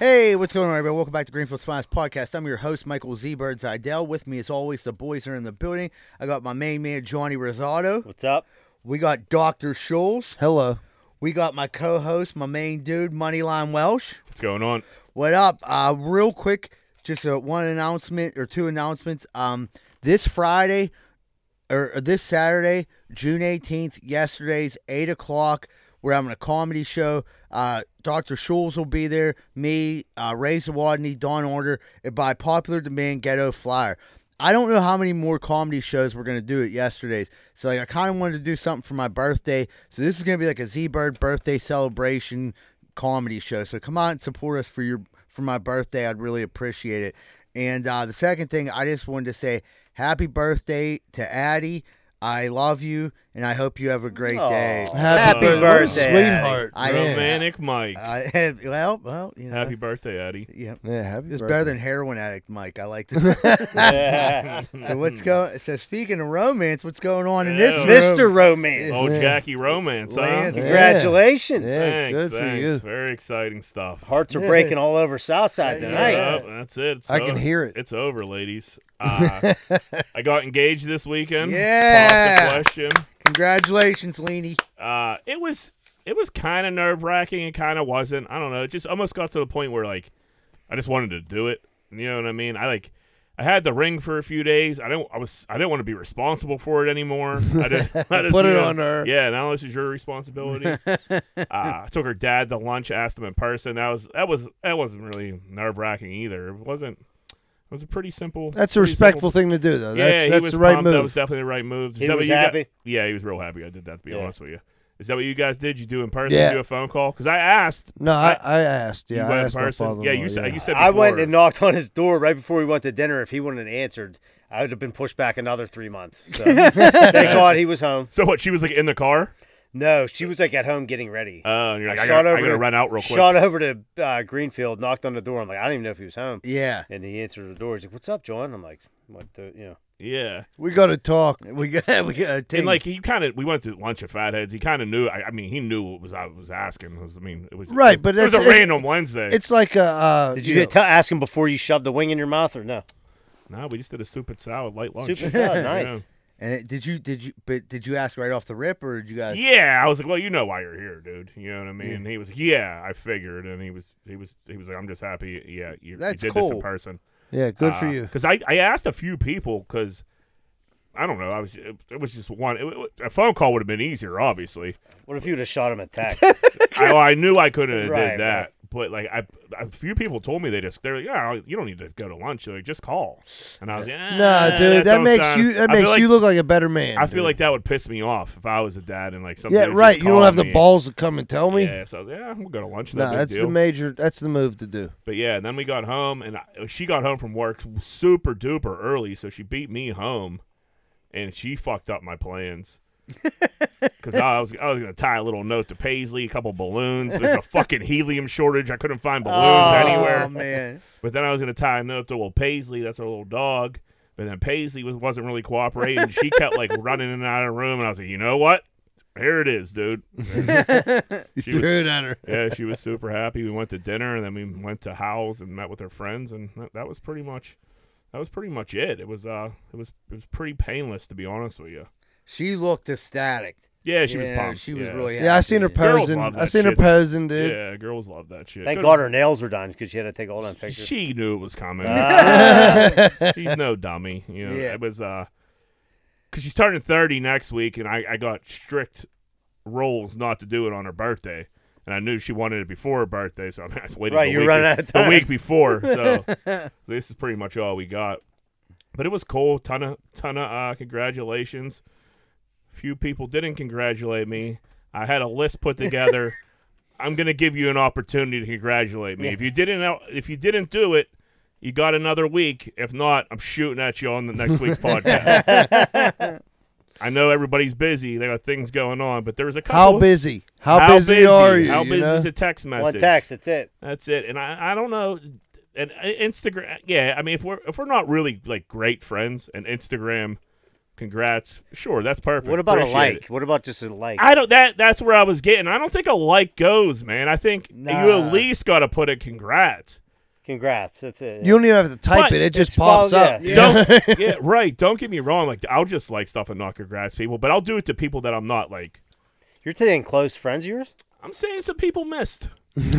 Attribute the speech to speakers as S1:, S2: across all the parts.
S1: Hey, what's going on, everybody? Welcome back to Greenfield's Finest Podcast. I'm your host, Michael Z. Bird Zidell. With me, as always, the boys are in the building. I got my main man, Johnny Rosado.
S2: What's up?
S1: We got Dr. Schultz.
S3: Hello.
S1: We got my co host, my main dude, Moneyline Welsh.
S4: What's going on?
S1: What up? Uh, real quick, just uh one announcement or two announcements. Um, this Friday or, or this Saturday, June eighteenth, yesterday's eight o'clock. We're having a comedy show. Uh, Doctor Schulz will be there. Me, uh, Ray Zawadney, Don Order, and by popular demand, Ghetto Flyer. I don't know how many more comedy shows we're gonna do at yesterday's. So like, I kind of wanted to do something for my birthday. So this is gonna be like a Z Bird birthday celebration comedy show. So come out and support us for your for my birthday. I'd really appreciate it. And uh, the second thing, I just wanted to say happy birthday to Addie. I love you, and I hope you have a great day.
S2: Aw. Happy
S4: birthday,
S3: what a
S2: Addie.
S3: sweetheart.
S1: I
S3: bro.
S1: am.
S4: Romantic Mike.
S1: Uh, well, well, you know,
S4: Happy birthday, Addy.
S1: yeah.
S3: Yeah, happy
S1: It's
S3: birthday.
S1: better than heroin addict, Mike. I like that.
S2: Yeah.
S1: so what's going? So speaking of romance, what's going on in
S4: Ew.
S1: this room?
S2: Mr. Romance.
S4: Old
S3: Yeah.
S4: Jackie Romance, huh?
S1: Land.
S2: Oh, Congratulations.
S3: Yeah.
S4: Thanks,
S3: good for
S4: thanks.
S3: you.
S4: Very exciting stuff.
S2: Hearts are
S1: Yeah.
S2: breaking all over Southside
S1: Yeah.
S2: tonight.
S4: Yep, that's it. It's
S3: I can
S4: o-
S3: hear it.
S4: It's over, ladies. Uh, I got engaged this weekend. Pop the
S1: Yeah.
S4: question.
S1: Congratulations, Leanie.
S4: Uh, it was it was kind of nerve wracking and kind of wasn't. I don't know. It just almost got to the point where like I just wanted to do it. You know what I mean? I like I had the ring for a few days. I don't I was I didn't want to be responsible for it anymore. I didn't I just,
S3: Put
S4: you
S3: it
S4: know,
S3: on her.
S4: Yeah, now this is your responsibility. uh, I took her dad to lunch, asked him in person. That was that was that wasn't really nerve wracking either. It wasn't it was a pretty simple
S3: That's a
S4: pretty
S3: respectful thing
S4: simple-
S3: to do, though.
S4: yeah,
S3: that's
S4: he
S3: that's
S4: was
S3: the right
S4: pumped. That
S3: move.
S4: was definitely the right move. Is
S2: He
S4: that what
S2: was
S4: you gu-
S2: happy?
S4: yeah, he was real happy. I did that to be
S2: Yeah.
S4: honest with you. Is that what you guys did? You do in person?
S3: Yeah.
S4: Do a phone call? Because I asked.
S3: no, I, I asked.
S4: you
S3: Yeah,
S4: went
S3: I
S4: in
S3: asked my
S4: person.
S3: father.
S4: Yeah, you said you said.
S2: I went
S4: before.
S2: and knocked on his door right before we went to dinner. If he wouldn't have answered, I would have been pushed back another three months. So, thank God he was home.
S4: So what? She was like in the car.
S2: No, she was like at home getting ready.
S4: Oh, and you're like, I
S2: shot
S4: gotta, I
S2: over
S4: gotta
S2: to-
S4: run out real quick.
S2: Shot over to uh, Greenfield, knocked on the door. I'm like, I didn't even know if he was home.
S1: Yeah,
S2: And he answered the door. He's like, "What's up, John?" I'm like, "What the, you know?"
S4: Yeah,
S3: we got to talk.
S1: we got we got a team.
S4: and like he kind of we went to lunch at Fatheads. He kind of knew. I, I mean, he knew what was I was asking. It was, I mean, it was
S3: Right, but
S4: it was
S3: that's-
S4: a
S3: it-
S4: random Wednesday.
S3: It's like a. Uh,
S2: Did you,
S3: know,
S2: tell ask him before you shoved the wing in your mouth or no?
S4: no, we just did a soup and salad light lunch.
S2: Soup and salad, nice.
S4: Yeah.
S1: and it- did you did you but did you ask right off the rip or did you guys?
S4: Yeah, I was like, well, you know why you're here, dude. You know what I mean? And he was, yeah, I figured, and he was, he was, he was like, I'm just happy. Yeah, you, you
S1: That's
S4: did this
S1: cool.
S4: in person.
S3: yeah, good for you.
S4: Because I, I asked a few people because I don't know. I was, it, it was just one. it- it- a phone call would have been easier, obviously.
S2: What if you'd have shot him at tax?
S4: I, I knew I couldn't have
S2: Right,
S4: did that. But like I, a few people told me they just they're like, yeah, you don't need to go to lunch. They're like, just call. And I was like,
S3: No,
S4: "Ah,
S3: dude, that
S4: don't
S3: makes
S4: sound-"
S3: you that
S4: I feel
S3: makes
S4: like-
S3: you look like a better man.
S4: I feel
S3: dude.
S4: like that would piss me off if I was a dad and like something.
S3: Yeah, right. You don't have the
S4: me.
S3: balls to come and tell me.
S4: Yeah, so I was like, yeah, we'll go to lunch.
S3: no,
S4: big
S3: that's
S4: deal."
S3: the major. That's the move to do.
S4: But yeah, and then we got home, and I, she got home from work super duper early, so she beat me home, and she fucked up my plans. Because I was I was gonna tie a little note to Paisley, a couple balloons. There's a fucking helium shortage. I couldn't find balloons
S2: Oh.
S1: Oh
S4: anywhere.
S1: man,
S4: But then I was gonna tie a note to old Paisley. That's our little dog. But then Paisley was wasn't really cooperating. She kept like running in and out of the room, and I was like, you know what? Here it is, dude.
S3: You
S4: She
S3: threw
S4: was-
S3: it at her.
S4: yeah, she was super happy. We went to dinner and then we went to Howells and met with her friends and that, that was pretty much that was pretty much it. It was uh it was it was pretty painless to be honest with you.
S1: she looked ecstatic.
S4: Yeah, she was
S1: Yeah,
S4: pumped.
S1: She was
S4: yeah.
S1: really.
S3: Yeah, I seen her
S4: Girls
S3: posing.
S4: love
S3: I
S4: that
S3: seen her
S4: shit.
S3: posing, dude.
S4: Yeah, girls love that shit.
S2: Thank
S4: Good-
S2: God her nails were done because she had to take all them pictures.
S4: She knew it was coming.
S2: Ah.
S4: she's no dummy. You know,
S1: Yeah.
S4: it was uh cuz she's turning 30 next week and I I got strict rules not to do it on her birthday. And I knew she wanted it before her birthday, so I'm waiting.
S2: Right,
S4: the
S2: you're
S4: week
S2: running out of
S4: The
S2: time.
S4: week before, so this is pretty much all we got. But it was cool. Ton of ton of uh, congratulations. Few people didn't congratulate me. I had a list put together. I'm gonna give you an opportunity to congratulate me. If you didn't, out- if you didn't do it, you got another week. If not, I'm shooting at you on the next week's podcast. I know everybody's busy. They got things going on, but there was a couple.
S3: How busy? How, busy, are you?
S4: How
S3: you
S4: busy
S3: know?
S4: is a text message?
S2: One text, that's it.
S4: That's it. And I, I don't know. And uh, Instagram, yeah. I mean, if we're if we're not really like great friends, and Instagram Congrats. Sure, that's perfect.
S2: What about
S4: Appreciate
S2: a like?
S4: it.
S2: What about just a like?
S4: I don't. That that's where I was getting. I don't think a like goes, man. I think you
S1: Nah.
S4: at least got to put a congrats.
S2: Congrats. That's it.
S3: You don't even have to type
S4: But
S3: it; it
S2: it's
S3: just pops
S2: well,
S3: up.
S2: yeah.
S4: Don't, yeah, right. Don't get me wrong. Like I'll just like stuff and not congrats people, but I'll do it to people that I'm not like.
S2: You're saying close friends of yours?
S4: I'm saying some people missed.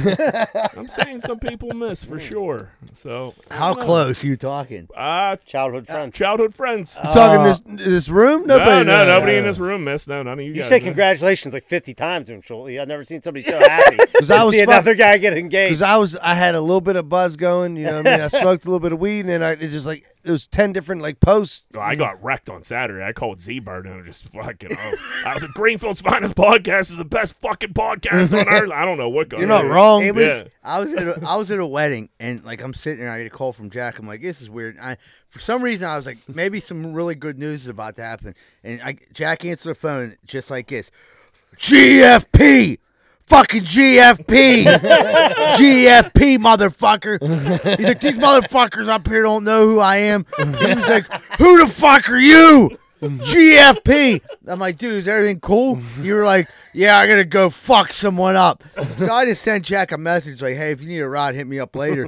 S4: I'm saying some people miss for sure. So I
S1: Hmm. How
S4: don't know.
S1: close you talking?
S4: Uh,
S2: Childhood friends.
S4: childhood friends.
S1: Uh,
S3: You talking this this room?
S4: Uh, no,
S3: Nobody.
S4: no,
S3: uh,
S4: nobody in this room missed. No, none of you.
S2: You
S4: guys
S2: say
S4: missed.
S2: congratulations like 50 times in shortly. I've never seen somebody so happy. Because
S3: I was
S2: see
S3: fuck-
S2: another guy get engaged.
S3: Because I was, I had a little bit of buzz going. You know, what I mean, I smoked a little bit of weed, and then I it just like it was ten different like posts.
S4: Oh, I got wrecked on Saturday. I called Z Bird and I just fucking. Oh, I was like, Greenfield's finest podcast is the best fucking podcast on earth. I don't know what. got
S3: You're not
S4: in.
S3: wrong.
S1: It was.
S4: Yeah.
S1: I was at a, I was at a wedding and like I'm sitting there. I get a call from Jack. I'm like, this is weird. And I for some reason I was like, maybe some really good news is about to happen. And I Jack answered the phone just like this, GFP. Fucking GFP, GFP motherfucker. He's like these motherfuckers up here don't know who I am. He was like, who the fuck are you? GFP. I'm like, dude, is everything cool? You were like, yeah, I gotta go fuck someone up. So I just sent Jack a message like, hey, if you need a ride, hit me up later.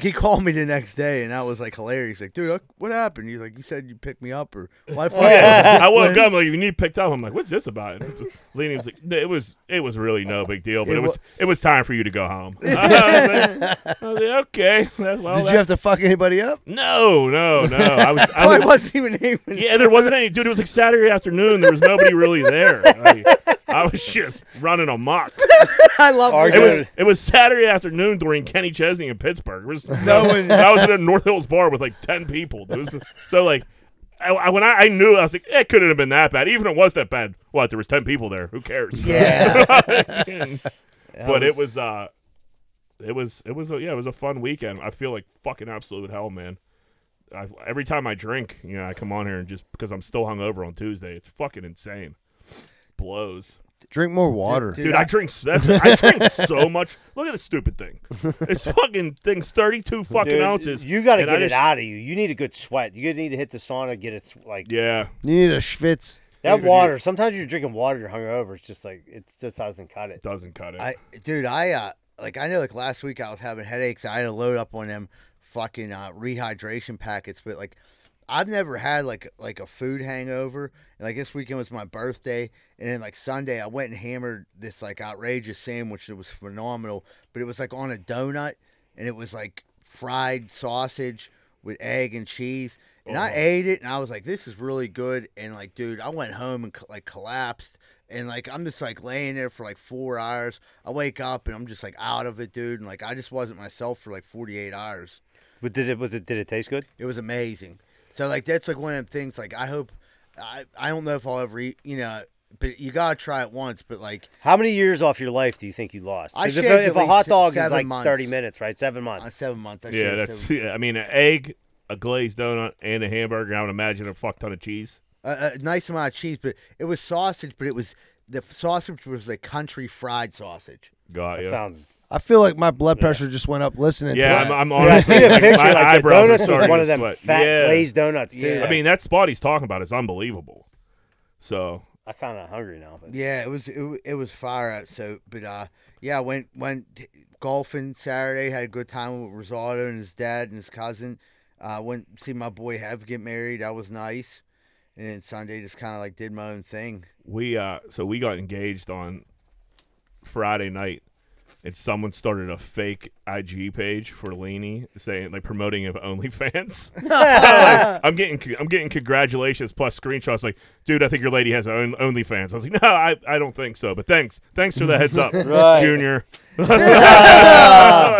S1: He called me the next day, and that was like hilarious. Like, dude, uh, what happened? He's like, you said you picked me up, or why? the fuck-
S4: Yeah, I woke up like you need picked up. I'm like, what's this about? And Lenny was like, it was it was really no big deal, but it,
S3: It
S4: was
S3: wa-
S4: it was time for you to go home. I was like, I was like, okay, well,
S3: Did
S4: that-
S3: you have to fuck anybody up?
S4: no, no, no. I was, I
S1: Probably
S4: was
S1: wasn't even even.
S4: yeah, there wasn't any dude. It was like Saturday afternoon. There was nobody really there. Like, I was just running amok.
S1: I love
S4: It
S1: it.
S2: Arguing.
S4: was
S2: Dude.
S4: it was Saturday afternoon during Kenny Chesney in Pittsburgh. There was
S1: No one-
S4: I was at a North Hills bar with like ten people. It was- so like, I, I- when I, I knew, I was like, it couldn't have been that bad. Even if it was that bad, what? There was ten people there. Who cares?
S1: Yeah,
S4: but it was uh, it was it was a, yeah, it was a fun weekend. I feel like fucking absolute hell, man. I, every time I drink, you know, I come on here and just because I'm still hungover on Tuesday, it's fucking insane. Blows.
S3: Drink more water.
S4: Dude, I drink. s- That's I drink so much. Look at this stupid thing. This fucking thing's thirty-two fucking
S2: Dude,
S4: ounces.
S2: You got to
S4: and
S2: get
S4: I
S2: it
S4: just-
S2: out of you. You need a good sweat. You need to hit the sauna, get it s- like
S4: Yeah,
S3: You need a schwitz.
S2: that
S4: dude, you-
S2: water. Sometimes you're drinking water, you're hungover. It's just like it just doesn't cut it.
S4: doesn't cut it.
S1: I, dude, I uh, like I know like last week I was having headaches. I had to load up on them fucking uh, rehydration packets, but like I've never had like like a food hangover. And like this weekend was my birthday, and then like Sunday I went and hammered this like outrageous sandwich that was phenomenal, but it was like on a donut, and it was like fried sausage with egg and cheese. And
S4: Oh.
S1: I ate it, and I was like, "This is really good." And like, dude, I went home and co- like collapsed, and like I'm just like laying there for like four hours. I wake up and I'm just like out of it, dude, and like I just wasn't myself for like 48 hours.
S2: But did it was it did it taste good?
S1: It was amazing. So like that's like one of them things. Like I hope, I I don't know if I'll ever eat, you know, but you gotta try it once. But like
S2: How many years off your life do you think you lost?
S1: I
S2: 'Cause if,
S1: shaved
S2: a-
S1: at
S2: if a
S1: least
S2: hot
S1: se-
S2: dog is
S1: seven
S2: like
S1: months.
S2: thirty minutes, right? Seven months.
S1: uh, seven months, I
S4: yeah,
S1: shaved
S4: that's.
S1: seven-
S4: Yeah, I mean, an egg, a glazed donut, and a hamburger. I would imagine a fuck ton of cheese.
S1: a, a nice amount of cheese, but it was sausage. But it was the sausage was like country fried sausage.
S4: God,
S2: That
S4: yeah.
S2: sounds.
S3: I feel like my blood pressure just went up listening.
S4: yeah,
S3: to
S4: I'm,
S3: that.
S4: I'm
S2: Dude, I
S4: honestly.
S2: see a
S4: like,
S2: picture
S4: my
S2: like the
S4: eyebrows are
S2: donuts was
S4: starting
S2: one
S4: to
S2: of them
S4: sweat.
S2: fat
S4: yeah.
S2: glazed donuts. Too.
S1: Yeah.
S4: I mean, that spot he's talking about is unbelievable. So
S2: I'm kind of hungry now. But
S1: Yeah, it was it, wa- it was fire out. So, but uh, yeah, went went t- golfing Saturday. Had a good time with Rosado and his dad and his cousin. Uh, went to see my boy Hev get married. That was nice. And then Sunday just kind of like did my own thing.
S4: we uh so we got engaged on Friday night and someone started a fake IG page for Laney saying like promoting of OnlyFans. so, like, I'm getting I'm getting congratulations plus screenshots like, dude, I think your lady has own OnlyFans. I was like, no, I, I don't think so, but thanks, thanks for the heads up,
S2: Right.
S4: Junior.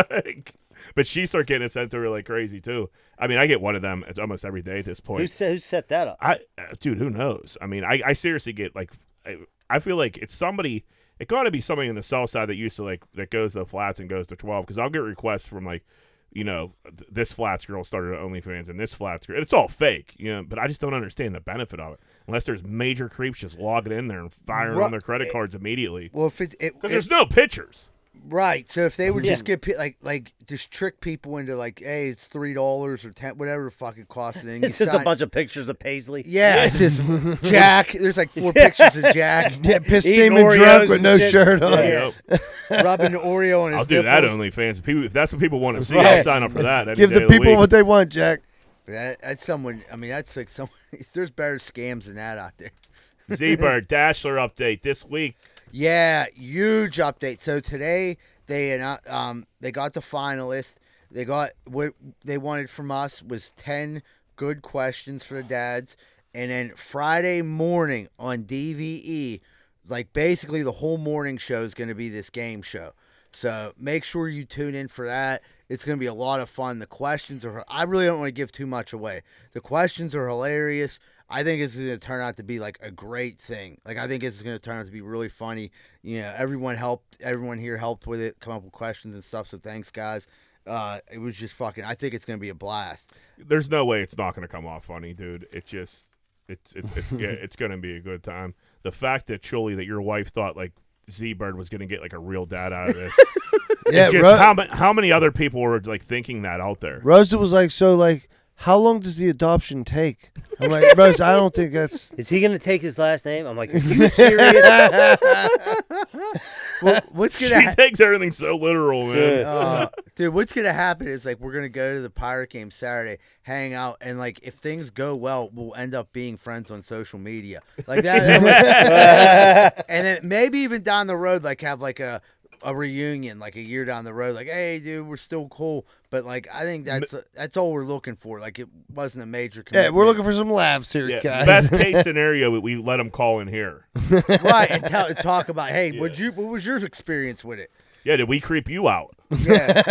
S4: Like, but she started getting it sent to her like crazy too. I mean, I get one of them almost every day at this point.
S2: who set, who set that up?
S4: I, uh, dude, who knows? I mean, I, I seriously get like, I, I feel like it's somebody. It got to be somebody in the south side that used to like that goes to the flats and goes to twelve because I'll get requests from like, you know, th- this flats girl started at OnlyFans and this flats girl. It's all fake, you know. But I just don't understand the benefit of it unless there's major creeps just logging in there and firing
S1: Ru-
S4: on their credit cards immediately
S1: Well, if it's it,
S4: because
S1: it,
S4: there's no pictures.
S1: Right. So if they would
S2: Yeah.
S1: just get pe- like like just trick people into like, hey, it's three dollars or ten, whatever the fuck it costs, and then you
S2: It's just a
S1: sign-
S2: bunch of pictures of Paisley.
S1: Yeah, it's just Jack. There's like four pictures of Jack
S3: Yeah, pissed,
S2: Eating
S3: steaming
S2: Oreos
S3: drunk with
S2: and
S3: no
S2: shit.
S3: shirt on.
S1: Yeah.
S4: Yep.
S1: rubbing the Oreo on his.
S4: I'll do that
S1: nipples.
S4: OnlyFans. If People, if that's what people want to see,
S3: Right.
S4: I'll sign up for that. any
S3: Give
S4: day
S3: the
S4: of
S3: people
S4: week.
S3: what they want, Jack.
S1: That, that's someone. I mean, that's like someone. There's better scams than that out there.
S4: Z-Bird Dashler update this week.
S1: Yeah, huge update. So today they annou- um they got the finalists. They got what they wanted from us was ten good questions for the dads, and then Friday morning on DVE, like basically the whole morning show is going to be this game show. So make sure you tune in for that. It's going to be a lot of fun. The questions are. I really don't want to give too much away. The questions are hilarious. I think it's going to turn out to be like a great thing. Like I think it's going to turn out to be really funny. You know, everyone helped. Everyone here helped with it, come up with questions and stuff. So thanks, guys. Uh, it was just fucking. I think it's going to be a blast.
S4: There's no way it's not going to come off funny, dude. It just, it's it's it's, yeah, it's going to be a good time. The fact that surely that your wife thought like Z-Bird was going to get like a real dad out of this.
S3: Yeah,
S4: It's just
S3: Ro-
S4: how, ma- how many other people were like thinking that out there?
S3: Rosa was like, so like, how long does the adoption take? I'm like, Rosa, I don't think that's.
S2: Is he gonna take his last name? I'm like, are you serious?
S1: Well, what's
S4: She
S1: going to happen?
S4: takes everything so literal, man.
S2: Dude.
S1: Uh, dude, what's gonna happen is like we're gonna go to the pirate game Saturday, hang out, and like if things go well, we'll end up being friends on social media, like that. and then maybe even down the road, like have like a a reunion, like a year down the road, like hey, dude, we're still cool. But like I think that's that's all we're looking for. Like it wasn't a major.
S3: Yeah,
S1: Commitment.
S3: we're looking for some laughs here,
S2: Oh,
S4: Yeah,
S3: guys.
S4: Best case scenario, we- we let them call in here.
S1: right and tell, talk about hey, what you what was your experience with it?
S4: Yeah, did we creep you out?
S1: Yeah,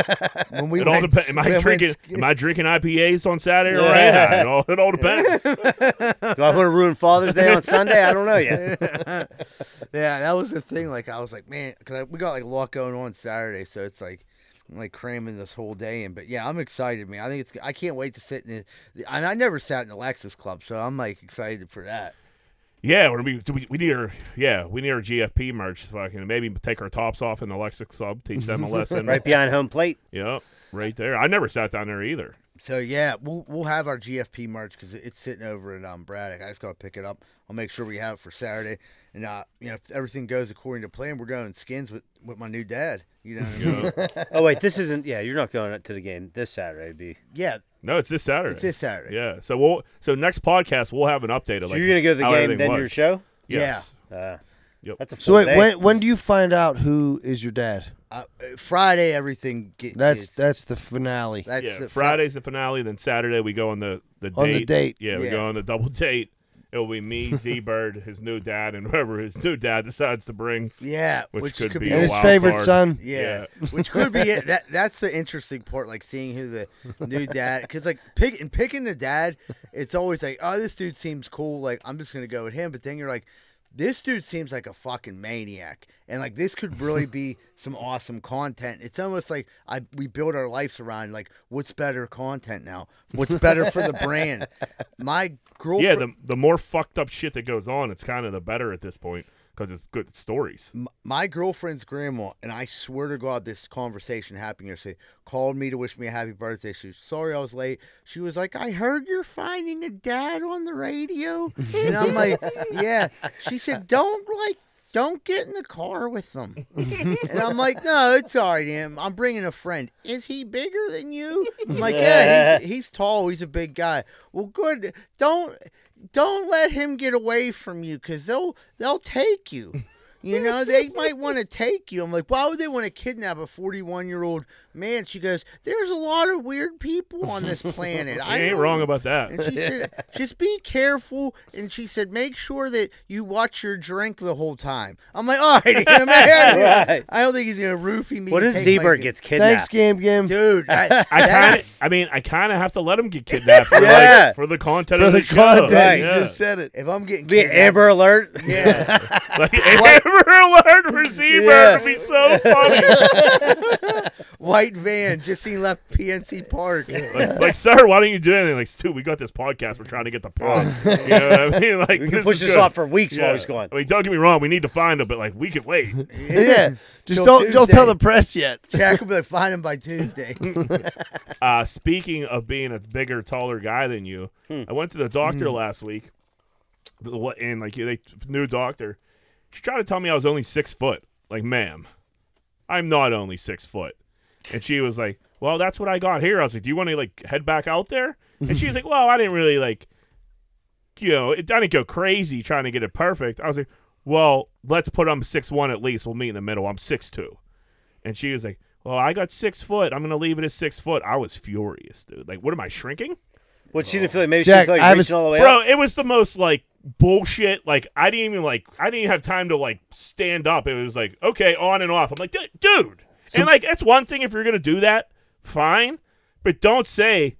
S1: when we
S4: It all
S1: went-
S4: depends. Am
S1: when
S4: I
S1: we went
S4: drinking?
S1: sk-
S4: Am I drinking IPAs on Saturday or
S2: Yeah.
S4: ain't I? It all, it all depends.
S2: Do I want to ruin Father's Day on Sunday? I don't know yet.
S1: Yeah, that was the thing. Like I was like, man, because we got like a lot going on Saturday, so it's like, I'm like cramming this whole day in. But yeah, I'm excited, man. I think it's. I can't wait to sit in. The, and I never sat in the Lexus Club, so I'm like excited for that.
S4: yeah, we're gonna be, we we need our yeah we need our GFP merch. Fucking maybe take our tops off in the Lexus sub, teach them a lesson.
S2: Right behind home plate.
S4: Yep, right there. I never sat down there either.
S1: So yeah, we'll we'll have our GFP merch because it's sitting over at um Braddock. I just gotta pick it up. I'll make sure we have it for Saturday. And uh, you know, if everything goes according to plan, we're going skins with with my new dad. You know, what I mean?
S4: Yeah.
S2: Oh wait, this isn't. Yeah, you're not going to the game this Saturday, B.
S1: yeah,
S4: no, it's this Saturday.
S1: it's this Saturday.
S4: Yeah. So we'll so next podcast we'll have an update
S2: So
S4: of like
S2: you're gonna go to the
S4: how
S2: game,
S4: everything
S2: then
S4: was.
S2: your show.
S4: Yes.
S2: Uh,
S4: Yep.
S2: That's a
S3: So
S2: full
S3: wait,
S2: day.
S3: when when do you find out who is your dad?
S1: Uh, Friday, everything. Get,
S3: That's
S1: gets-
S3: that's the finale.
S1: that's
S4: Yeah,
S1: the Fri-
S4: Friday's the finale. Then Saturday we go on the the date.
S3: On the date.
S4: Yeah, we
S1: Yeah.
S4: go on the double date. It'll be me, Z Bird, his new dad, and whoever his new dad decides to bring.
S1: Yeah,
S4: Which could be
S3: And
S4: a
S3: his
S4: wild
S3: favorite
S4: card.
S3: son.
S1: Yeah, which could be it. That that's the interesting part, like seeing who the new dad. Because like pick and picking the dad, it's always like, oh, this dude seems cool. Like I'm just gonna go with him. But then you're like, this dude seems like a fucking maniac, and like this could really be some awesome content. It's almost like I we build our lives around like what's better content now, what's better for the brand. My girlfriend.
S4: Yeah, the the more fucked up shit that goes on, it's kind of the better at this point because it's good stories.
S1: M- my girlfriend's grandma, and I swear to God, this conversation happened yesterday, called me to wish me a happy birthday. She was sorry I was late. She was like, I heard you're finding a dad on the radio. And I'm like, yeah. She said, don't like, don't get in the car with them. And I'm like, no, it's all right, Em. I'm bringing a friend. Is he bigger than you? I'm like, yeah, he's, he's tall. He's a big guy. Well, good. Don't don't let him get away from you because they'll they'll take you. You know, they might want to take you. I'm like, why would they want to kidnap a 41 year old man? She goes, there's a lot of weird people on this planet.
S4: You ain't
S1: know."
S4: wrong about
S1: And
S4: that.
S1: she said, just be careful. And she said, make sure that you watch your drink the whole time. I'm like, all right, man,
S2: Right.
S1: I don't think he's going to roofie me.
S2: What
S1: and
S2: if
S1: take my
S2: Zebra
S1: drink."
S2: gets
S3: Thanks,
S2: kidnapped?
S3: game game.
S1: Dude, I,
S4: I
S1: that-
S4: kind of, I mean, I kind of have to let him get kidnapped for, like,
S2: Yeah.
S4: for the content
S3: For
S4: of the,
S3: the content,
S4: show.
S3: you
S4: Yeah.
S3: just said it.
S1: if I'm getting
S2: Be an
S1: kidnapped-
S2: Amber Alert.
S1: Yeah.
S4: like, Amber Alert for Z Bird
S2: Yeah.
S4: would be so funny.
S1: White van just seen left PNC Park.
S4: Like, like, sir, why don't you do anything? Like, dude, we got this podcast. We're trying to get the pod. You know what I mean? Like,
S2: We
S4: this
S2: can push
S4: is
S2: this
S4: good.
S2: off for weeks
S4: Yeah.
S2: while he's gone.
S4: I mean, don't get me wrong. We need to find him, but like, we can wait.
S3: yeah. Just
S1: Till
S3: don't don't
S1: Tuesday.
S3: tell the press yet.
S1: Jack will be like, find him by Tuesday.
S4: Uh, speaking of being a bigger, taller guy than you, I went to the doctor last week. The what- And like, they new doctor. She tried to tell me I was only six foot. Like, ma'am, I'm not only six foot. And she was like, "Well, that's what I got here." I was like, "Do you want to like head back out there?" And she was like, "Well, I didn't really like, you know, it, I didn't go crazy trying to get it perfect." I was like, "Well, let's put on six one at least. We'll meet in the middle. I'm six two. And she was like, "Well, I got six foot. I'm gonna leave it at six foot." I was furious, dude. Like, what am I shrinking,
S2: What she didn't feel like maybe
S3: Jack,
S2: she was
S3: I
S2: like
S3: have a
S2: reaching
S3: s-
S2: all the way
S4: bro?
S2: up.
S4: It was the most like bullshit. Like, I didn't even like. I didn't even have time to like stand up. It was like, okay, on and off. I'm like, "Dude, dude. and like, that's one thing if you're gonna do that, fine. But don't say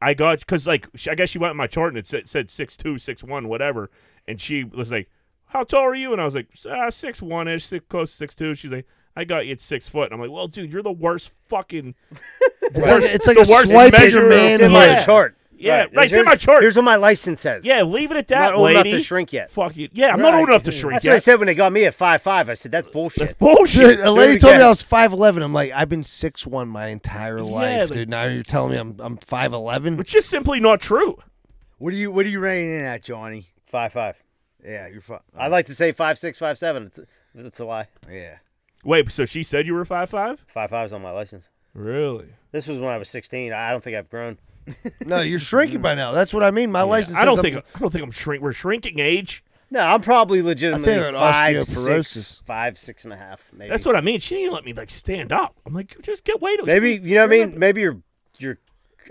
S4: I got because like she, I guess she went in my chart and it said, said six two, six one, whatever, and she was like, "How tall are you?" And I was like, uh, six one ish, six, close to six two. She's like, "I got you at six foot." And I'm like, "Well, dude, you're the worst fucking
S3: It's like, it's like
S4: The
S3: a
S4: worst
S3: swipe at your
S4: measure of
S2: It's in my
S4: Yeah.
S3: manhood.
S2: chart.
S4: yeah, right, it's in
S2: Here's-
S4: my chart."
S2: Here's what my license says.
S4: yeah, leave it at
S2: I'm
S4: that,
S2: not old
S4: lady.
S2: enough to shrink yet.
S4: Fuck you. Yeah, I'm not
S1: Right.
S4: old enough to shrink
S2: That's what I
S4: yet.
S2: said when they got me at five five. I said that's bullshit.
S4: Bullshit.
S3: Dude, a lady
S2: it
S3: told me
S2: again.
S3: I was five eleven. I'm like, I've been six one my entire life,
S4: like-
S3: dude. Now you're telling me I'm I'm five eleven.
S4: It's just simply not true.
S1: what are you What are you reining in at, Johnny?
S2: Five five.
S1: Yeah, you're fu-
S2: I'd like to say five six five seven. It's, it's a lie.
S1: Yeah.
S4: Wait, so she said you were five five?
S2: Five five's on my license.
S4: Really?
S2: This was when I was sixteen. I don't think I've grown.
S3: No, you're shrinking by now. That's what I mean. My license.
S4: I don't
S3: says
S4: think
S3: I'm,
S4: I don't think I'm shrink. We're shrinking age.
S2: No, I'm probably legitimately
S3: I had
S2: five, six,
S3: osteoporosis.
S2: five, six and a half. Maybe.
S4: That's what I mean. She didn't even let me like stand up. I'm like, just get weight.
S2: Maybe you know what I mean. Maybe your your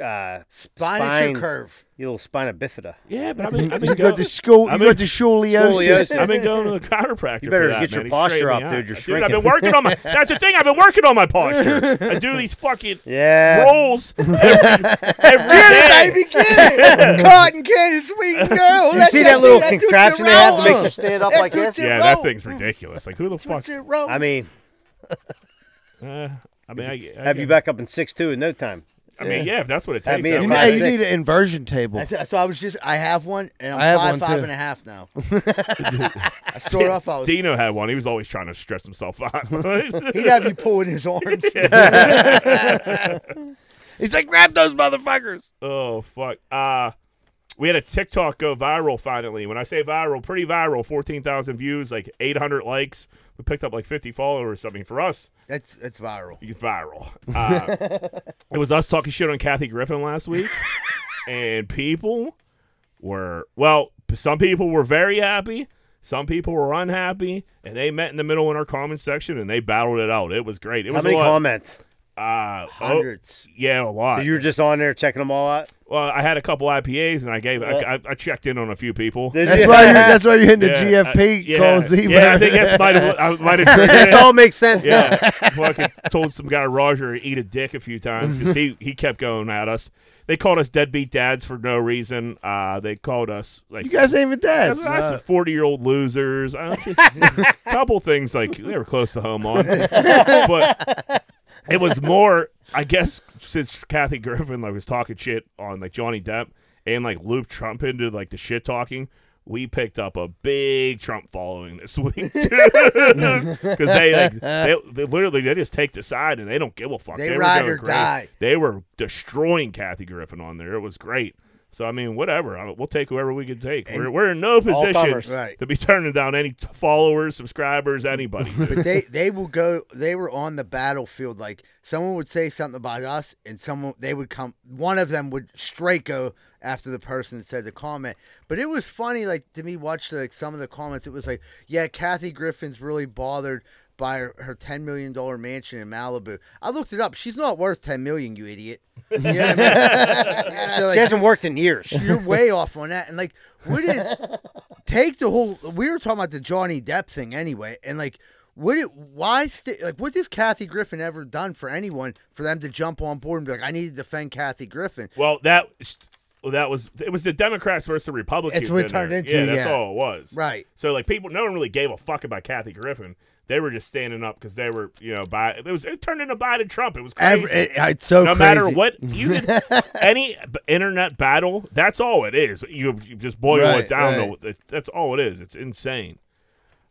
S2: uh,
S1: Spine
S2: spine,
S1: your curve.
S2: your little spina bifida.
S4: Yeah, but I mean, I mean,
S3: you go to school.
S4: I
S3: You
S4: mean-
S3: go to scoliosis.
S2: Scoliosis.
S4: I've been going to the chiropractor.
S2: You better
S4: for that,
S2: get your
S4: man. He
S2: posture
S4: straightened
S2: up,
S4: me
S2: dude. You're
S4: out. I've been
S2: shrinking.
S4: working on my. That's the thing. I've been working on my posture. I do these fucking
S2: Yeah.
S4: rolls every, every day.
S1: Baby, get it! Cotton candy, sweet and go.
S2: You see that little contraption they have to make you stand up like this?
S4: Yeah, that thing's ridiculous. Like, who the fuck?
S2: I mean,
S4: Uh, I mean, I, I
S2: have you
S4: get-
S2: back up in six two in no time.
S4: I mean, yeah, if that's what it
S2: Have
S4: takes.
S2: me
S4: that's
S2: at
S3: You
S4: what-
S3: know,
S2: five,
S3: you
S2: six.
S3: need an inversion table.
S1: That's, so I was just, I have one, and I'm
S3: I have
S1: five,
S3: one,
S1: five
S3: too.
S1: and a half now. I started off, I was.
S4: Dino had one. He was always trying to stress himself out.
S1: He'd have you pulling his arms.
S3: He's like, grab those motherfuckers.
S4: oh fuck. Uh we had a TikTok go viral finally. When I say viral, pretty viral, fourteen thousand views, like eight hundred likes. We picked up like fifty followers or something. For us,
S1: That's that's viral.
S4: it's viral. Uh, it was us talking shit on Kathy Griffin last week, and people were well. Some people were very happy. Some people were unhappy, and they met in the middle in our comment section and they battled it out. It was great. It
S2: How
S4: was
S2: many
S4: a lot.
S2: comments?
S4: Uh, oh,
S1: Hundreds.
S4: yeah, a lot.
S2: So you were just on there checking them all out.
S4: Well, I had a couple IPAs and I gave I, I, I checked in on a few people.
S2: Did
S3: That's
S2: you?
S3: why. You're, that's why you're hitting
S4: Yeah,
S3: the GFP.
S4: I, yeah,
S3: calling Z.
S4: yeah, I think that's might have I might have
S2: it
S4: triggered it.
S2: all makes sense. now.
S4: Yeah, fucking told some guy Roger to eat a dick a few times because he he kept going at us. They called us deadbeat dads for no reason. Uh, they called us like
S3: you guys ain't even dads.
S4: that's us, forty year old losers. A couple things like they were close to home on, but it was more. I guess since Kathy Griffin like was talking shit on like Johnny Depp and like looped Trump into like the shit talking. We picked up a big Trump following this week because they like they, they literally they just take the side and they don't give a fuck.
S1: They
S4: were
S1: ride
S4: going
S1: or die.
S4: They were destroying Kathy Griffin on there. It was great. So I mean, whatever. I we'll take whoever we can take. We're, we're in no position
S2: comers.
S1: Right.
S4: to be turning down any t- followers, subscribers, anybody.
S1: But they they will go. They were on the battlefield. Like someone would say something about us, and someone they would come. One of them would straight go after the person that said the comment. But it was funny. Like to me, watch like some of the comments. It was like, yeah, Kathy Griffin's really bothered by her, her ten million dollar mansion in Malibu. I looked it up. She's not worth ten million, you idiot. You know what I mean? So,
S2: She
S1: like,
S2: hasn't worked in years.
S1: you're way off on that. And like, what is take the whole? We were talking about the Johnny Depp thing anyway, and like, what? It, why? St- like, what has Kathy Griffin ever done for anyone for them to jump on board and be like, I need to defend Kathy Griffin?
S4: well, that that was it was the Democrats versus the Republicans.
S1: It's what
S4: in
S1: it turned
S4: there.
S1: into,
S4: yeah, that's
S1: yeah.
S4: all it was.
S1: Right.
S4: So like people, no one really gave a fuck about Kathy Griffin. They were just standing up because they were, you know, by it was it turned into Biden Trump. It was crazy.
S1: Every, it- it's so
S4: no
S1: crazy.
S4: matter what you can, any b- internet battle, that's all it is. You, you just boil
S3: Right,
S4: it down
S3: right.
S4: to it, that's all it is. It's insane.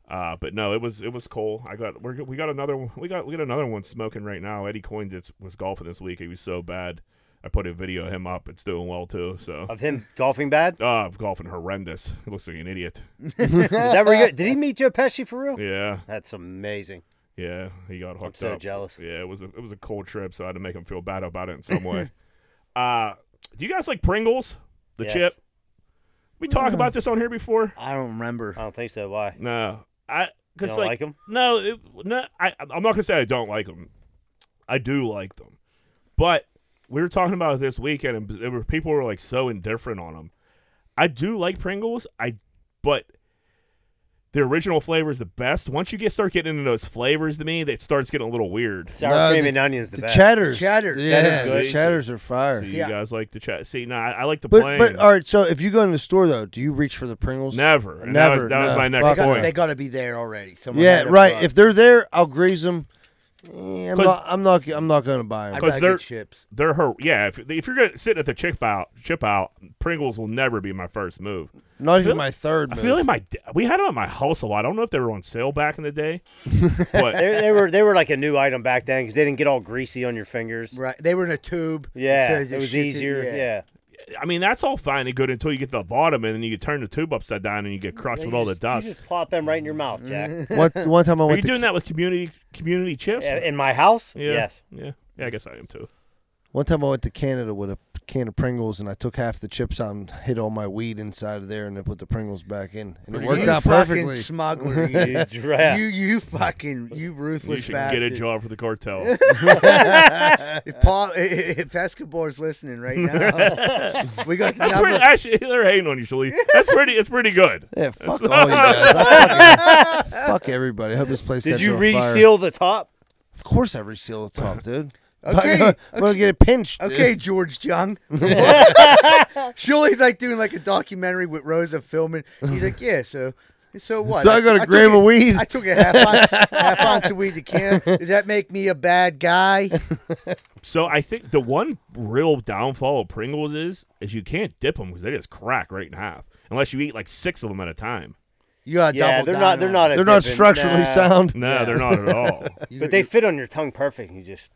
S4: Uh, but no, it was it was cool. I got we're, we got another one- we got we got another one smoking right now. Eddie Coyne did, was golfing this week. He was so bad. I put a video of him up. It's doing well too. So
S2: Of him golfing bad?
S4: uh, golfing horrendous. He looks like an idiot.
S2: Is that where you, did he meet Joe Pesci for real?
S4: Yeah,
S2: That's amazing.
S4: yeah. He got hooked
S2: so
S4: up.
S2: jealous.
S4: Yeah, it was a it was a cold trip. So I had to make him feel bad about it in some way. uh, do you guys like Pringles? The
S2: Yes.
S4: chip. We talk about this on here before.
S1: I don't remember.
S2: I don't think so. Why?
S4: No, I
S2: You
S4: because
S2: don't
S4: like,
S2: like him?
S4: no, it, no. I I'm not gonna say I don't like them. I do like them, but we were talking about it this weekend, and there were people were like so indifferent on them. I do like Pringles. I but the original flavor is the best. Once you get start getting into those flavors, to me, that starts getting a little weird.
S2: Sour
S3: No,
S2: cream
S3: the-
S2: and onions the,
S3: The
S2: best.
S3: cheddars,
S1: Cheddar.
S3: yeah,
S4: Cheddar's good.
S3: the cheddars are fire.
S4: So
S1: See,
S4: you
S1: I-
S4: guys like the chat? See, no, I, I like the
S3: But
S4: plain.
S3: but all right, so if you go in the store though, do you reach for the Pringles?
S4: never, And that was-
S3: Never,
S4: That was,
S3: no,
S4: my
S1: They
S4: next
S3: fuck
S1: got,
S4: point.
S1: they got to be there already. Someone
S3: Yeah,
S1: had to
S3: right.
S1: buy.
S3: If they're there, I'll grease them. Yeah, I'm
S4: 'Cause-
S3: not. I'm not. I'm not going to buy
S1: I'd
S3: them.
S4: Because
S1: rather
S4: they're-
S1: get chips.
S4: they're her. Yeah, if, if you're gonna sit at the chip out, chip out, Pringles will never be my first move.
S3: Not even
S4: feel-
S3: my third.
S4: I
S3: Move.
S4: feel like my da- we had them at my house a lot. I don't know if they were on sale back in the day, but
S2: they, they were they were like a new item back then because they didn't get all greasy on your fingers.
S1: Right. They were in a tube.
S2: Yeah,
S1: so the
S2: it was
S1: shit-
S2: easier. Yeah.
S4: I mean that's all fine and good until you get to the bottom and then you turn the tube upside down and you get crushed
S2: You
S4: with all the
S2: just-
S4: dust.
S2: You just plop them right in your mouth, Jack.
S3: one, one time I
S4: Are you
S3: went.
S4: doing
S3: To,
S4: that with community community chips?
S2: Yeah, in my house?
S4: yeah,
S2: Yes.
S4: yeah, yeah. I guess I am too.
S3: one time I went to Canada with a can of Pringles, and I took half the chips out and hid all my weed inside of there, and then put the Pringles back in, and it
S1: You
S3: worked out
S1: fucking
S3: perfectly.
S1: Smuggler, you.
S2: You dra-
S1: you you fucking you
S4: You
S1: ruthless
S4: should
S1: bastard.
S4: get a job for the cartel.
S1: If Paul, if Escobar's listening right now, we got the
S4: That's pretty,
S1: number.
S4: actually, they're hating on you, Shali. That's pretty. It's pretty good.
S3: yeah, fuck all you guys. I fucking- fuck everybody. I hope this place.
S2: Did
S3: catches
S2: you
S3: on fire.
S2: reseal the top?
S3: Of course, I reseal the top, dude.
S1: Okay,
S3: I'm gonna get it pinched. dude.
S1: Okay, George Jung. Shirley's like doing like a documentary with Rosa filming. He's like, yeah, so. So what?
S3: So I got a
S1: took
S3: gram of weed.
S1: I took a half ounce, half ounce of weed to camp. Does that make me a bad guy?
S4: So I think the one real downfall of Pringles is is you can't dip them because they just crack right in half unless you eat like six of them at a time.
S1: You got
S2: Yeah,
S1: double
S2: they're
S1: down
S2: not. They're
S1: on
S2: not.
S1: it.
S2: a
S3: They're not
S2: dipping.
S3: structurally
S2: Nah.
S3: sound.
S4: No, they're not at all.
S1: You-
S2: But they fit on your tongue perfect. You just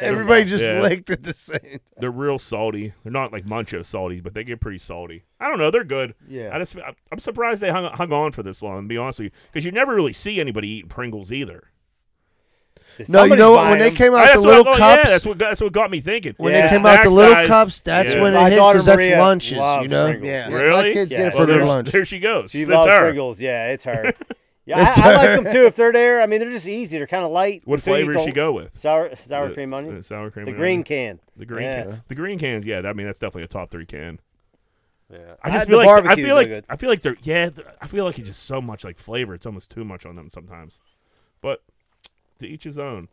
S3: Everybody just
S4: Yeah.
S3: licked at the same.
S4: they're real salty. They're not like Muncho salty, but they get pretty salty. I don't know. They're good.
S1: Yeah.
S4: I just I- I'm surprised they hung hung on for this long. To be honest with you, because you never really see anybody eating Pringles either.
S3: No, you
S2: Somebody's
S3: know what?
S2: buying
S3: When they
S2: them.
S3: came out,
S4: That's
S3: the
S4: what-
S3: little
S4: oh,
S3: cups.
S4: Yeah, that's what got- that's what got me thinking.
S3: when
S2: Yeah.
S3: they came out, the
S4: Snack
S3: little
S4: size,
S3: cups. That's
S4: yeah.
S3: when
S2: My
S3: it hit
S2: daughter
S3: because that's
S2: Maria
S3: lunches. You
S2: loves
S3: know,
S2: Pringles.
S1: Yeah.
S3: Yeah, My
S4: Really?
S3: kids
S2: Yeah.
S3: get it
S4: Well,
S3: for their
S4: there's-
S3: lunch.
S4: Oh, There she goes.
S2: She
S4: That's
S2: loves
S4: her.
S2: Pringles. Yeah, it's her. Yeah,
S3: It's
S2: I, I
S3: her.
S2: like them too if they're there. I mean, they're just easy. They're kind of light.
S4: What
S2: until you
S4: flavor does she
S2: don't-
S4: go with?
S2: Sour, sour
S4: The-
S2: cream
S4: the
S2: onion.
S4: sour cream.
S2: The
S4: and
S2: green
S4: onion.
S2: can.
S4: The green
S2: Yeah.
S4: can. The green cans. Yeah, that- I mean that's definitely a top three can.
S2: Yeah.
S4: I just
S2: the
S4: feel like I
S2: barbecue's
S4: feel like
S2: really good.
S4: I feel like they're yeah. th- I feel like it's just so much like flavor. It's almost too much on them sometimes. But to each his own.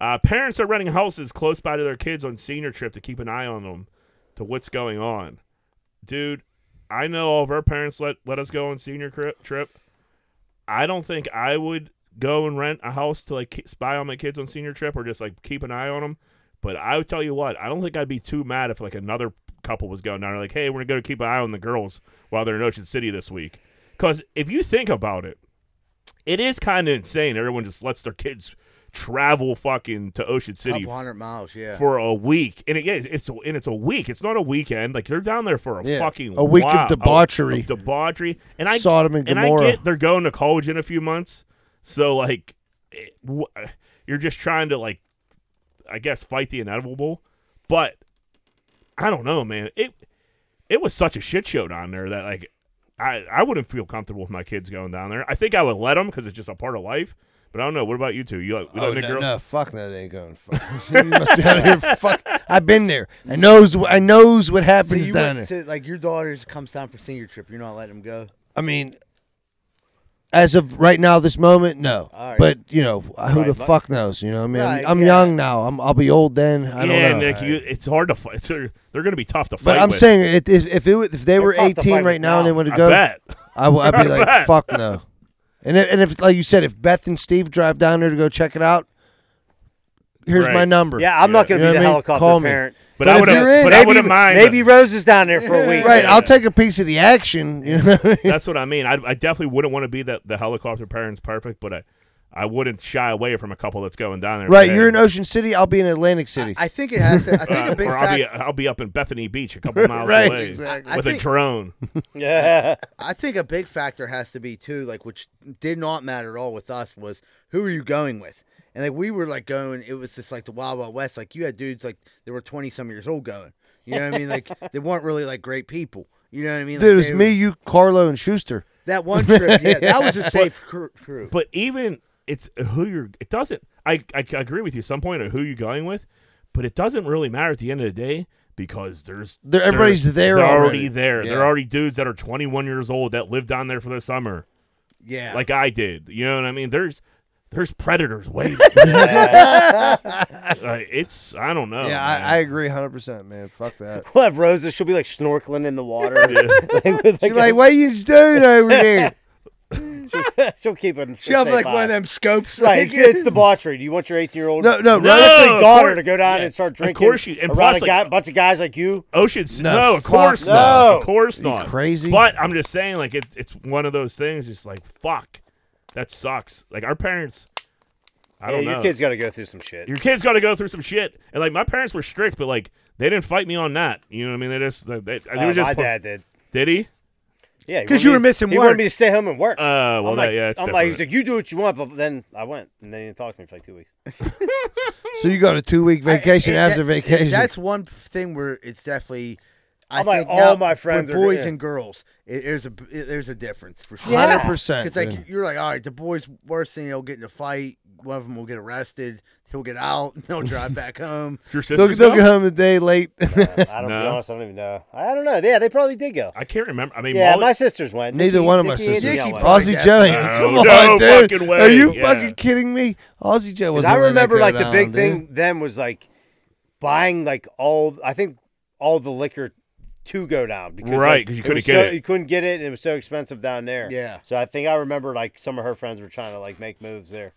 S4: Uh, parents are renting houses close by to their kids on senior trip to keep an eye on them to what's going on. Dude, I know all of our parents let let us go on senior cri- trip. I don't think I would go and rent a house to like ki- spy on my kids on senior trip or just like keep an eye on them. But I would tell you what, I don't think I'd be too mad if like another couple was going down. Like, hey, we're gonna go keep an eye on the girls while they're in Ocean City this week. Because if you think about it, it is kind of insane. Everyone just lets their kids travel fucking to Ocean City
S1: Couple hundred miles, yeah.
S4: for a week, and it, yeah, it's and it's a week. It's not a weekend. Like they're down there for a
S3: Yeah,
S4: fucking
S3: a week of
S4: while-
S3: debauchery.
S4: of debauchery, and I
S3: Sodom and
S4: I
S3: Gomorrah.
S4: get they're going to college in a few months, so like it, wh- you're just trying to like, I guess fight the inevitable, but I don't know, man. It it was such a shit show down there that like I I wouldn't feel comfortable with my kids going down there. I think I would let them because it's just a part of life. But I don't know. What about you two? You like, we
S3: Oh,
S4: letting
S3: no,
S4: the girl?
S3: no, fuck no, they ain't going. Fuck. you must be out of here. Fuck, I've been there. I knows. I knows what
S1: So
S3: happens
S1: you
S3: down
S1: went
S3: there.
S1: to, like your daughter's comes down for senior trip. You're not letting them go.
S3: I mean, As of right now, this moment, no.
S1: All right.
S3: But you know, who the
S2: Right, but-
S3: fuck knows? You know, what I mean,
S1: Right,
S3: I'm
S1: yeah.
S3: young now. I'm, I'll be old then. I
S4: yeah,
S3: don't know.
S4: Nick, you, it's hard to fight. They're, they're going to be tough to fight.
S3: but I'm
S4: with.
S3: saying, it, if if, it, wa- if they were
S2: tough to
S3: 18
S2: fight
S3: right
S2: with
S3: now and they
S2: now.
S3: want to
S4: I
S3: go,
S4: bet.
S3: I w- I'd be like,
S4: bet.
S3: fuck no. And if, and if, like you said, if Beth and Steve drive down there to go check it out, here's my
S4: Right.
S3: number.
S2: Yeah, I'm not
S4: Yeah.
S2: going
S3: You
S2: to
S3: know
S2: be
S3: what I
S2: the
S3: mean?
S2: helicopter
S3: Call me.
S2: parent.
S4: But,
S1: But
S4: I
S1: if
S4: would
S1: you're in,
S4: have. But I
S2: maybe,
S4: wouldn't mind.
S2: Maybe Rose is down there for a week.
S3: Right,
S4: Yeah.
S3: I'll take a piece of the action. You know, what I mean?
S4: That's what I mean. I, I definitely wouldn't want to be that the helicopter parent's perfect, but I, I wouldn't shy away from a couple that's going down there.
S3: right?
S4: today.
S3: You're in Ocean City. I'll be in Atlantic City.
S1: I think it has to. I think
S4: Uh,
S1: a big
S4: or I'll be,
S1: factor.
S4: I'll be up in Bethany Beach, a couple miles
S3: Right,
S4: away,
S1: exactly. I
S4: with a
S1: think-
S4: drone.
S2: Yeah.
S1: I think a big factor has to be too, like which did not matter at all with us was who are you going with, and like we were like going, it was just like the Wild Wild West. Like you had dudes like they were twenty some years old going. You know what I mean? Like they weren't really like great people. You know what I mean? Like,
S3: Dude, it was
S1: they
S3: me,
S1: were-
S3: you, Carlo, and Schuster.
S1: That one trip, yeah, that was a safe cr- crew.
S4: But even it's who you're. It doesn't. I, I agree with you. Some point of who you're going with, but it doesn't really matter at the end of the day because there's
S3: They're- everybody's there
S4: They're already,
S3: already.
S4: there.
S3: Yeah.
S4: They're already dudes that are 21 years old that lived down there for the summer,
S1: yeah,
S4: like I did. You know what I mean? There's there's predators waiting. Like, it's I don't know.
S3: yeah, I, I agree, hundred percent, man. Fuck that.
S2: We'll have Rosa. She'll be like snorkeling in the water. Like, with,
S3: You're like, what you doing over there?
S2: like, she'll keep it.
S1: she have like one of them scopes.
S2: Right,
S1: Like,
S2: it's, it's debauchery. Do you want your 18 year old
S3: No, no,
S4: No,
S3: Rose.
S4: of
S2: daughter
S4: course-
S2: to go down and start
S4: Of
S2: drinking?
S4: course you- and
S2: around
S4: plus,
S2: a
S4: like-
S2: guy, bunch of guys like you.
S4: Ocean City.
S3: No,
S4: No, of
S3: fuck
S4: course
S3: no.
S4: not. Of course
S3: You
S4: not.
S3: crazy.
S4: But I'm just saying, like, it, it's one of those things. It's like, fuck, that sucks. Like, our parents, I
S2: yeah,
S4: don't
S2: your
S4: know.
S2: kid's got to go through some shit.
S4: your kids got to go through some shit. And, like, my parents were strict, but, like, they didn't fight me on that. You know what I mean? They just, they, they, it
S2: Uh,
S4: was just
S2: my
S4: pl-
S2: dad did.
S4: Did he?
S2: Yeah, he
S1: 'Cause
S2: wanted
S1: you
S2: me-
S1: were missing
S2: He wanted
S1: work.
S2: me to stay home and work.
S4: Uh, well,
S2: I'm
S4: that-
S2: like,
S4: yeah, it's
S2: I'm like, he's
S4: different.
S2: like, you do what you want, but then I went, and then he didn't talk to me for like two weeks.
S3: So you got a two week vacation
S1: I- it-
S3: after
S1: that-
S3: vacation.
S1: That's one thing where it's definitely. I
S2: I'm like,
S1: think
S2: all
S1: now
S2: my
S1: with
S2: friends are-
S1: boys
S2: yeah.
S1: and girls. It, there's a it- there's a difference for sure.
S2: Yeah.
S3: hundred percent.
S1: Because like
S3: dude.
S1: you're like, all right, the boys worst thing they'll get in a fight. One of them will get arrested. He'll get out. They'll drive back home.
S4: Your
S3: they'll,
S4: sisters
S3: they'll
S4: go?
S3: get home a day late.
S2: I don't
S4: No.
S2: be honest. I don't even know. I don't know. Yeah, they probably did go.
S4: I can't remember. I mean,
S2: Yeah,
S4: Molly-
S2: my sisters went.
S3: Neither
S2: Nikki-
S3: one of my
S2: Nikki and
S3: sisters.
S2: Danielle
S1: Nikki
S2: went.
S1: probably-
S3: Aussie Joe, ain't-
S4: No,
S3: come on,
S4: no
S3: dude.
S4: fucking way.
S3: Are you
S4: Yeah.
S3: fucking kidding me? Aussie Joe was.
S2: Because I remember like the big thing then was like buying like all I think all the liquor to go down because
S4: Right,
S2: like,
S4: 'cause you
S2: it
S4: couldn't
S2: was
S4: get
S2: so-
S4: it.
S2: you couldn't get it and it was so expensive down there
S1: Yeah.
S2: so I think I remember like some of her friends were trying to like make moves there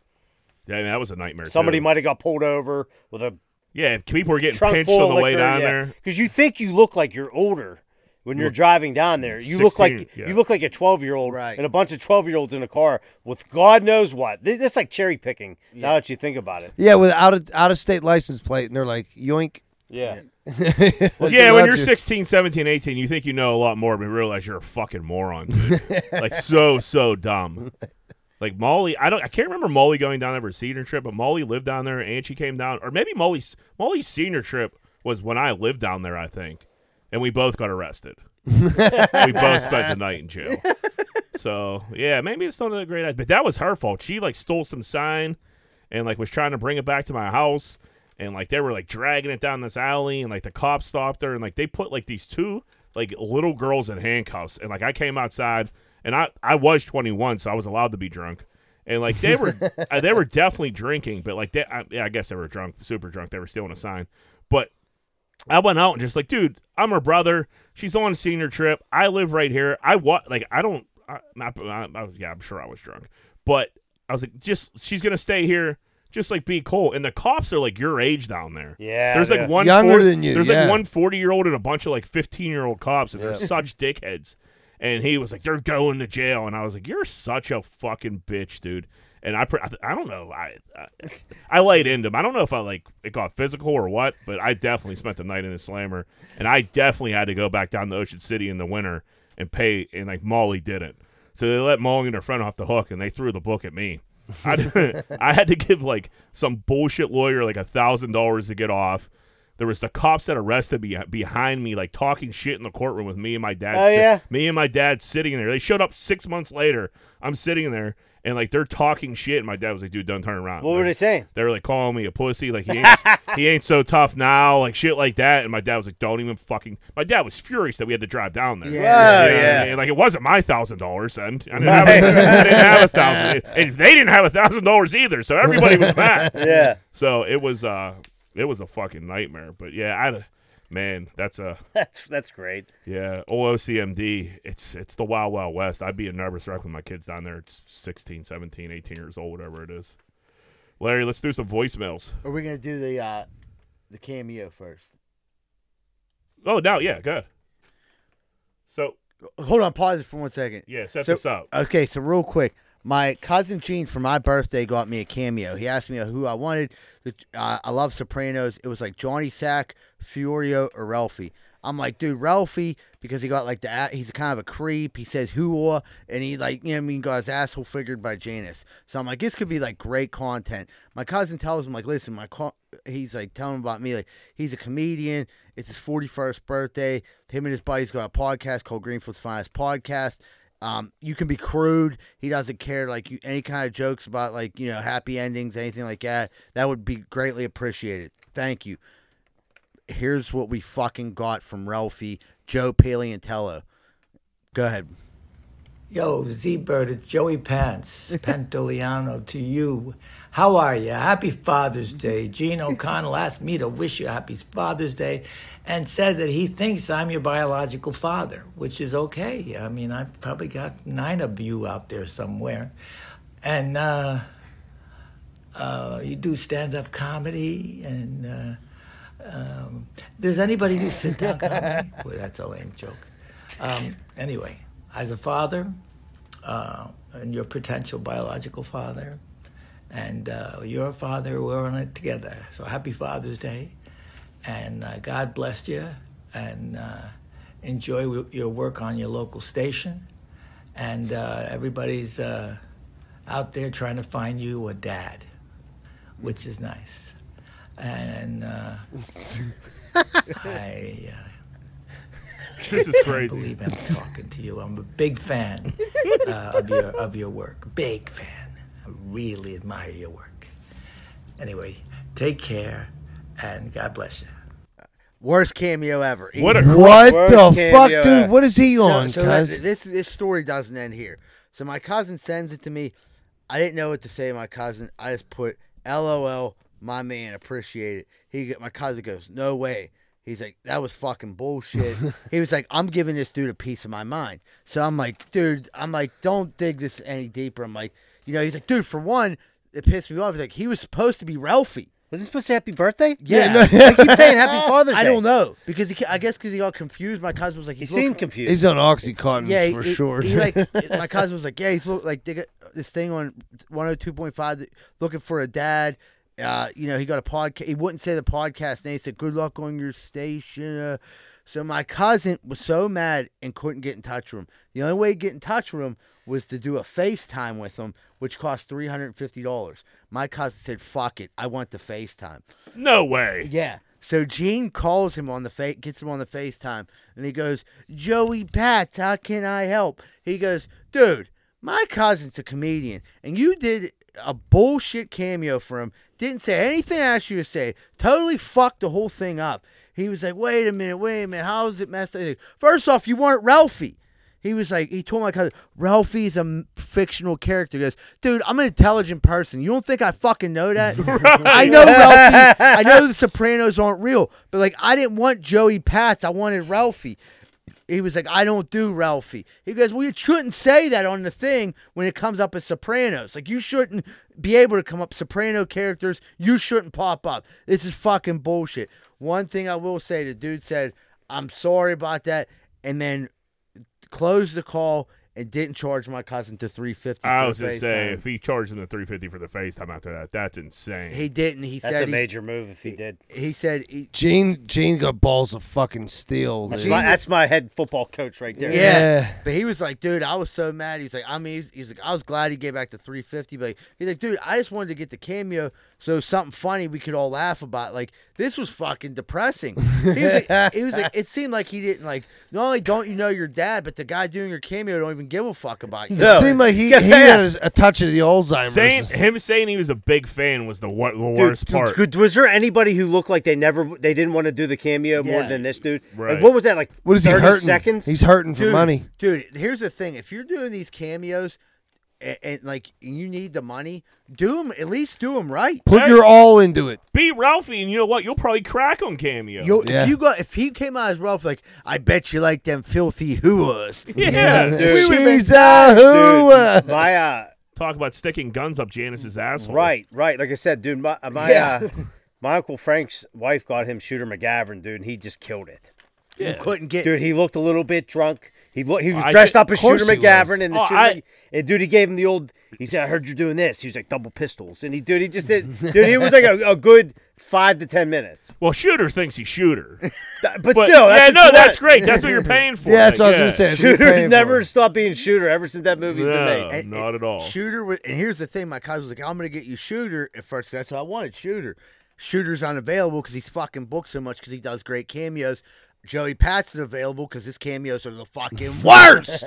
S4: yeah, I mean, that was a nightmare.
S2: somebody
S4: too.
S2: might have got pulled over with a
S4: Yeah, people were getting
S2: trunk
S4: pinched
S2: full of
S4: on the
S2: liquor
S4: way down there.
S2: because you think you look like you're older when you're driving down there you look
S4: 16,
S2: like
S4: yeah.
S2: you look like a 12 year old
S1: Right.
S2: and a bunch of 12 year olds in a car with God knows what Th- that's like cherry picking now that you think about it
S3: Yeah, with out of out of state license plate, and they're like, yoink.
S2: yeah
S4: Yeah,
S3: They
S4: when
S3: love
S4: you're
S3: you.
S4: 16, 17, 18, you think you know a lot more, but you realize you're a fucking moron. dude. like so, so dumb. Like Molly, I don't, I can't remember Molly going down there for a senior trip, but Molly lived down there and she came down, or maybe Molly's Molly's senior trip was when I lived down there, I think, and we both got arrested. we both spent the night in jail. So yeah, maybe it's not a great idea, but that was her fault. She like stole some sign, and like was trying to bring it back to my house, and like they were like dragging it down this alley, and like the cops stopped her, and like they put like these two like little girls in handcuffs, and like I came outside, and I I was 21, so I was allowed to be drunk, and like they were uh, they were definitely drinking, but like they I, yeah, I guess they were drunk, super drunk, they were stealing a sign, but I went out and just like, dude, I'm her brother. She's on a senior trip. I live right here. I what like I don't. I, not, I, I, yeah, I'm sure I was drunk, but I was like, just she's gonna stay here. Just like be cool. And the cops are like your age down there.
S2: Yeah,
S4: there's
S2: yeah.
S4: like one
S3: Younger
S4: 40
S3: than you,
S4: There's
S3: yeah.
S4: like one 40 year old and a bunch of like 15 year old cops, and they're such dickheads. And he was like, they're going to jail, and I was like, you're such a fucking bitch, dude. And I, pr- I th- I don't know, I, I, I laid into him. I don't know if I like it got physical or what, but I definitely spent the night in a slammer, and I definitely had to go back down to Ocean City in the winter and pay. And like Molly didn't, so they let Molly and her friend off the hook, and they threw the book at me. I, didn't- I had to give like some bullshit lawyer like a thousand dollars to get off. There was the cops that arrested me uh, behind me, like talking shit in the courtroom with me and my dad.
S2: Oh, yeah?
S4: Me and my dad sitting in there. They showed up six months later. I'm sitting there, and like they're talking shit. And my dad was like, "Dude, don't turn around."
S2: What were
S4: Like,
S2: they saying?
S4: they were like calling me a pussy, like he ain't, he ain't so tough now, like shit like that. And my dad was like, "Don't even fucking." My dad was furious that we had to drive down there.
S1: Yeah.
S2: Oh,
S4: You know what I
S2: yeah.
S4: mean? Like it wasn't my thousand dollars, and I didn't have, I didn't have a thousand, and they didn't have a thousand dollars either. So everybody was mad.
S2: Yeah.
S4: So it was uh, it was a fucking nightmare. But yeah, I, man, that's a
S2: That's that's great.
S4: yeah, OCMD. It's it's the wild wild west. I'd be a nervous wreck with my kids down there. It's 16, 17, 18 years old, whatever it is. Larry, let's do some voicemails.
S1: Are we gonna do the uh, the cameo first?
S4: Oh, now yeah, good. So
S1: Hold on, pause it for one second.
S4: yeah, set
S1: So-
S4: this up.
S1: Okay, so real quick, my cousin Gene for my birthday got me a cameo. He asked me who I wanted. The- Uh, I love Sopranos. It was like Johnny Sack, Furio, or Ralphie. I'm like, dude, Ralphie, because he got like the a- he's kind of a creep. He says who or and he like you know what I mean got his asshole figured by Janice. So I'm like, this could be like great content. My cousin tells him like, listen, my co- he's like telling him about me like he's a comedian. It's his 41st birthday. Him and his buddies got a podcast called Greenfield's Finest Podcast. Um, you can be crude. He doesn't care like you, any kind of jokes about like you know happy endings, anything like that. That would be greatly appreciated. Thank you. Here's what we fucking got from Ralphie, Joe Paleontello. Go ahead.
S5: Yo, Z Bird, it's Joey Pants, Pantoliano to you. How are you? Happy Father's Day. Gene O'Connell asked me to wish you happy Father's Day and said that he thinks I'm your biological father, which is okay. I mean, I've probably got nine of you out there somewhere. And uh, uh, you do stand up comedy and. Uh, um, does anybody do sit down comedy? Boy, that's a lame joke. Um, anyway, as a father, uh, and your potential biological father, and uh, your father, we're on it together. So happy Father's Day, and uh, God bless you, and uh, enjoy w- your work on your local station, and uh, everybody's uh, out there trying to find you a dad, which is nice, and. Uh, I uh,
S4: This is crazy.
S5: believe I'm talking to you. I'm a big fan uh, of your of your work. Big fan. I really admire your work. Anyway, take care, and God bless you.
S1: Worst cameo ever.
S4: What a
S1: Easy.
S3: What
S2: Worst
S3: the fuck,
S2: cameo ever.
S3: dude? What is he on,
S1: so, so that-
S3: cuz?
S1: this this story doesn't end here. So my cousin sends it to me. I didn't know what to say. to My cousin, I just put "LOL, my man, appreciate it." He my cousin goes, "No way." He's like, "That was fucking bullshit." he was like, "I'm giving this dude a piece of my mind." So I'm like, "Dude, I'm like, don't dig this any deeper." I'm like, you know, he's like, "Dude, for one, it pissed me off." He's like, "He was supposed to be Ralphie."
S2: Was it supposed to say happy birthday?
S1: Yeah.
S2: I keep saying happy Father's Day.
S1: I don't know because he, I guess because he got confused. My cousin was like,
S2: He
S1: "He's looking-
S2: seemed confused.
S3: He's on Oxycontin
S1: yeah,
S3: for
S1: he,
S3: sure.
S1: He, like my cousin was like, yeah, he's look, like they got this thing on 102.5 that- looking for a dad. Uh, you know, he got a podcast. He wouldn't say the podcast name. He said, "Good luck on your station." Uh, so my cousin was so mad and couldn't get in touch with him. The only way to get in touch with him was to do a FaceTime with him, which cost three hundred and fifty dollars. My cousin said, "Fuck it, I want the FaceTime."
S4: No way.
S1: Yeah. So Gene calls him on the fa- gets him on the FaceTime, and he goes, "Joey Pats, how can I help?" He goes, "Dude, my cousin's a comedian, and you did a bullshit cameo for him. Didn't say anything I asked you to say. Totally fucked the whole thing up." He was like, "Wait a minute, wait a minute, how is it messed up?" He's like, First off, you weren't Ralphie. He was like, he told my cousin, Ralphie's a m- fictional character. He goes, dude, I'm an intelligent person. You don't think I fucking know that? I know Ralphie. I know the Sopranos aren't real, but like, I didn't want Joey Pats. I wanted Ralphie. He was like, I don't do Ralphie. He goes, well, you shouldn't say that on the thing when it comes up as Sopranos. Like, you shouldn't be able to come up Soprano characters. You shouldn't pop up. This is fucking bullshit. One thing I will say, the dude said, I'm sorry about that. And then closed the call and didn't charge my cousin to 350
S4: I
S1: for
S4: was
S1: the
S4: gonna say
S1: FaceTime.
S4: if he charged him the three fifty for the FaceTime after that, that's insane.
S1: he didn't he
S2: That's a
S1: said he,
S2: major move if he did.
S1: he said he,
S3: Gene Gene got balls of fucking steel.
S2: That's
S3: dude.
S2: my, that's my head football coach right there.
S1: yeah.
S3: Yeah.
S1: but he was like dude i was so mad he was like i mean he's, he's like i was glad he gave back the 350 but he's like dude i just wanted to get the cameo so something funny we could all laugh about like this was fucking depressing he was like he was like it seemed like he didn't like not only don't you know your dad but the guy doing your cameo don't even even give a fuck about you.
S2: No.
S3: It seemed like he,
S2: Yeah,
S3: he
S2: yeah.
S3: had a touch of the Alzheimer's.
S4: Saying him saying he was a big fan was the, wor- the worst part.
S2: Could, was there anybody who looked like they never they didn't want to do the cameo more
S1: Yeah.
S2: than this dude?
S4: Right.
S2: Like, what was that like?
S3: what is he
S2: 30
S3: hurting?
S2: Seconds.
S3: He's hurting for
S1: dude,
S3: money.
S1: dude. Here's the thing: if you're doing these cameos, and, and like you need the money, do them at least do them right.
S3: Put your all into it.
S4: Be Ralphie, and you know what? You'll probably crack on cameo.
S1: Yo,
S3: Yeah.
S1: if you go, if he came out as Ralph, like I bet you like them filthy whoas.
S4: yeah.
S2: Dude.
S3: She's a hooah.
S2: Dude, my uh,
S4: Talk about sticking guns up Janice's asshole.
S2: right, right. Like I said, dude, my uh, my
S1: Yeah.
S2: uh, my uncle Frank's wife got him Shooter McGavern, dude, and he just killed it.
S4: Yeah.
S1: Couldn't get
S2: Dude, he looked a little bit drunk. He lo- he was
S4: I
S2: dressed
S4: did-
S2: up as
S3: of course
S2: Shooter
S3: he was.
S2: McGavern, and the
S4: Oh,
S2: Shooter,
S4: I-
S2: Mc- and dude, he gave him the old. He said, "I heard you're doing this." He was like double pistols, and he dude, he just did. dude, he was like a, a good five to ten minutes.
S4: Well, Shooter thinks he's Shooter.
S2: Th- But,
S4: But
S2: still,
S4: yeah,
S2: that's what
S4: no,
S2: you
S4: that's
S2: want.
S4: great. That's what you're paying for.
S3: Yeah, that's what
S4: Like,
S3: I was gonna say. That's what you're
S2: Shooter
S3: paying
S2: never
S3: for.
S2: stopped being Shooter ever since that movie's been
S4: No,
S2: made.
S1: And-
S4: not at all.
S1: Shooter was, and here's the thing: my cousin was like, "I'm gonna get you Shooter at first. That's what I wanted. Shooter. Shooter's unavailable because he's fucking booked so much because he does great cameos. Joey Pat's available because his cameos are the fucking worst.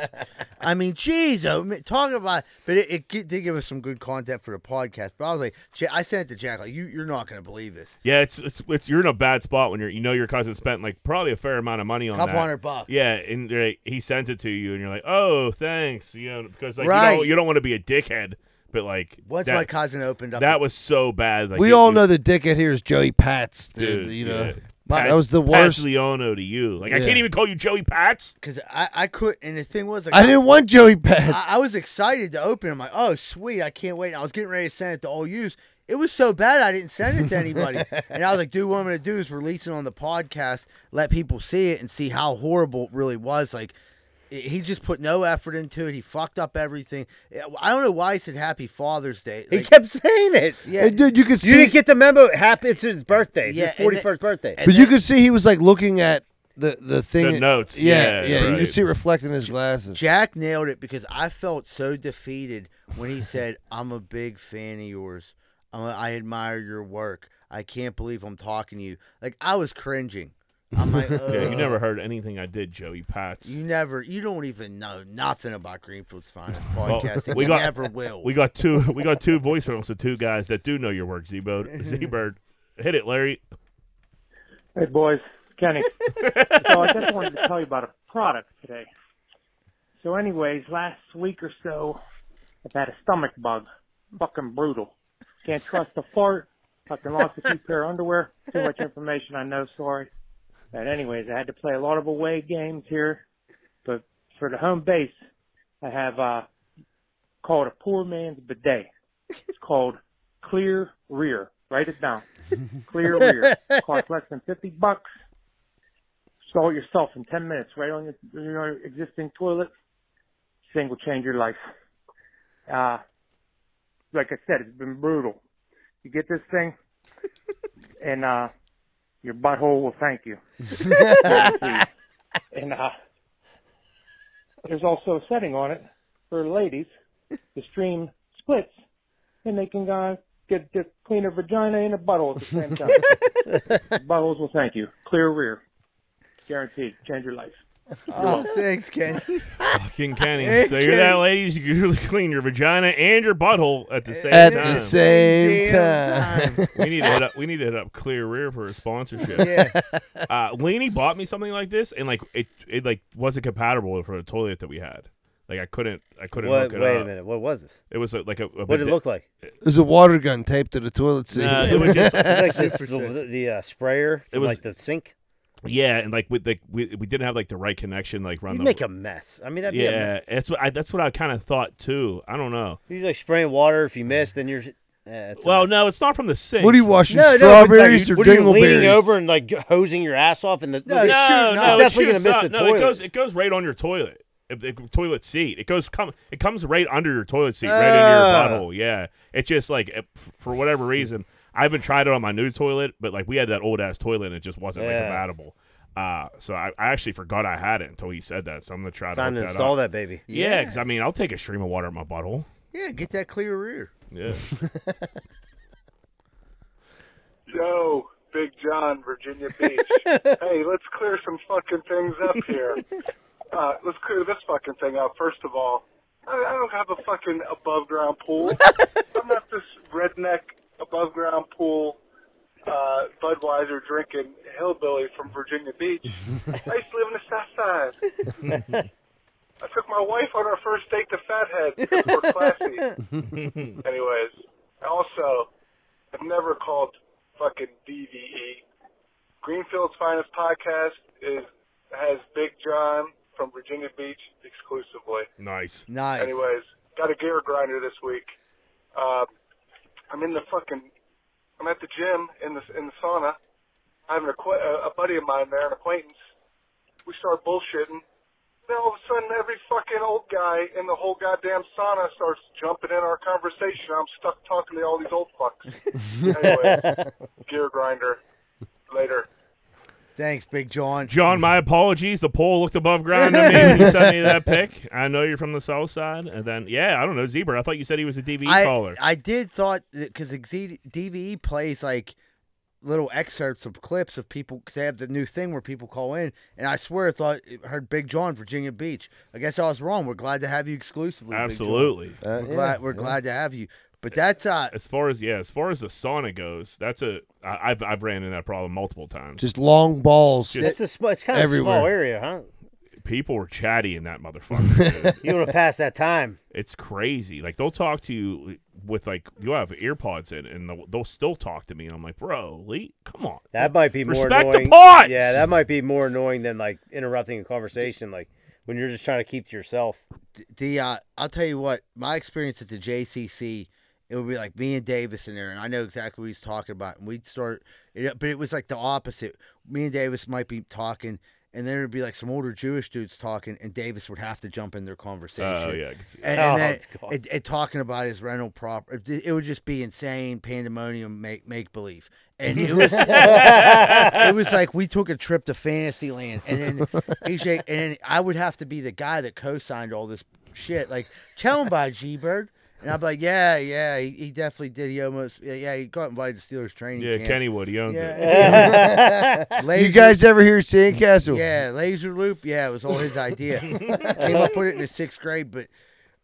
S1: I mean, jeez, oh, man, talk about. But it, it gi- did give us some good content for the podcast. But I was like, Ja- I sent it to Jack. Like, you, you're not gonna believe this.
S4: Yeah, it's, it's it's you're in a bad spot when you're you know your cousin spent like probably a fair amount of money on
S1: Couple
S4: that.
S1: hundred bucks.
S4: Yeah, and they're like, he sends it to you, and you're like, oh, thanks, you know, because like you
S1: Right.
S4: don't, you don't want to be a dickhead, but like
S1: Once
S4: that,
S1: my cousin opened up,
S4: that was so bad. Like,
S3: We
S4: it-
S3: all
S4: it-
S3: know the dickhead here is Joey Pats, dude.
S4: dude,
S3: you know,
S4: yeah.
S3: My-
S4: Pat-
S3: that was the
S4: Pat
S3: worst.
S4: Leono to you. Like I
S3: Yeah.
S4: can't even call you Joey Pats.
S1: because I, I could, and the thing was, like,
S3: I didn't want Joey Pats.
S1: I, I was excited to open. it. I'm like, oh sweet, I can't wait. And I was getting ready to send it to all yous. It was so bad I didn't send it to anybody. and I was like, dude, what I'm gonna do is release it on the podcast, let people see it and see how horrible it really was. Like it- he just put no effort into it. He fucked up everything. I don't know why he said Happy Father's Day.
S2: He
S1: Like,
S2: kept saying it.
S1: yeah,
S3: Hey, dude, you could
S2: You
S3: see,
S2: didn't get the memo. Happy, it's his birthday. It's
S1: Yeah,
S2: his
S1: and the-
S2: forty first birthday.
S1: and
S3: but you
S1: then-
S3: could see he was like looking at the the thing.
S4: The notes, yeah,
S3: Yeah, yeah. You
S4: right.
S3: could see it reflecting his glasses.
S1: Jack nailed it because I felt so defeated when he said, "I'm a big fan of yours. I'm a, I admire your work. I can't believe I'm talking to you." Like I was cringing. I'm like,
S4: Yeah, you
S1: "Ugh,
S4: never heard anything I did, Joey Pats.
S1: you never, you don't even know nothing about Greenfield's finest
S4: Well,
S1: podcast. and
S4: we
S1: you
S4: got-
S1: never will.
S4: We got two. We got two voicemails of two guys that do know your work, Z Bird. Z Bird, hit it, Larry.
S6: Hey boys, Kenny. so I just wanted to tell you about a product today. So, anyways, last week or so, I've had a stomach bug. Fucking brutal. Can't trust a fart. Fucking lost a few pair of underwear. Too much information, I know. Sorry. But anyways, I had to play a lot of away games here. But for the home base, I have uh called a poor man's bidet. It's called Clear Rear. Write it down. Clear Rear. Costs less than fifty bucks. Install it yourself in ten minutes, right on your, your existing toilet. This thing will change your life. Uh, like I said, it's been brutal. You get this thing, and uh, your butthole will thank you. and uh, there's also a setting on it for ladies. The stream splits, and they can uh, get to clean their vagina and a butthole at the same time. Buttholes will thank you. Clear rear, guaranteed. Change your life.
S1: oh, thanks, Ken.
S4: Fucking Kenny. So you're that, ladies. You can really clean your vagina and your butthole at the same
S3: At
S4: time.
S3: the same
S1: Damn
S3: time.
S1: time.
S4: we need to hit up. We need to hit up Clear Rear for a sponsorship.
S1: Yeah,
S4: Uh, Laney bought me something like this, and like it, it like wasn't compatible for the toilet that we had. Like I couldn't, I couldn't
S2: What,
S4: hook it
S2: wait
S4: up.
S2: a minute. What was this?
S4: It was a, like a. a
S2: What did it look like?
S3: There's a water gun taped to the toilet seat.
S4: Nah, it was just
S2: Like
S1: Six
S2: this,
S1: percent.
S2: the, the uh, sprayer,
S4: It
S2: it
S4: was-
S2: was, like the sink.
S4: yeah, and like with like we, we didn't have like the right connection. Like run
S2: You'd
S4: the
S2: make a mess. I mean, that'd be a mess.
S4: yeah. That's what I, that's what I kind of thought too. I don't know.
S2: You're like spraying water. If you miss, then you're. Yeah, it's a
S4: Well,
S2: mess.
S4: no, it's not from the sink.
S3: what are you washing?
S2: No, no, but, like,
S3: strawberries
S2: what
S3: or
S2: are you leaning
S3: dingleberries?
S2: over and like hosing your ass off? And the
S1: No,
S2: look
S1: it's
S2: at-
S4: No,
S1: shooting
S4: no,
S1: up.
S4: it
S2: Definitely gonna
S4: shoots
S2: miss
S4: up.
S2: the
S4: no, it
S2: toilet.
S4: goes, it goes right on your toilet, It- it- toilet seat. It goes come, it comes right under your toilet seat, right into your
S2: Ah.
S4: butthole. Yeah, it's just like it- f- for whatever reason, I haven't tried it on my new toilet, but like we had that old ass toilet, and it just wasn't like,
S2: Yeah.
S4: compatible. Uh, so I, I actually forgot I had it until he said that. So I'm gonna try
S2: time
S4: to
S2: to
S4: hook that
S2: install
S4: up.
S2: that baby.
S4: Yeah, because I mean, I'll take a stream of water at my butthole.
S1: yeah. Get that clear rear.
S4: Yeah.
S7: Joe, Big John, Virginia Beach. hey, let's clear some fucking things up here. uh, let's clear this fucking thing up. First of all, I, I don't have a fucking above ground pool. I'm not this redneck above ground pool uh, Budweiser drinking hillbilly from Virginia Beach. I used to live in the South Side. I took my wife on our first date to Fathead. 'cause We're classy. Anyways, also, I've never called fucking DVE. Greenfield's Finest Podcast is has Big John from Virginia Beach exclusively.
S4: Nice.
S1: Nice.
S7: Anyways, got a gear grinder this week. Uh, I'm in the fucking, I'm at the gym in the in the sauna. I have an acqu- a buddy of mine there, an acquaintance. We start bullshitting. Then all of a sudden, every fucking old guy in the whole goddamn sauna starts jumping in our conversation. I'm stuck talking to all these old fucks. anyway, gear grinder. Later.
S1: Thanks, Big John.
S4: John, my apologies. The poll looked above ground to me when you sent me that pic. I know you're from the south side. And then, yeah, I don't know, Zebra. I thought you said he was a DVE
S1: I,
S4: caller.
S1: I did thought because DVE E plays like little excerpts of clips of people because they have the new thing where people call in, and I swear I thought I heard Big John Virginia Beach. I guess I was wrong. We're glad to have you exclusively. Big John.
S4: Absolutely.
S3: Uh,
S1: We're
S3: yeah,
S1: glad we're
S3: yeah.
S1: glad to have you. But that's uh
S4: As far as yeah, as far as the sauna goes, that's a I, I've I've ran into that problem multiple times.
S3: Just long balls.
S4: Just-
S2: It's a sm- it's kind of a small
S3: Everywhere.
S2: area, huh?
S4: People are chatty in that motherfucker. dude.
S2: You want to pass that time?
S4: it's crazy. Like they'll talk to you with like you have earpods in, and they'll, they'll still talk to me, and I'm like, bro, Lee, come on.
S2: That might be more
S4: Respect the
S2: annoying.
S4: pods!
S2: Yeah, that might be more annoying than like interrupting a conversation, like when you're just trying to keep to yourself.
S1: the uh, I'll tell you what my experience at the JCC it would be like me and Davis in there and I know exactly what he's talking about and we'd start it, but it was like the opposite me and Davis might be talking and then it'd be like some older Jewish dudes talking and Davis would have to jump in their
S4: Oh
S1: conversation
S4: yeah, I can see that.
S1: and, and
S2: Oh,
S1: then
S2: God.
S1: it, it talking about his rental prop it, it would just be insane pandemonium make make believe and it was it was like we took a trip to Fantasyland, and then AJ, and then I would have to be the guy that co-signed all this shit. Like, tell him about G Bird, and I'm like, yeah, yeah, he, he definitely did. He almost, yeah, yeah, he got invited to Steelers training
S4: yeah.
S1: camp.
S4: Kennywood, he owns it.
S1: Yeah, laser,
S3: You guys ever hear Sandcastle?
S1: yeah, laser loop, yeah, it was all his idea. Came up with it in sixth grade, but.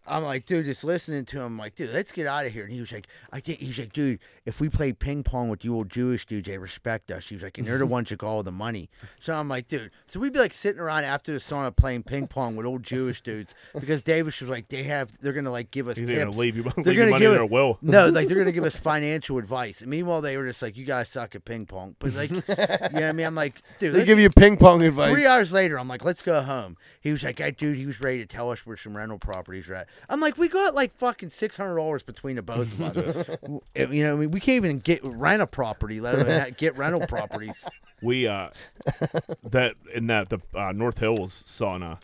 S1: I'm like, dude, just listening to him, I'm like, dude, let's get out of here. And he was like, I can't. He's like, dude, if we play ping pong with you old Jewish dudes, they respect us. He was like, and they're the ones that got all the money. So I'm like, dude, so we'd be like sitting around after the sauna playing ping pong with old Jewish dudes because Davis was like, they have, they're gonna like give us
S4: He's
S1: tips.
S4: gonna leave you, leave
S1: They're
S4: your
S1: gonna
S4: money in
S1: give
S4: their
S1: it-
S4: will.
S1: No, like they're gonna give us financial advice. And meanwhile, they were just like, you guys suck at ping pong. But like, you know what I mean? I'm like, dude,
S3: They
S1: let's-
S3: give you ping pong advice.
S1: Three hours later, I'm like, let's go home. He was like, that dude, he was ready to tell us where some rental properties are at. I'm like, we got like fucking six hundred dollars between the both of us. W- eh, you know, I mean, we can't even get rent a property, let alone ha- get rental properties.
S4: we uh that in that the uh, North Hills sauna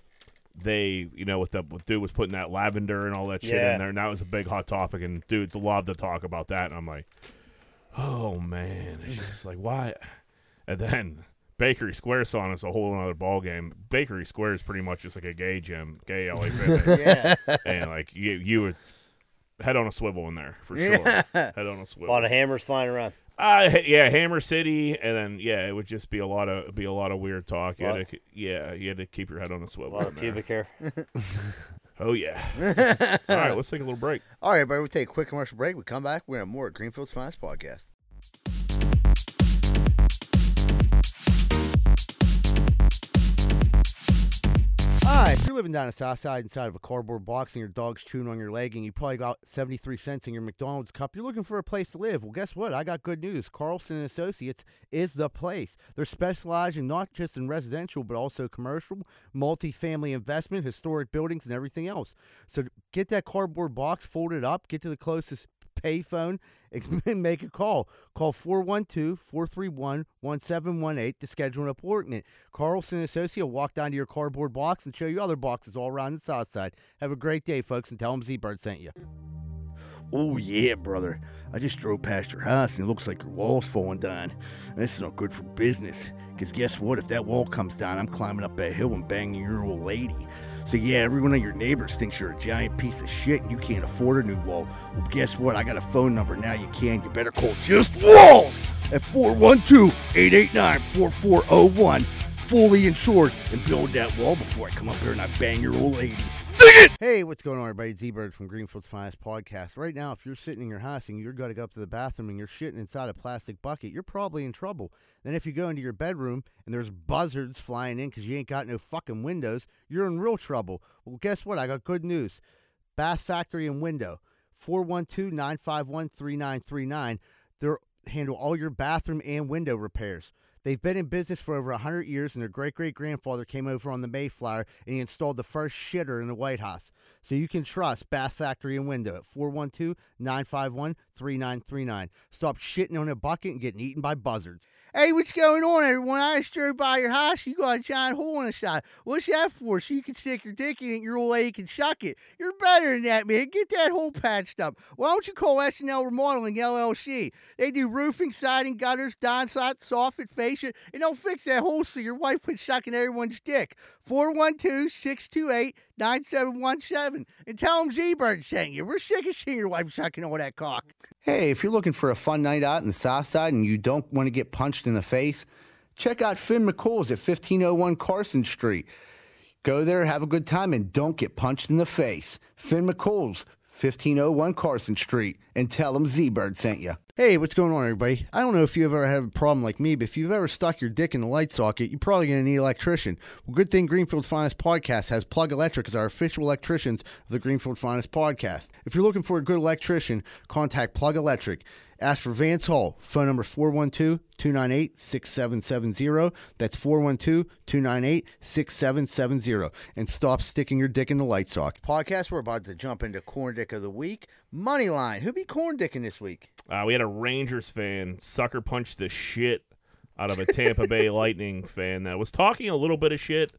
S4: they you know with the with dude was putting that lavender and all that shit
S2: Yeah.
S4: in there and that was a big hot topic and dudes love to talk about that and I'm like oh man it's just like why and then Bakery Square sauna is a whole other ball game Bakery Square is pretty much just like a gay gym gay LA fitness
S1: Yeah,
S4: and like you you would head on a swivel in there for sure
S1: Yeah.
S4: head on a
S2: A
S4: swivel
S2: lot of hammers flying around.
S4: uh, h- yeah, Hammer City, and then yeah, it would just be a lot of be a lot of weird talk. You
S2: Lot.
S4: had to, k- yeah, you had to keep your head on a
S2: A
S4: swivel.
S2: lot
S4: in
S2: of
S4: there.
S2: pubic hair.
S4: Oh yeah. All right, let's take a little break.
S1: All right, everybody, we take a quick commercial break. We come back. We're gonna have more at Greenfield's Finest Podcast. Hi, if you're living down the south side inside of a cardboard box and your dog's chewing on your leg and you probably got 73 cents in your McDonald's cup, you're looking for a place to live. Well, guess what? I got good news. Carlson and Associates is the place. They're specializing not just in residential, but also commercial, multifamily investment, historic buildings, and everything else. So get that cardboard box, fold it up, get to the closest payphone and make a call. Call 412-431-1718 to schedule an appointment. Carlson Associate will walk down to your cardboard box and show you other boxes all around the south side. Have a great day, folks, and tell them Z-Bird sent you. Oh, yeah, brother. I just drove past your house and it looks like your wall's falling down. That's not good for business. Because guess what? If that wall comes down, I'm climbing up that hill and banging your old lady. So, yeah, every one of your neighbors thinks you're a giant piece of shit and you can't afford a new wall. Well, guess what? I got a phone number now you can. You better oh call Just Walls at 412 889 4401.
S8: fully insured and build that wall before I come up here and I bang your old lady.
S1: Hey, what's going on, everybody? It's Eberg from Greenfield's Finest Podcast. Right now, if you're sitting in your house and you're going to go up to the bathroom and you're shitting inside a plastic bucket, you're probably in trouble. Then, if you go into your bedroom and there's buzzards flying in because you ain't got no fucking windows, you're in real trouble. Well, guess what? I got good news Bath Factory and Window, 412 951 3939. They handle all your bathroom and window repairs. They've been in business for over 100 years, and their great great grandfather came over on the Mayflower and he installed the first shitter in the White House. So you can trust Bath Factory and Window at 412 951 3939. Stop shitting on a bucket and getting eaten by buzzards. Hey, what's going on, everyone? I just drove by your house. You got a giant hole in the side. What's that for? So you can stick your dick in it, your old lady can suck it. You're better than that, man. Get that hole patched up. Why don't you call SNL Remodeling LLC? They do roofing, siding, gutters, downspout, soffit, fascia, and they'll fix that hole so your wife quit sucking everyone's dick. 412 628 9717 and tell them Z-Bird sent you. We're sick of seeing your wife sucking all that cock. Hey, if you're looking for a fun night out in the South Side and you don't want to get punched in the face, check out Finn McCool's at 1501 Carson Street. Go there, have a good time, and don't get punched in the face. Finn McCool's, 1501 Carson Street, and tell them Z-Bird sent you. Hey, what's going on, everybody? I don't know if you ever had a problem like me, but if you've ever stuck your dick in the light socket, you're probably going to need an electrician. Well, good thing Greenfield's Finest Podcast has Plug Electric as our official electricians of the Greenfield Finest Podcast. If you're looking for a good electrician, contact Plug Electric. Ask for Vance Hall, phone number 412 298 6770. That's 412 298 6770. And stop sticking your dick in the light socket. Podcast, we're about to jump into Corn Dick of the Week. Money line. Who be corn dicking this week?
S4: Uh, we had a Rangers fan sucker punch the shit out of a Tampa Bay Lightning fan that was talking a little bit of shit,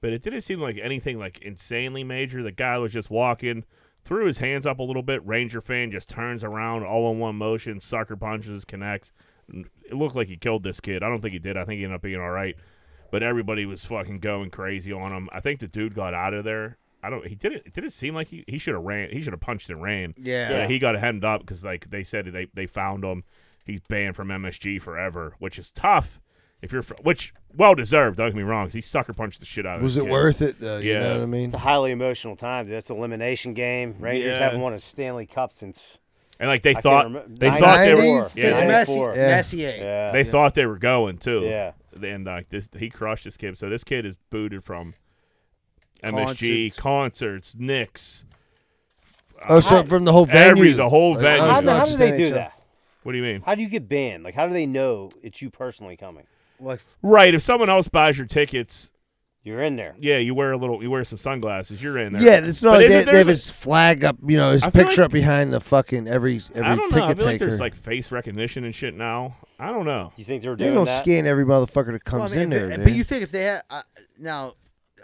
S4: but it didn't seem like anything like insanely major. The guy was just walking, threw his hands up a little bit. Ranger fan just turns around all in one motion, sucker punches, connects. It looked like he killed this kid. I don't think he did. I think he ended up being all right, but everybody was fucking going crazy on him. I think the dude got out of there. I don't. He didn't. It didn't seem like he, he should have ran. He should have punched and ran.
S1: Yeah.
S4: Yeah, he got hemmed up because like they said they they found him. He's banned from MSG forever, which is tough. If you're fr- which well deserved, don't get me wrong. 'cause he sucker punched the shit out of.
S3: Was
S4: this
S3: it
S4: kid.
S3: worth it? Though, uh, You
S4: Yeah.
S3: know what I mean?
S2: It's a highly emotional time. Dude. That's an elimination game. Rangers
S4: Yeah.
S2: haven't won a Stanley Cup since
S4: And like they
S2: I
S4: thought
S2: can't remember.
S4: they thought they were
S2: 90s?
S1: Since
S4: yeah,
S2: Yeah.
S1: Messi,
S2: Yeah.
S1: Messier.
S2: yeah.
S4: they thought they were going too.
S2: Yeah.
S4: And like this, he crushed this kid. So this kid is booted from
S1: Concerts.
S4: MSG concerts, Knicks.
S3: Oh, so from the whole venue,
S4: every- the whole
S3: Like,
S4: venue.
S3: oh,
S2: How,
S3: it's not
S2: how do
S3: just
S2: they do
S3: NHL.
S2: that?
S4: What do you mean?
S2: How do you get banned? Like, how do they know it's you personally coming?
S1: Like,
S4: Right. If someone else buys your tickets,
S2: You're in there.
S4: yeah, you wear a little, you wear some sunglasses. You're in there.
S3: Yeah, it's not.
S4: But
S3: They,
S4: isn't
S3: they
S4: there
S3: have
S4: the-
S3: his flag up, you know, his
S4: I feel
S3: picture
S4: like-
S3: up behind the fucking every every
S4: I don't know. I
S3: ticket
S4: feel like
S3: taker.
S4: there's like face recognition and shit now. I don't know.
S2: You think they're
S3: they
S2: doing
S3: don't
S2: that?
S3: scan every motherfucker that
S1: well, I
S3: comes
S1: mean,
S3: in
S1: if
S3: there.
S1: it-
S3: dude.
S1: but you think if they had uh, now,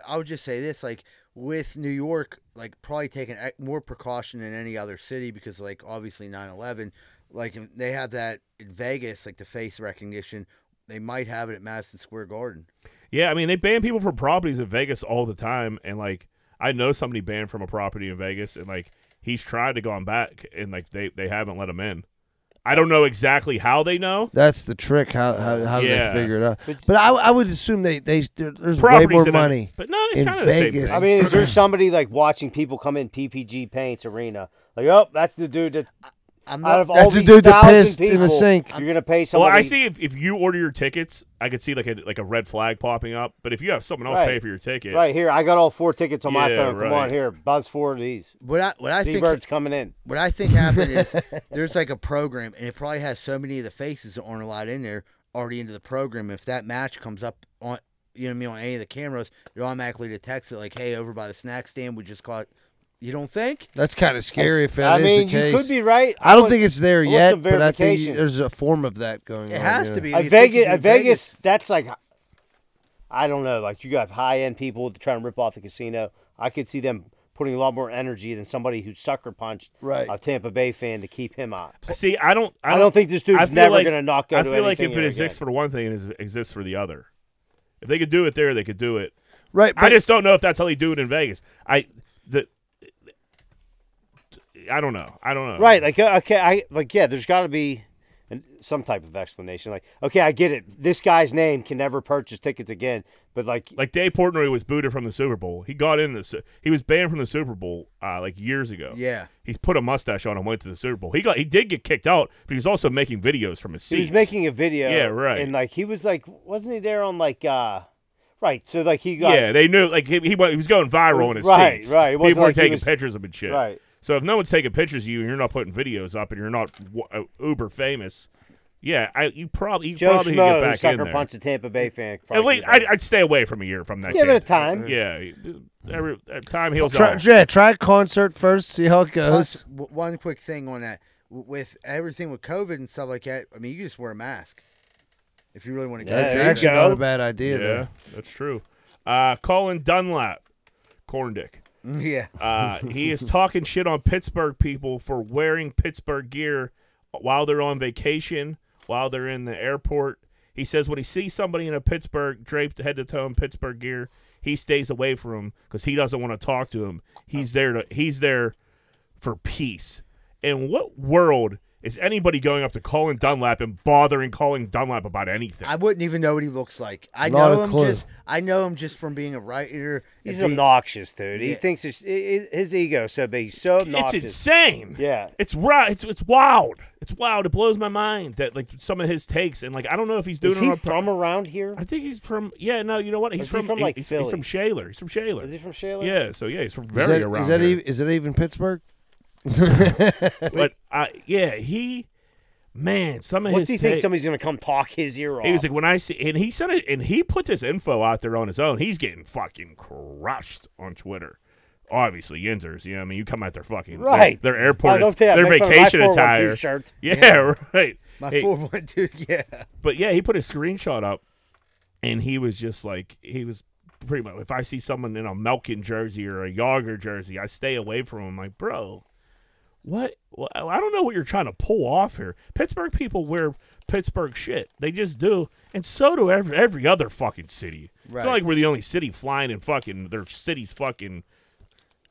S1: I would just say this: like with New York, like probably taking ex- more precaution than any other city because, like, obviously 9/11, like in- they have that in Vegas, like the face recognition. They might have it at Madison Square Garden.
S4: Yeah, I mean they ban people from properties in Vegas all the time, and like I know somebody banned from a property in Vegas, and like he's tried to go on back, and like they they haven't let him in. I don't know exactly how they know.
S3: That's the trick. How how, how do
S4: Yeah.
S3: they figure it out? But I, I would assume they they there- there's way
S4: Properties
S3: more
S4: in-
S3: money.
S4: but no, it's
S3: in
S4: kind of the same
S3: Vegas.
S2: I
S4: thing.
S2: mean, is there somebody like watching people come in PPG Paints Arena? Like, oh, that's the dude that
S1: I'm
S2: out
S1: not.
S2: of all
S3: That's the
S2: these
S3: dude that
S2: thousand
S3: pissed in the
S2: people,
S3: sink.
S2: You're gonna pay
S4: Well,
S2: somebody.
S4: I see if, if you order your tickets, I could see like a like a red flag popping up. But if you have someone else
S2: Right.
S4: pay for your ticket,
S2: Right here, I got all four tickets on my
S4: Yeah,
S2: phone. Come
S4: right.
S2: on here, buzz four of these.
S1: What I what I think
S2: Seabird's coming in.
S1: what I think happened is there's like a program, and it probably has so many of the faces that aren't allowed in there already into the program. If that match comes up on, you know what I mean, on any of the cameras, it automatically detects it like, hey, over by the snack stand, we just caught. You don't think?
S3: That's kind of scary if it is
S2: I mean,
S3: the case.
S2: you could be right.
S3: I don't
S2: want-
S3: think it's there
S2: I want
S3: yet,
S2: some
S3: but I think
S2: verification.
S3: there's a form of that going on.
S1: It has
S3: Oh, yeah.
S1: to be.
S2: at
S1: You think you
S2: Vegas,
S1: do
S2: at Vegas, that's like, I don't know, like you got high end people that try to rip off the casino. I could see them putting a lot more energy than somebody who sucker punched
S3: Right.
S2: a Tampa Bay fan to keep him out.
S4: See, I don't. I
S2: I
S4: don't,
S2: don't think this dude's
S4: I feel
S2: never
S4: like-
S2: gonna not go
S4: I
S2: to
S4: feel like if
S2: anything
S4: it
S2: ever
S4: exists
S2: again.
S4: for one thing, it exists for the other. If they could do it there, they could do it
S3: Right, but
S4: I just don't know if that's how they do it in Vegas. I the I don't know. I don't know.
S2: Right, like uh, okay, I like yeah. There's got to be and some type of explanation. Like, okay, I get it. This guy's name can never purchase tickets again. But like,
S4: Like Dave Portnoy was booted from the Super Bowl. He got in the Su- he was banned from the Super Bowl uh, like years ago.
S1: Yeah.
S4: He's put a mustache on and went to the Super Bowl. He got he did get kicked out, but he was also making videos from his seats.
S2: he was making a video.
S4: Yeah, right.
S2: And like, he was like, wasn't he there on like, uh, right? So like, he got
S4: Yeah, they knew like he, he wa- he was going viral in his
S2: Right,
S4: seats.
S2: right. It wasn't
S4: People were
S2: like he
S4: taking
S2: was-
S4: pictures of him and shit.
S2: right.
S4: So if no one's taking pictures of you and you're not putting videos up and you're not w- uh, uber famous, yeah, I you probably you
S2: Joe
S4: probably could get
S2: Schmo,
S4: back in
S2: sucker
S4: there.
S2: punch a Tampa Bay fan.
S4: At
S2: probably
S4: least
S2: could
S4: I'd,
S2: get
S4: I'd stay away from a year from that.
S2: Give it a time.
S4: candidate. Yeah, every, every time heals
S3: Try,
S4: out.
S3: yeah, try a concert first, see how it
S1: Plus,
S3: goes.
S1: w- one quick thing on that W- with everything with COVID and stuff like that. I mean, you just wear a mask if you really want to
S2: Yeah,
S3: That's
S2: there you
S3: actually
S2: go.
S3: not a bad idea.
S4: Yeah,
S3: though.
S4: that's true. Uh, Colin Dunlap, corn dick.
S1: go. Mm, yeah,
S4: Uh, he is talking shit on Pittsburgh people for wearing Pittsburgh gear while they're on vacation, while they're in the airport. He says when he sees somebody in a Pittsburgh draped head to toe in Pittsburgh gear, he stays away from him because he doesn't want to talk to him. He's there to he's there for peace. In what world is anybody going up to Colin Dunlap and bothering Colin Dunlap about anything?
S1: I wouldn't even know what he looks like. I
S3: Not a
S1: know him
S3: clue.
S1: just. I know him just from being a writer. and
S2: He's
S1: being-
S2: obnoxious, dude. He
S1: Yeah.
S2: thinks it's, i i his ego so big. He's so
S4: it's
S2: obnoxious.
S4: insane.
S2: Yeah.
S4: It's right. It's, it's wild. It's wild. It blows my mind that like some of his takes and like I don't know if he's doing
S2: Is
S4: it
S2: he
S4: on pur-
S2: from around here?
S4: I think he's from yeah. No, you know what? He's
S2: Is he from,
S4: he-
S2: like,
S4: he's,
S2: Philly?
S4: he's from Shaler. He's from Shaler.
S2: Is he from Shaler?
S4: Yeah. So yeah, he's from very
S3: Is that,
S4: around.
S3: is that,
S4: here.
S3: even, is that even Pittsburgh?
S4: But I yeah he man some of
S2: What
S4: his
S2: do you think?
S4: take-
S2: Somebody's gonna come talk his ear off.
S4: He was like, when I see, and he sent it, and he put this info out there on his own. He's getting fucking crushed on Twitter. Obviously, Yinzers, you know, what I mean, you come out their fucking their-
S2: Right.
S4: Their,
S2: Oh,
S4: airport,
S2: don't tell you, I
S4: their
S2: make fun of my oh
S4: vacation
S2: 412
S4: attire.
S2: shirt.
S4: Yeah, right.
S1: my
S4: Hey,
S1: four one two. Yeah,
S4: but yeah, he put a screenshot up, and he was just like, he was pretty much. If I see someone in a Melkin jersey or a Yager jersey, I stay away from him. Like, bro, what? Well, I don't know what you're trying to pull off here. Pittsburgh people wear Pittsburgh shit. They just do, and so do every, every other fucking city. It's
S1: Right.
S4: not like we're the only city flying in fucking their city's fucking.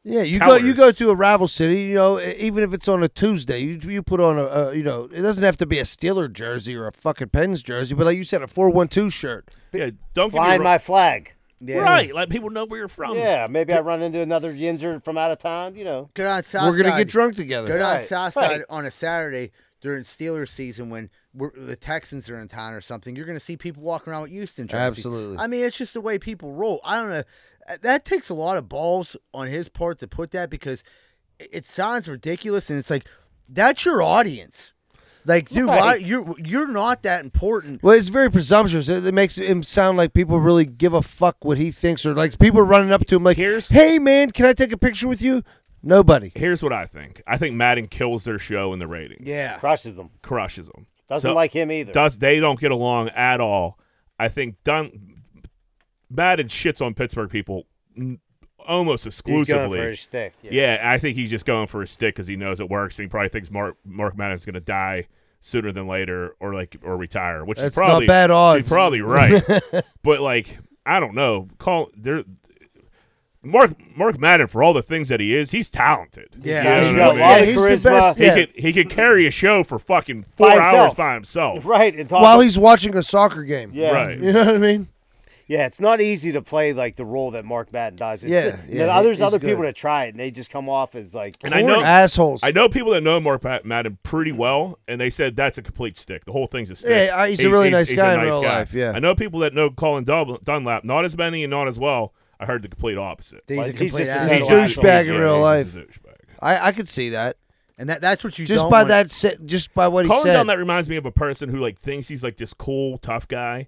S3: Yeah, you go you go
S4: Towers.
S3: to a rival city, you know, e- even if it's on a Tuesday, you you put on a, a you know, it doesn't have to be a Steeler jersey or a fucking Pens jersey, but like you said, a four one two shirt.
S4: Yeah, don't get me
S2: flying
S4: wrong-
S2: my flag.
S1: yeah.
S4: Right, like people know where you're from.
S2: Yeah, maybe I run into another Yinzer from out of town. You know,
S1: Go down south.
S3: We're gonna
S1: side.
S3: get drunk
S1: Go
S3: together.
S1: down
S2: Right,
S1: south
S2: right.
S1: side on a Saturday during Steelers season when we're, the Texans are in town or something. You're going to see people walking around with Houston jerseys.
S3: Absolutely.
S1: I mean, it's just the way people roll. I don't know. Uh, That takes a lot of balls on his part to put that because it it sounds ridiculous, and it's like that's your audience. Like, dude, why
S2: Right.
S1: you're you're not that important.
S3: Well, it's very presumptuous. It, it makes him sound like people really give a fuck what he thinks, or like people running up to him like,
S4: Here's-
S3: "Hey, man, can I take a picture with you?" Nobody.
S4: Here's what I think. I think Madden kills their show in the ratings.
S1: Yeah,
S2: crushes them.
S4: Crushes them.
S2: Doesn't
S4: So-
S2: like him either.
S4: does they don't get along at all. I think Dun Madden shits on Pittsburgh people n- almost
S2: He's
S4: exclusively.
S2: going for his stick. Yeah.
S4: yeah. I think he's just going for a stick because he knows it works, and he probably thinks Mark Mark Madden's going to die sooner than later, or like or retire, which
S3: That's
S4: is probably
S3: not bad odds.
S4: He's probably right, but like I don't know. Call there. Mark Mark Madden for all the things that he is, he's talented.
S1: Yeah.
S4: You know
S2: he's
S4: what
S2: got
S4: I
S2: a
S4: mean?
S2: lot of
S3: Yeah, he's
S2: charisma.
S3: the best,
S4: He
S3: yeah.
S4: could he could carry a show for fucking four
S2: By
S4: hours
S2: himself.
S4: by himself.
S2: Right. And talk,
S3: While he's watching a soccer game.
S2: yeah.
S4: Right.
S3: You know what I mean?
S2: Yeah, it's not easy to play like the role that Mark Madden does. It's,
S3: Yeah,
S2: you
S3: yeah,
S2: know,
S3: he-
S2: there's
S3: he's
S2: other people
S3: good.
S2: that try it and they just come off as like.
S4: And I know
S3: Assholes.
S4: I know people that know Mark Pat- Madden pretty well, and they said that's a complete stick. The whole thing's a stick.
S3: Yeah, uh, he's a really nice guy in real life, yeah.
S4: I know people that know Colin Dun- Dunlap, not as many and not as well. I heard the complete opposite.
S1: he's
S2: Like,
S1: a
S2: he's
S1: complete
S2: just a
S1: asshole.
S3: He's a douchebag in
S4: Yeah,
S3: real
S4: he's
S3: life.
S4: a douchebag.
S3: I, I could see that
S1: and that, that's what you
S3: just
S1: don't
S3: by
S1: want-
S3: that se- just by what he
S4: Colin
S3: said.
S4: Dunlap reminds me of a person who like thinks he's like this cool tough guy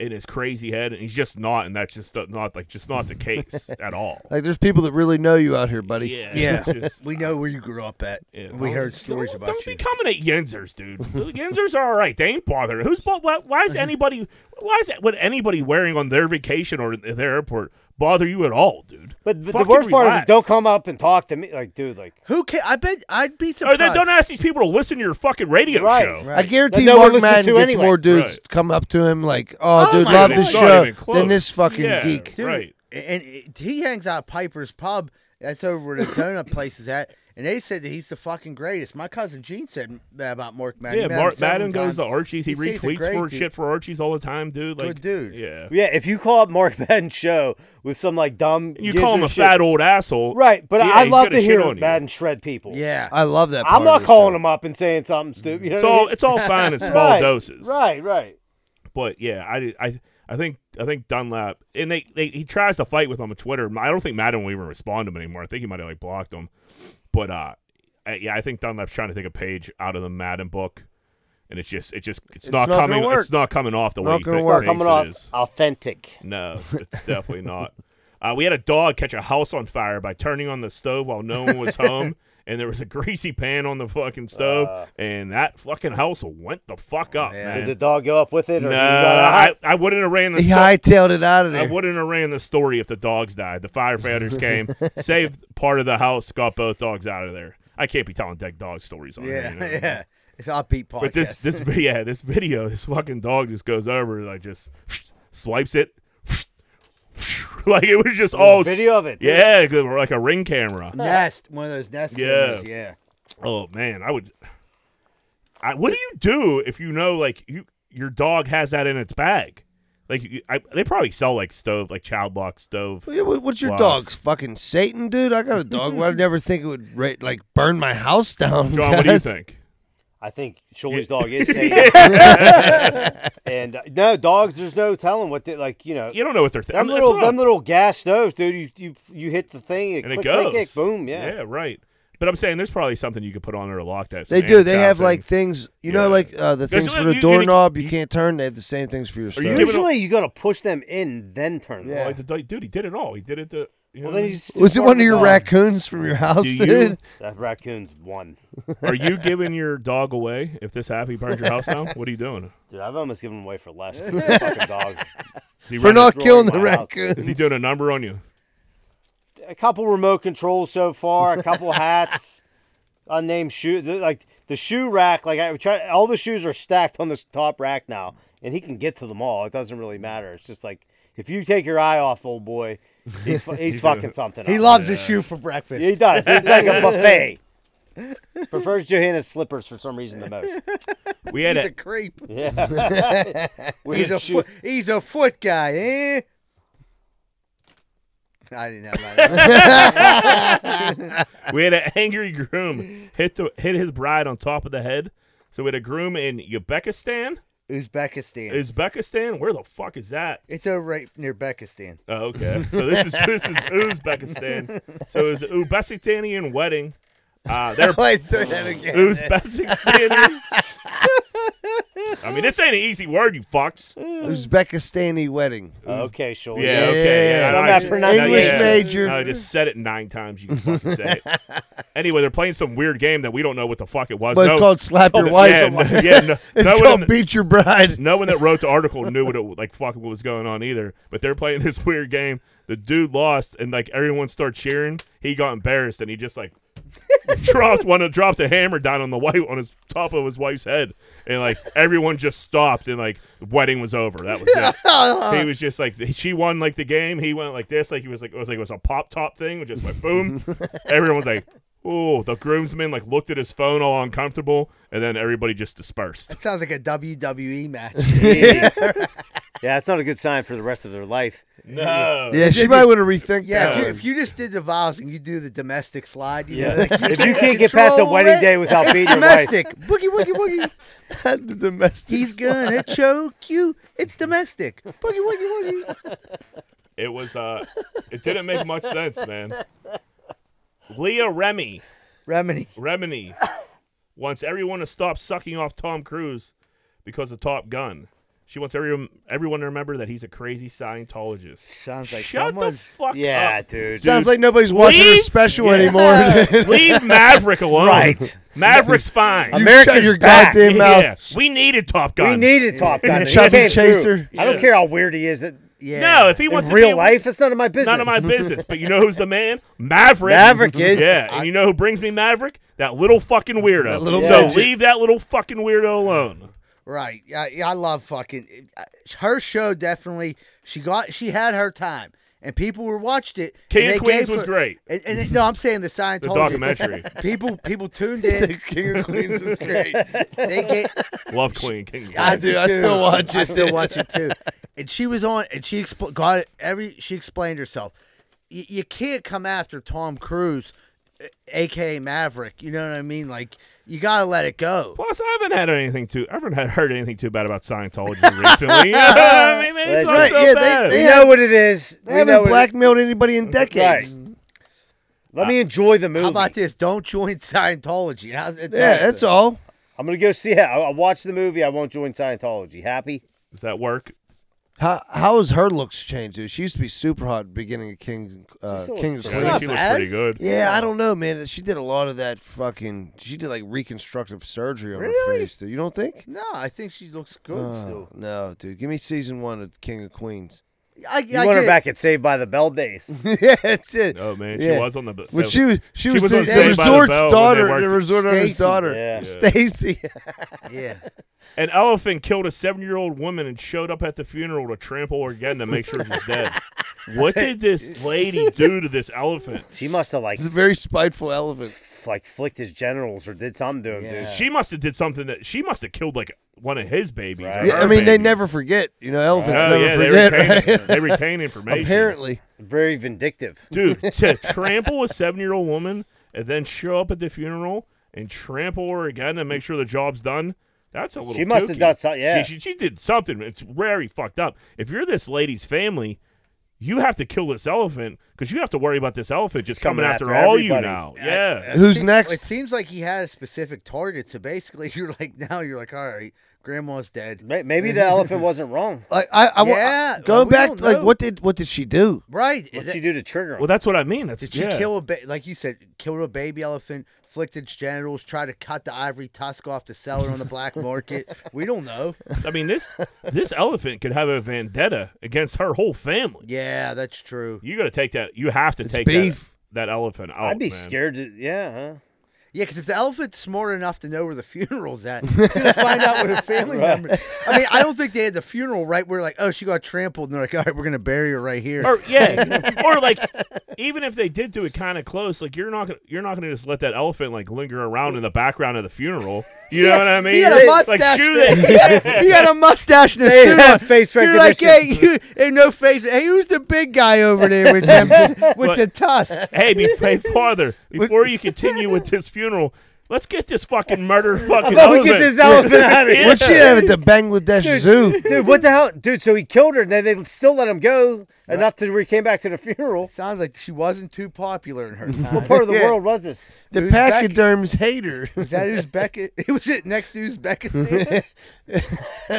S4: in his crazy head, and he's just not, and that's just not like just not the case at all.
S3: Like there's people that really know you out here, buddy.
S4: Yeah,
S1: Yeah,
S4: it's just-
S1: we know where you grew up at.
S4: Yeah,
S1: we
S4: don't-
S1: heard stories
S4: don't,
S1: about
S4: don't
S1: you.
S4: be coming at Yenzers, dude. Yenzers are all right. They ain't bothering. Who's bo- why, why is anybody? Why is what anybody wearing on their vacation or at their airport bother you at all, dude?
S2: But, but the
S4: Fucking
S2: worst part is
S4: relax.
S2: like, don't come up and talk to me. Like, dude, like.
S1: Who can? I bet I'd be
S4: Or
S1: surprised.
S4: then don't ask these people to listen to your fucking radio
S2: Right,
S4: show.
S1: right.
S3: I guarantee
S2: That no one
S3: Mark
S2: listens
S3: Madden
S2: to
S3: gets
S2: anyway.
S3: more dudes
S4: Right.
S3: come up to him like, "Oh,
S1: Oh
S3: dude,
S1: my
S3: love
S1: God.
S3: the
S1: It's
S4: not
S3: show,"
S4: even close.
S3: than this fucking
S4: Yeah,
S3: geek.
S1: Dude,
S4: Right.
S1: And it- he hangs out at Piper's Pub. That's over where the donut place is at. and they said that he's the fucking greatest. My cousin Gene said that about Mark Madden.
S4: Yeah,
S1: He met him
S4: Mark
S1: several
S4: Madden goes
S1: times.
S4: to Archie's. He,
S1: He stays a
S4: retweets
S1: great
S4: for
S1: dude.
S4: shit for Archie's all the time, dude. Like,
S1: Good dude.
S4: Yeah.
S2: Yeah, if you call up Mark Madden show with some like dumb,
S4: You
S2: ginger
S4: call him a
S2: shit-
S4: fat old asshole.
S2: right? But
S4: yeah,
S2: I
S4: he's
S2: love
S4: gonna
S2: to
S4: shit
S2: hear
S4: on you.
S2: Madden shred people.
S1: Yeah,
S3: I love that.
S2: I'm
S3: part of
S2: not
S3: the
S2: calling
S3: show.
S2: him up and saying something stupid. You know
S4: It's
S2: what I
S4: all
S2: mean?
S4: it's all fine in small
S2: Right,
S4: doses.
S2: Right, right.
S4: But yeah, I, I I think I think Dunlap and they, they he tries to fight with him on Twitter. I don't think Madden will even respond to him anymore. I think he might have like blocked him. But uh, I, yeah, I think Dunlap's trying to take a page out of the Madden book, and it's just it just it's,
S3: It's
S4: not,
S3: not gonna
S4: coming
S3: work.
S4: it's not coming off the
S3: Not
S4: way he
S3: gonna
S4: thi-
S3: work.
S2: Start
S4: thinks
S2: coming
S4: it
S2: off
S4: is.
S2: authentic.
S4: No, it's definitely not. Uh, we had a dog catch a house on fire by turning on the stove while no one was home, and there was a greasy pan on the fucking stove, and that fucking house went the fuck up,
S1: yeah.
S4: man.
S2: Did the dog go up with it? Or
S4: no,
S2: did he die?
S4: I, I wouldn't have ran the
S3: He
S4: sto-
S3: hightailed it out of
S4: I
S3: there.
S4: wouldn't have ran the story if the dogs died. The firefighters came, saved part of the house, got both dogs out of there. I can't be telling dead dog stories on here,
S1: yeah,
S4: you know?
S1: yeah. It's upbeat podcast.
S4: But this this vi- yeah, this video, this fucking dog just goes over like just swipes it. like it was just all
S2: video of it, too.
S4: Yeah, good, like a ring camera.
S1: nest, one of those nest
S4: Yeah.
S1: cameras, yeah.
S4: Oh man, I would I what do you do if you know like you your dog has that in its bag? Like you- I, they probably sell like stove, like child lock stove.
S3: Yeah, what- What's your
S4: Wow.
S3: dog's fucking Satan, dude? I got a dog. I'd never think it would ra- like burn my house down.
S4: John, what do you
S3: guys.
S4: think?
S2: I think Shuley's dog is safe. and uh, no, dogs. There's no telling what they like. You know,
S4: You don't know what they're
S2: them
S4: thinking.
S2: little them little gas stoves, dude. You you you hit the thing, it
S4: and it
S2: click,
S4: goes.
S2: click, click, boom, yeah.
S4: Yeah, right. But I'm saying there's probably something you could put on there to lock that.
S3: They
S4: some
S3: do. They
S4: anti-theft
S3: have
S4: thing.
S3: like things, you
S4: Yeah.
S3: know, like uh, the
S4: Because
S3: things
S4: you-
S3: for the
S4: you- you-
S3: doorknob you,
S4: you-
S3: can't turn. They have the same things for your stove.
S4: you giving
S2: Usually, you gotta push them in, then turn. Them.
S4: Well, like the dog- dude, he did Oh, it all. He did it. To, you know
S2: Well,
S4: what
S2: then
S4: I mean?
S2: you just
S3: was it
S2: part
S3: one of
S2: the
S3: your
S2: dog.
S3: raccoons from your house,
S4: Do you-
S3: dude?
S2: That raccoon's one.
S4: Are you giving your dog away if this happy burns your house down? What are you doing?
S2: Dude, I've almost given him away for less. than the fucking dog.
S4: Is he,
S3: For
S4: running-
S3: not
S2: destroying
S3: killing the
S2: my house.
S4: is
S3: raccoons.
S4: he doing a number on you?
S2: A couple remote controls so far. A couple hats. Unnamed shoe. the- Like the shoe rack. Like I try. All the shoes are stacked on this top rack now, and he can get to them all. It doesn't really matter. It's just like if you take your eye off, old boy, he's fu- he's fucking something.
S1: He
S2: up.
S1: loves his shoe for breakfast.
S2: He does. It's like a buffet. Prefers Johanna's slippers for some reason the most.
S4: We had
S1: He's
S4: a,
S1: a creep.
S2: Yeah.
S1: He's a
S2: shoe-
S1: foot, he's a foot guy, eh? I didn't have that.
S4: we had an angry groom hit the, hit his bride on top of the head. So we had a groom in Uzbekistan.
S1: Uzbekistan.
S4: Uzbekistan, where the fuck is that?
S1: it's over right near Bekistan.
S4: Oh, okay. So this is this is Uzbekistan. So it was an Uzbekistanian wedding. Uh, they're
S1: Wait, say that again.
S4: Uzbekistanian. I mean, this ain't an easy word, you fucks.
S3: Uzbekistani wedding.
S2: okay, sure.
S4: Yeah, okay,
S3: Yeah.
S4: yeah. no,
S2: From
S4: I
S2: that
S4: just-
S2: pronunciation.
S4: no, yeah.
S3: English major.
S4: No, I just said it nine times. You can fucking say it. Anyway, they're playing some weird game that we don't know what the fuck it was.
S3: But
S4: no,
S3: it's called slap your wife.
S4: Yeah, no, yeah, no,
S3: it's
S4: no
S3: called
S4: one,
S3: beat your bride.
S4: no one that wrote the article knew what it like fucking what was going on either. But they're playing this weird game. The dude lost, and like everyone started cheering. He got embarrassed, and he just like dropped one of dropped a hammer down on the wife on his top of his wife's head, and like everyone just stopped, and like the wedding was over. That was it he was just like she won like the game. He went like this, like he was like it was like it was a pop top thing, which just like boom. Everyone was like, "Oh!" The groomsman like looked at his phone, all uncomfortable, and then everybody just dispersed.
S1: Sounds like a WWE match.
S2: Yeah, that's not a good sign for the rest of their life.
S4: No,
S3: Yeah, she might want to rethink
S1: Yeah,
S3: that.
S1: if you,
S3: one.
S1: if you just did the vows and you do the domestic slide, you
S2: Yeah.
S1: know, like, you
S2: if you can't get past a
S1: control
S2: wedding
S1: it,
S2: day without
S1: it's
S2: beating your wife,
S1: domestic. Boogie woogie woogie.
S3: the domestic.
S1: He's gonna choke you. It's domestic. Boogie woogie woogie.
S4: it was. uh It didn't make much sense, man. Leah Remy,
S1: Remedy.
S4: Remini wants everyone to stop sucking off Tom Cruise because of Top Gun. She wants everyone everyone to remember that he's a crazy Scientologist.
S1: Sounds like
S4: Shut
S1: someone's.
S4: the fuck up.
S1: Oh.
S2: yeah, dude.
S3: Sounds like nobody's watching her
S4: leave-
S3: special
S4: Yeah.
S3: anymore. dude.
S4: Leave Maverick alone.
S2: Right.
S4: Mavericks fine.
S3: You
S2: America's
S3: shut your
S2: back.
S3: goddamn mouth.
S4: Yeah, we needed Top Gun.
S2: we needed Top Gun. He
S3: Chubby
S2: came through.
S3: Chaser.
S2: I don't care how weird he is. In
S1: yeah.
S4: No, if he wants to be
S2: real
S4: a-
S2: life, it's none of my business.
S4: none of my business. But you know who's the man? Maverick.
S2: Maverick
S3: Mm-hmm.
S2: is-
S4: Yeah, and you know who brings me Maverick? That little fucking weirdo.
S3: That little
S4: so
S3: midget.
S4: leave that little fucking weirdo alone.
S1: Right. uh, I, I love fucking her show. Definitely, she got she had her time, and people were watched it.
S4: King
S1: and
S4: of
S1: they
S4: Queens
S1: gave
S4: was
S1: her-
S4: great.
S1: And, and it- no, I'm saying the Scientology
S4: documentary.
S1: people people tuned in.
S3: King of Queens is great.
S1: They gave,
S4: Love Queen King.
S1: I
S3: do. I
S1: too.
S3: still watch
S1: I
S3: it.
S1: still watch it too. And she was on, and she expl- got it every. She explained herself. Y- you can't come after Tom Cruise, a- aka Maverick. You know what I mean? Like you gotta let it go.
S4: Plus, I haven't had anything too. I haven't had- heard anything too bad about Scientology recently. I mean, man, it's not
S3: Right,
S4: so
S3: yeah, they-
S4: bad.
S3: they-
S2: We know what it is. We
S3: They
S2: know
S3: haven't
S2: what it-
S3: blackmailed anybody in decades.
S2: Right. Let me enjoy the movie.
S1: How about this? Don't join Scientology. How's it
S3: Yeah, that's all.
S2: I'm gonna go see it. I, I watch the movie. I won't join Scientology. Happy?
S4: Does that work?
S3: How how has her looks changed? Dude? She used to be super hot at the beginning of King uh,
S2: still
S3: King's
S1: It's
S4: I think
S1: not
S3: Queens.
S4: she looks
S1: bad.
S4: pretty good.
S3: Yeah, I don't know, man. She did a lot of that fucking. She did like reconstructive surgery on her
S1: Really?
S3: face. Dude. You don't think?
S1: No, I think she looks good
S3: Oh,
S1: still.
S3: no, dude. Give me season one of King of Queens.
S1: I,
S2: You
S1: I
S2: want
S1: get
S2: her back at Saved by the Bell days?
S3: yeah, that's it.
S4: Oh man,
S3: Yeah.
S4: she was on the.
S3: When
S4: that-
S3: she was, she,
S4: She
S3: was,
S4: was
S3: the,
S4: on
S3: the
S4: Saved by the
S3: resort's
S4: Bell when they
S3: daughter, the
S4: worked-
S3: resort owner's
S1: Stacy.
S3: daughter,
S2: Yeah.
S3: Stacy.
S1: it. Yeah.
S4: An elephant killed a seven-year-old woman and showed up at the funeral to trample her again to make sure she's dead. What did this lady do to this elephant?
S2: She must have like
S3: It's a very spiteful elephant.
S2: like flicked his genitals or did something to him,
S1: Yeah.
S2: dude.
S4: She must have did something that she must have killed like one of his babies. or
S2: Right.
S3: Yeah,
S4: her
S3: I mean, they
S4: babies.
S3: never forget. You know,
S4: Oh
S3: elephants never
S4: yeah, they
S3: forget.
S4: retain,
S3: right?
S4: they retain information.
S3: Apparently,
S2: Very vindictive.
S4: dude, to trample a seven-year-old woman and then show up at the funeral and trample her again to make sure the job's done. That's a little.
S2: She must have
S4: kooky.
S2: done some- yeah.
S4: she, she, she did something. It's very fucked up. If you're this lady's family, you have to kill this elephant because you have to worry about this elephant just coming,
S2: coming
S4: after,
S2: after
S4: all you
S2: everybody.
S4: now. Yeah,
S3: who's
S1: Se- It
S3: next?
S1: seems like he had a specific target. So basically, you're like now you're like, all right, grandma's dead.
S2: May- Maybe the elephant wasn't wrong.
S3: Like I, I, wa-
S1: Yeah,
S3: I- going
S1: we
S3: back,
S1: don't
S3: like
S1: know.
S3: what did what did she do?
S1: Right? Is
S2: What'd
S1: that-
S2: she do to trigger him?
S4: well, that's what I mean. That's
S1: Did she
S4: yeah.
S1: kill a ba- like you said, killed a baby elephant, flicked its genitals, tried to cut the ivory tusk off to sell it on the black market? we don't know.
S4: I mean this this elephant could have a vendetta against her whole family.
S1: Yeah, that's true.
S4: You got to take that. You have to
S3: It's
S4: take
S3: beef.
S4: That, that elephant out.
S2: I'd be
S4: man.
S2: scared. To, yeah. Huh?
S1: Yeah, because if the elephant's smart enough to know where the funeral's at, to find out where the family member. I mean, I don't think they had the funeral right where like, oh, she got trampled, and they're like, all right, we're gonna bury her right here.
S4: or yeah, or like even if they did do it kind of close, like you're not gonna you're not gonna just let that elephant like linger around in the background of the funeral. You know what I mean?
S1: He had a
S4: Like,
S1: mustache.
S4: Like shoot
S1: man.
S4: it.
S1: he, had, he had a mustache and a
S2: They
S1: suit
S2: have
S1: on.
S2: face
S1: You're like, hey,
S2: recognition.
S1: you, hey, no face. Hey, who's the big guy over there with them, with the tusk?
S4: Hey, be hey, father, before you continue with this funeral, let's get this fucking murder fucking
S2: Oh,
S4: elephant.
S2: we get this elephant out of here.
S4: Yeah.
S3: What she have at the Bangladesh Zoo?
S2: Dude, what the hell? Dude, so he killed her and then they still let him go enough to where he came back to the funeral.
S1: Sounds like she wasn't too popular in her
S2: What
S1: time.
S2: part of the
S3: Yeah.
S2: world was this?
S3: The
S1: Who's back?
S3: pachyderms hate her.
S1: Was that Uzbekistan? It was it next to Uzbekistan.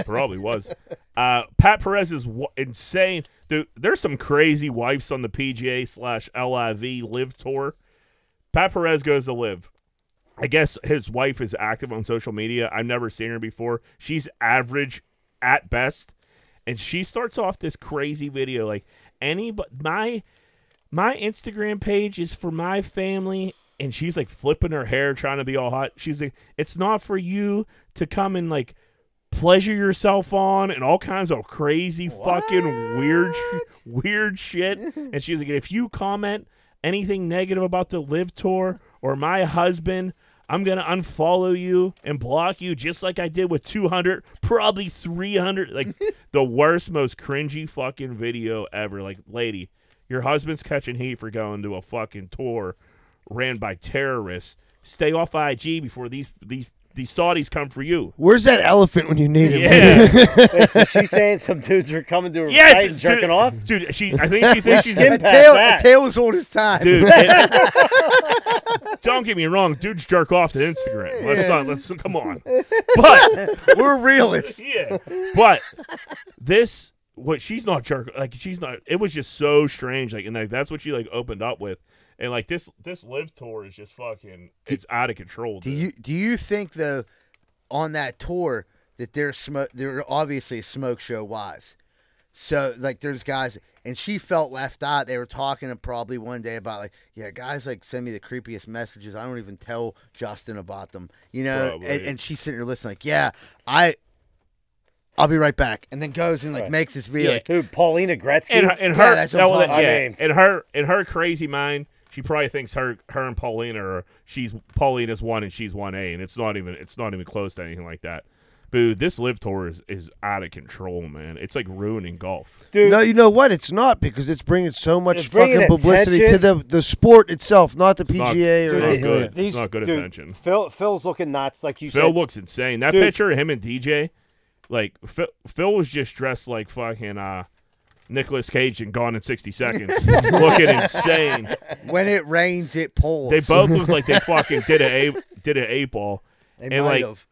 S4: Probably was. Uh, Pat Perez is w- insane, dude. There's some crazy wives on the PGA slash LIV Live Tour. Pat Perez goes to Live. I guess his wife is active on social media. I've never seen her before. She's average at best, and she starts off this crazy video like any but my my Instagram page is for my family. And she's like flipping her hair, trying to be all hot. She's like, it's not for you to come and like pleasure yourself on and all kinds of crazy fucking weird sh- weird shit and she's like if you comment anything negative about the live tour or my husband i'm gonna unfollow you and block you just like i did with 200 probably 300 like the worst most cringy fucking video ever like lady your husband's catching heat for going to a fucking tour ran by terrorists stay off ig before these these these saudis come for you
S3: Where's that elephant when you need him?
S4: yeah.
S2: Wait, so she's saying some dudes are coming to her
S4: yeah.
S2: site and
S4: dude-
S2: jerking off?
S4: Dude, she I think she thinks she's
S2: Skin
S1: the
S2: past
S1: tail,
S2: that.
S1: the tail was on his time.
S4: dude. it- don't get me wrong, dudes jerk off to Instagram. Let's not let's come on. But
S1: We're realists.
S4: yeah. But this what she's not jerk like she's not it was just so strange. Like and like that's what she like opened up with. And like this this live tour is just fucking it's out of control.
S1: Do
S4: dude.
S1: you do you think though on that tour that there's smoke? There are obviously smoke show wives. So like there's guys and she felt left out. They were talking probably one day about like yeah guys like send me the creepiest messages. I don't even tell Justin about them. You know,
S4: Probably.
S1: and, and she's sitting there listening like yeah I. I'll be right back, and then goes and like
S2: Right.
S1: makes this video. like,
S2: Dude, Paulina Gretzky.
S4: in her, in
S1: Yeah,
S4: her
S1: that's what
S4: that
S1: I'm
S4: was-
S1: talking
S4: yeah,
S2: about. I mean-
S4: in her in her crazy mind, she probably thinks her her and Paulina are she's Paulina's one and she's one A, and it's not even it's not even close to anything like that. Boo, this live tour is, is out of control, man. It's like ruining golf.
S2: Dude.
S3: No, you know what? It's not because it's bringing so much
S2: It's bringing
S3: fucking publicity to
S2: attention.
S3: the the sport itself, not the
S4: not-
S3: PGA
S4: it's
S3: or
S4: not
S3: anything.
S4: good.
S3: like that.
S4: It's not good attention.
S2: Phil, Phil's looking nuts, like you
S4: Phil
S2: said.
S4: looks insane. That
S2: Dude.
S4: picture of him and DJ, like Phil, Phil was just dressed like fucking uh, Nicholas Cage and Gone in sixty seconds, looking insane.
S1: when it rains, it pours.
S4: They both look like they fucking did a did an eight ball.
S1: They
S4: and,
S1: might
S4: like,
S1: have.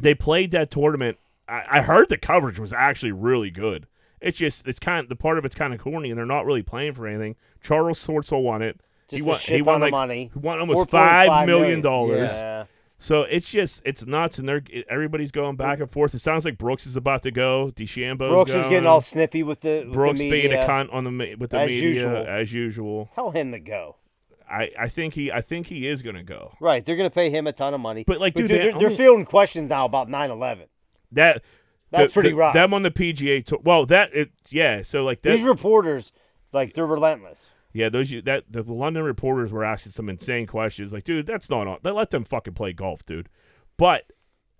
S4: they played that tournament. I, I heard the coverage was actually really good. It's just it's kind the part of it's kind of corny, and they're not really playing for anything. Charles Swartzel won it.
S2: Just
S4: he won.
S2: a shit
S4: he won
S2: ton of
S4: like
S2: money.
S4: he won almost
S2: 4.5
S4: five million
S2: million.
S4: dollars.
S2: Yeah.
S4: So it's just it's nuts, and they're everybody's going back and forth. It sounds like Brooks is about to go. DeChambeau.
S2: Brooks is getting all snippy with the with
S4: Brooks
S2: the
S4: being a
S2: media.
S4: cunt on the me- with the
S2: As
S4: media
S2: usual.
S4: as usual.
S2: Tell him to go.
S4: I I think he I think he is gonna go.
S2: Right, they're gonna pay him a ton of money.
S4: But, like, dude,
S2: they're,
S4: they
S2: they're, they're
S4: only-
S2: fielding questions now about 9-11.
S4: That
S2: That's
S4: the-
S2: pretty
S4: the-
S2: rough.
S4: Them on the PGA tour. Well, that it yeah. So like that,
S2: These reporters, like, they're relentless.
S4: Yeah, those you that the London reporters were asking some insane questions. Like, dude, that's not on. They let them fucking play golf, dude. But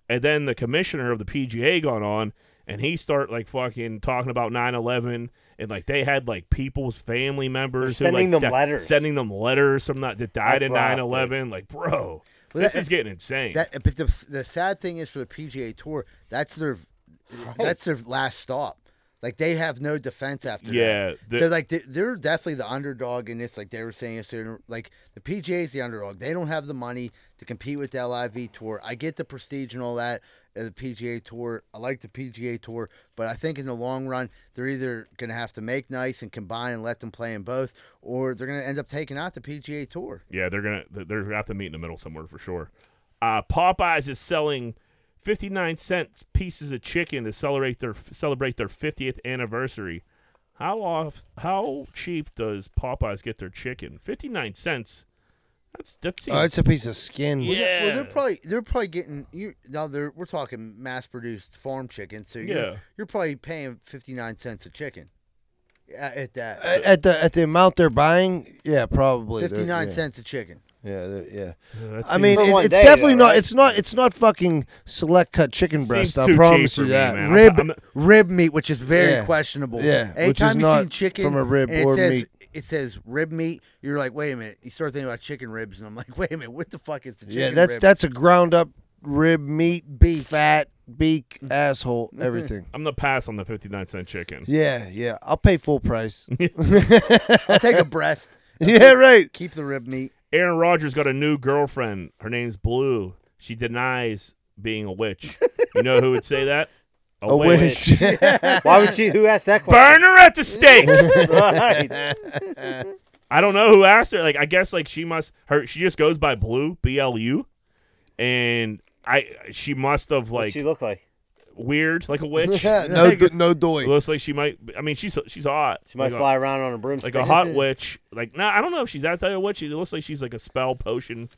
S4: and then the commissioner of the PGA got on and he start like fucking talking about 9-11 and like they had like people's family members
S2: They're
S4: who,
S2: sending
S4: like,
S2: them
S4: di-
S2: letters.
S4: sending them letters from that that died
S2: That's
S4: in
S2: rough, dude.
S4: 9-11. Like, bro,
S1: Well,
S4: this
S1: that-
S4: is getting insane.
S1: That, but the, the sad thing is for the PGA Tour, that's their that's their last stop. Like they have no defense after
S4: Yeah,
S1: that.
S4: the-
S1: so like they- they're definitely the underdog in this. Like they were saying yesterday, like the PGA is the underdog. They don't have the money to compete with the LIV Tour. I get the prestige and all that. of The PGA Tour, I like the PGA Tour, but I think in the long run they're either going to have to make nice and combine and let them play in both, or they're going to end up taking out the PGA Tour.
S4: Yeah, they're gonna th- they're gonna have to meet in the middle somewhere for sure. Uh, Popeyes is selling fifty nine cents pieces of chicken to celebrate their celebrate their fiftieth anniversary. How off? How cheap does Popeyes get their chicken? Fifty nine cents. That's that seems.
S3: Oh, it's a piece of skin.
S4: yeah.
S1: Well, they're probably they're probably getting you now. They're we're talking mass produced farm chicken, so you're,
S4: Yeah.
S1: you're probably paying fifty nine cents a chicken at, at that
S3: At at the at the amount they're buying, yeah, probably they're-
S1: fifty nine
S3: yeah.
S1: cents a chicken.
S3: Yeah, they're- yeah.
S4: Yeah, that
S3: I
S4: seems-
S3: mean,
S2: For
S3: it-
S2: one
S3: it's
S2: day,
S3: definitely
S2: though,
S3: not.
S2: right?
S3: It's not. It's not fucking select cut chicken breast.
S4: too
S3: I
S4: cheap
S3: promise
S4: for
S3: you
S4: me,
S3: that.
S4: man. I'm-
S1: Rib
S4: I'm-
S1: rib meat, which is very
S3: Yeah.
S1: questionable.
S3: Yeah,
S1: Anytime
S3: which is
S1: you see
S3: not
S1: chicken
S3: from a rib
S1: and it
S3: or
S1: says,
S3: meat.
S1: It says rib meat. You're like, wait a minute. You start thinking about chicken ribs, and I'm like, wait a minute. What the fuck is the chicken?
S3: yeah, that's
S1: rib?
S3: that's a ground up rib meat, Mm-hmm.
S1: Beak.
S3: fat, beak, asshole, everything.
S4: I'm gonna pass on the fifty nine cent chicken.
S3: Yeah, yeah. I'll pay full price.
S1: I'll take a breast.
S3: yeah, right.
S1: Keep the rib meat.
S4: Aaron Rodgers got a new girlfriend. Her name's Blue. She denies being a witch. you know who would say that?
S3: A witch.
S2: Why would she? Who asked that question?
S4: Burn her at the stake.
S2: right.
S4: I don't know who asked her. Like, I guess like she must her she just goes by Blue B L U, and I she must have
S2: What's
S4: like
S2: she look like?
S4: weird like a witch.
S3: no, do- no doy.
S4: Looks like she might. I mean, she's she's hot.
S2: She might
S4: like
S2: fly around on a
S4: A,
S2: broomstick.
S4: like a hot witch. Like, nah, I don't know if she's that type of witch. It looks like she's like a spell potion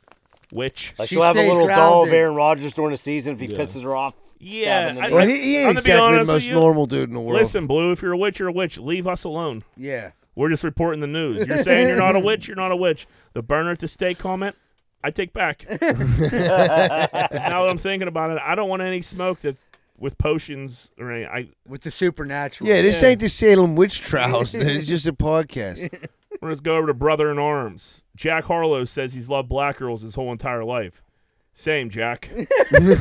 S4: witch.
S2: Like
S1: She
S2: she'll have a
S1: stays
S2: little doll of
S1: grounded.
S2: Aaron Rodgers during the season if he pisses her off.
S4: Yeah,
S2: Stabbing
S4: I-
S2: them.
S3: Well, he, he
S4: I'm
S3: ain't
S4: gonna be
S3: exactly the
S4: honest with
S3: most
S4: you.
S3: normal dude in the world.
S4: Listen, Blue, if you're a witch, you're a witch. Leave us alone.
S1: Yeah.
S4: We're just reporting the news. You're saying you're not a witch. You're not a witch. The burner at the stake comment, I take back. now that I'm thinking about it, I don't want any smoke that with potions or any. I
S1: With the supernatural.
S3: yeah, this ain't the Salem witch trials. it's just a podcast.
S4: We're going to go over to Brother in Arms. Jack Harlow says he's loved black girls his whole entire life. Same, Jack. N-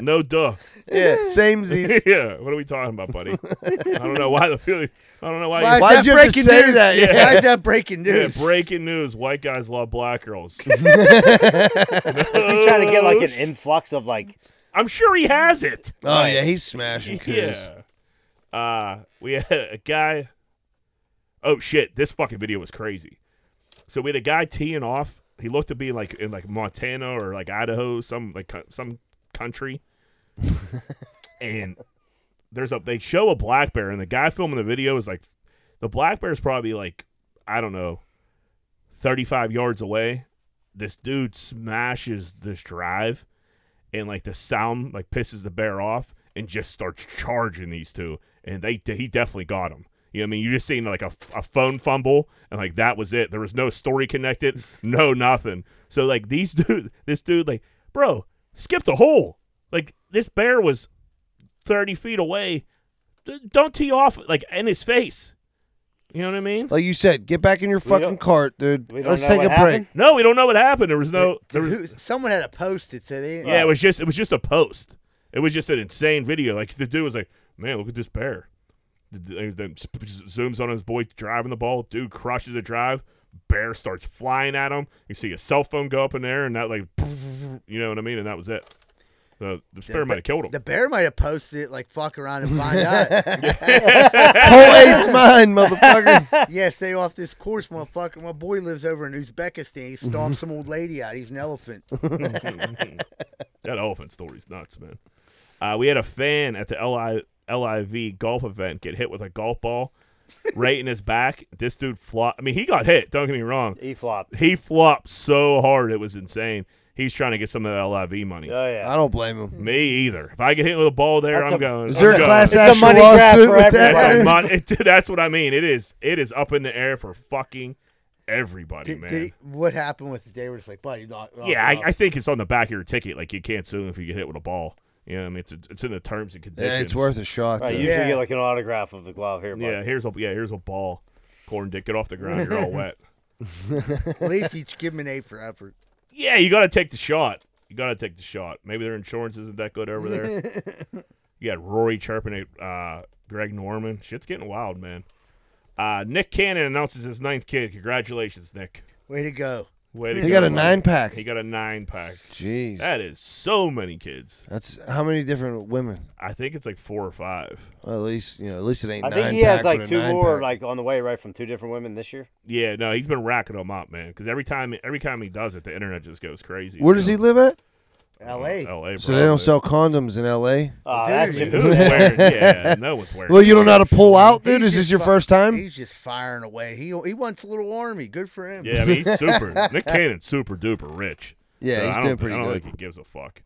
S4: no duh.
S3: Yeah, same z's.
S4: yeah, what are we talking about, buddy? I don't know why the feeling. I don't know why.
S1: Why
S4: you-
S1: is that
S3: Why'd you have to
S1: breaking
S3: say
S1: news?
S3: that? Yeah.
S1: Why is that breaking
S4: Yeah,
S1: news?
S4: breaking news: White guys love black girls.
S2: He's trying to get like an influx of like
S4: I'm sure he has it.
S3: Oh yeah, he's smashing kids.
S4: Yeah. Uh, we had a guy. Oh shit! This fucking video was crazy. So we had a guy teeing off. He looked to be like in like Montana or like Idaho, some like co- some country. and there's a they show a black bear, and the guy filming the video is like, the black bear's probably like I don't know, thirty five yards away. This dude smashes this drive, and like the sound like pisses the bear off and just starts charging these two and they he definitely got him you know what i mean you just seen like a, a phone fumble and like that was it there was no story connected no nothing so like these dude this dude like bro skipped a hole like this bear was 30 feet away D- don't tee off like in his face you know what i mean
S3: Like you said, get back in your
S2: We don't-
S3: fucking cart, dude.
S2: we don't
S3: Let's
S2: know
S3: take
S2: what
S3: a break.
S2: happened?
S4: no we don't know what happened there was no there was,
S1: Who- someone had a post it, so they
S4: Yeah, it was just it was just a post. It was just an insane video. Like the dude was like, "Man, look at this bear." The- the- and Then sp- z- zooms on his boy driving the ball. Dude crushes a drive. Bear starts flying at him. You see a cell phone go up in there, and that like, you know what I mean. And that was it. So the bear might have killed him.
S1: The bear might have posted it, like fuck around and find out.
S3: Whole eight's mine, motherfucker.
S1: yeah, stay off this course, motherfucker. My boy lives over in Uzbekistan. He stomped some old lady out. He's an elephant.
S4: That elephant story's nuts, man. Uh, we had a fan at the LI, LIV golf event get hit with a golf ball right in his back. This dude flopped. I mean, he got hit. Don't get me wrong.
S2: He flopped.
S4: He flopped so hard it was insane. He's trying to get some of that LIV money.
S2: Oh yeah.
S3: I don't blame him.
S4: Me either. If I get hit with a ball there,
S2: That's
S4: I'm
S2: a-
S4: going.
S3: Is there
S4: I'm
S3: a
S4: going.
S3: class
S2: It's a
S3: action
S2: money grab
S3: lawsuit
S2: for
S3: with
S4: That's,
S3: that?
S2: everybody.
S4: mon- it- that's what I mean. It is. It is up in the air for fucking everybody,
S1: Did-
S4: man.
S1: did he- what happened with it? They were just like, buddy, not. not-
S2: Oh,
S4: yeah,
S1: not-
S4: I, I think it's on the back of your ticket. Like you can't sue them if you get hit with a ball. You know, what I mean, it's it's in the terms and conditions.
S3: Yeah, it's worth a shot.
S2: Right,
S3: dude.
S2: you
S1: Yeah.
S2: should get like an autograph of the glove here. Bud.
S4: Yeah, here's a yeah, here's a ball. Corn dick, get off the ground. You're all wet.
S1: At least you give him an A for effort.
S4: Yeah, you got to take the shot. You got to take the shot. Maybe their insurance isn't that good over there. you got Rory chirping at uh, Greg Norman. Shit's getting wild, man. Uh, Nick Cannon announces his ninth kid. Congratulations, Nick.
S1: Way to go.
S4: Way to
S3: He
S4: go,
S3: got a
S4: buddy.
S3: nine pack.
S4: He got a nine pack.
S3: Jeez.
S4: That is so many kids.
S3: That's how many different women?
S4: I think it's like four or five.
S3: Well, at least you know. At least it ain't.
S2: I think he
S3: nine-pack,
S2: has
S3: but
S2: like
S3: a
S2: two more like
S3: nine-pack.
S2: on the way, right, from two different women this year.
S4: Yeah, no, he's been racking them up, man. Because every time, every time he does it, the internet just goes crazy.
S3: Where does he live at?
S1: L.A.
S4: L.A.
S3: So they don't
S4: probably.
S3: sell condoms in L.A.
S2: Uh,
S1: Dude,
S2: that's
S1: he-
S4: Who's wearing? Yeah, no one's wearing.
S3: Well, you don't know how to pull out, dude.
S1: He's
S3: Is this
S1: just
S3: your
S1: fi-
S3: first time?
S1: He's just firing away. He he wants a little army. Good for him.
S4: Yeah, I mean he's super. Nick Cannon's super duper rich.
S3: Yeah,
S4: So
S3: he's
S4: I don't
S3: doing
S4: thi-
S3: pretty
S4: I don't
S3: good.
S4: think he gives a fuck.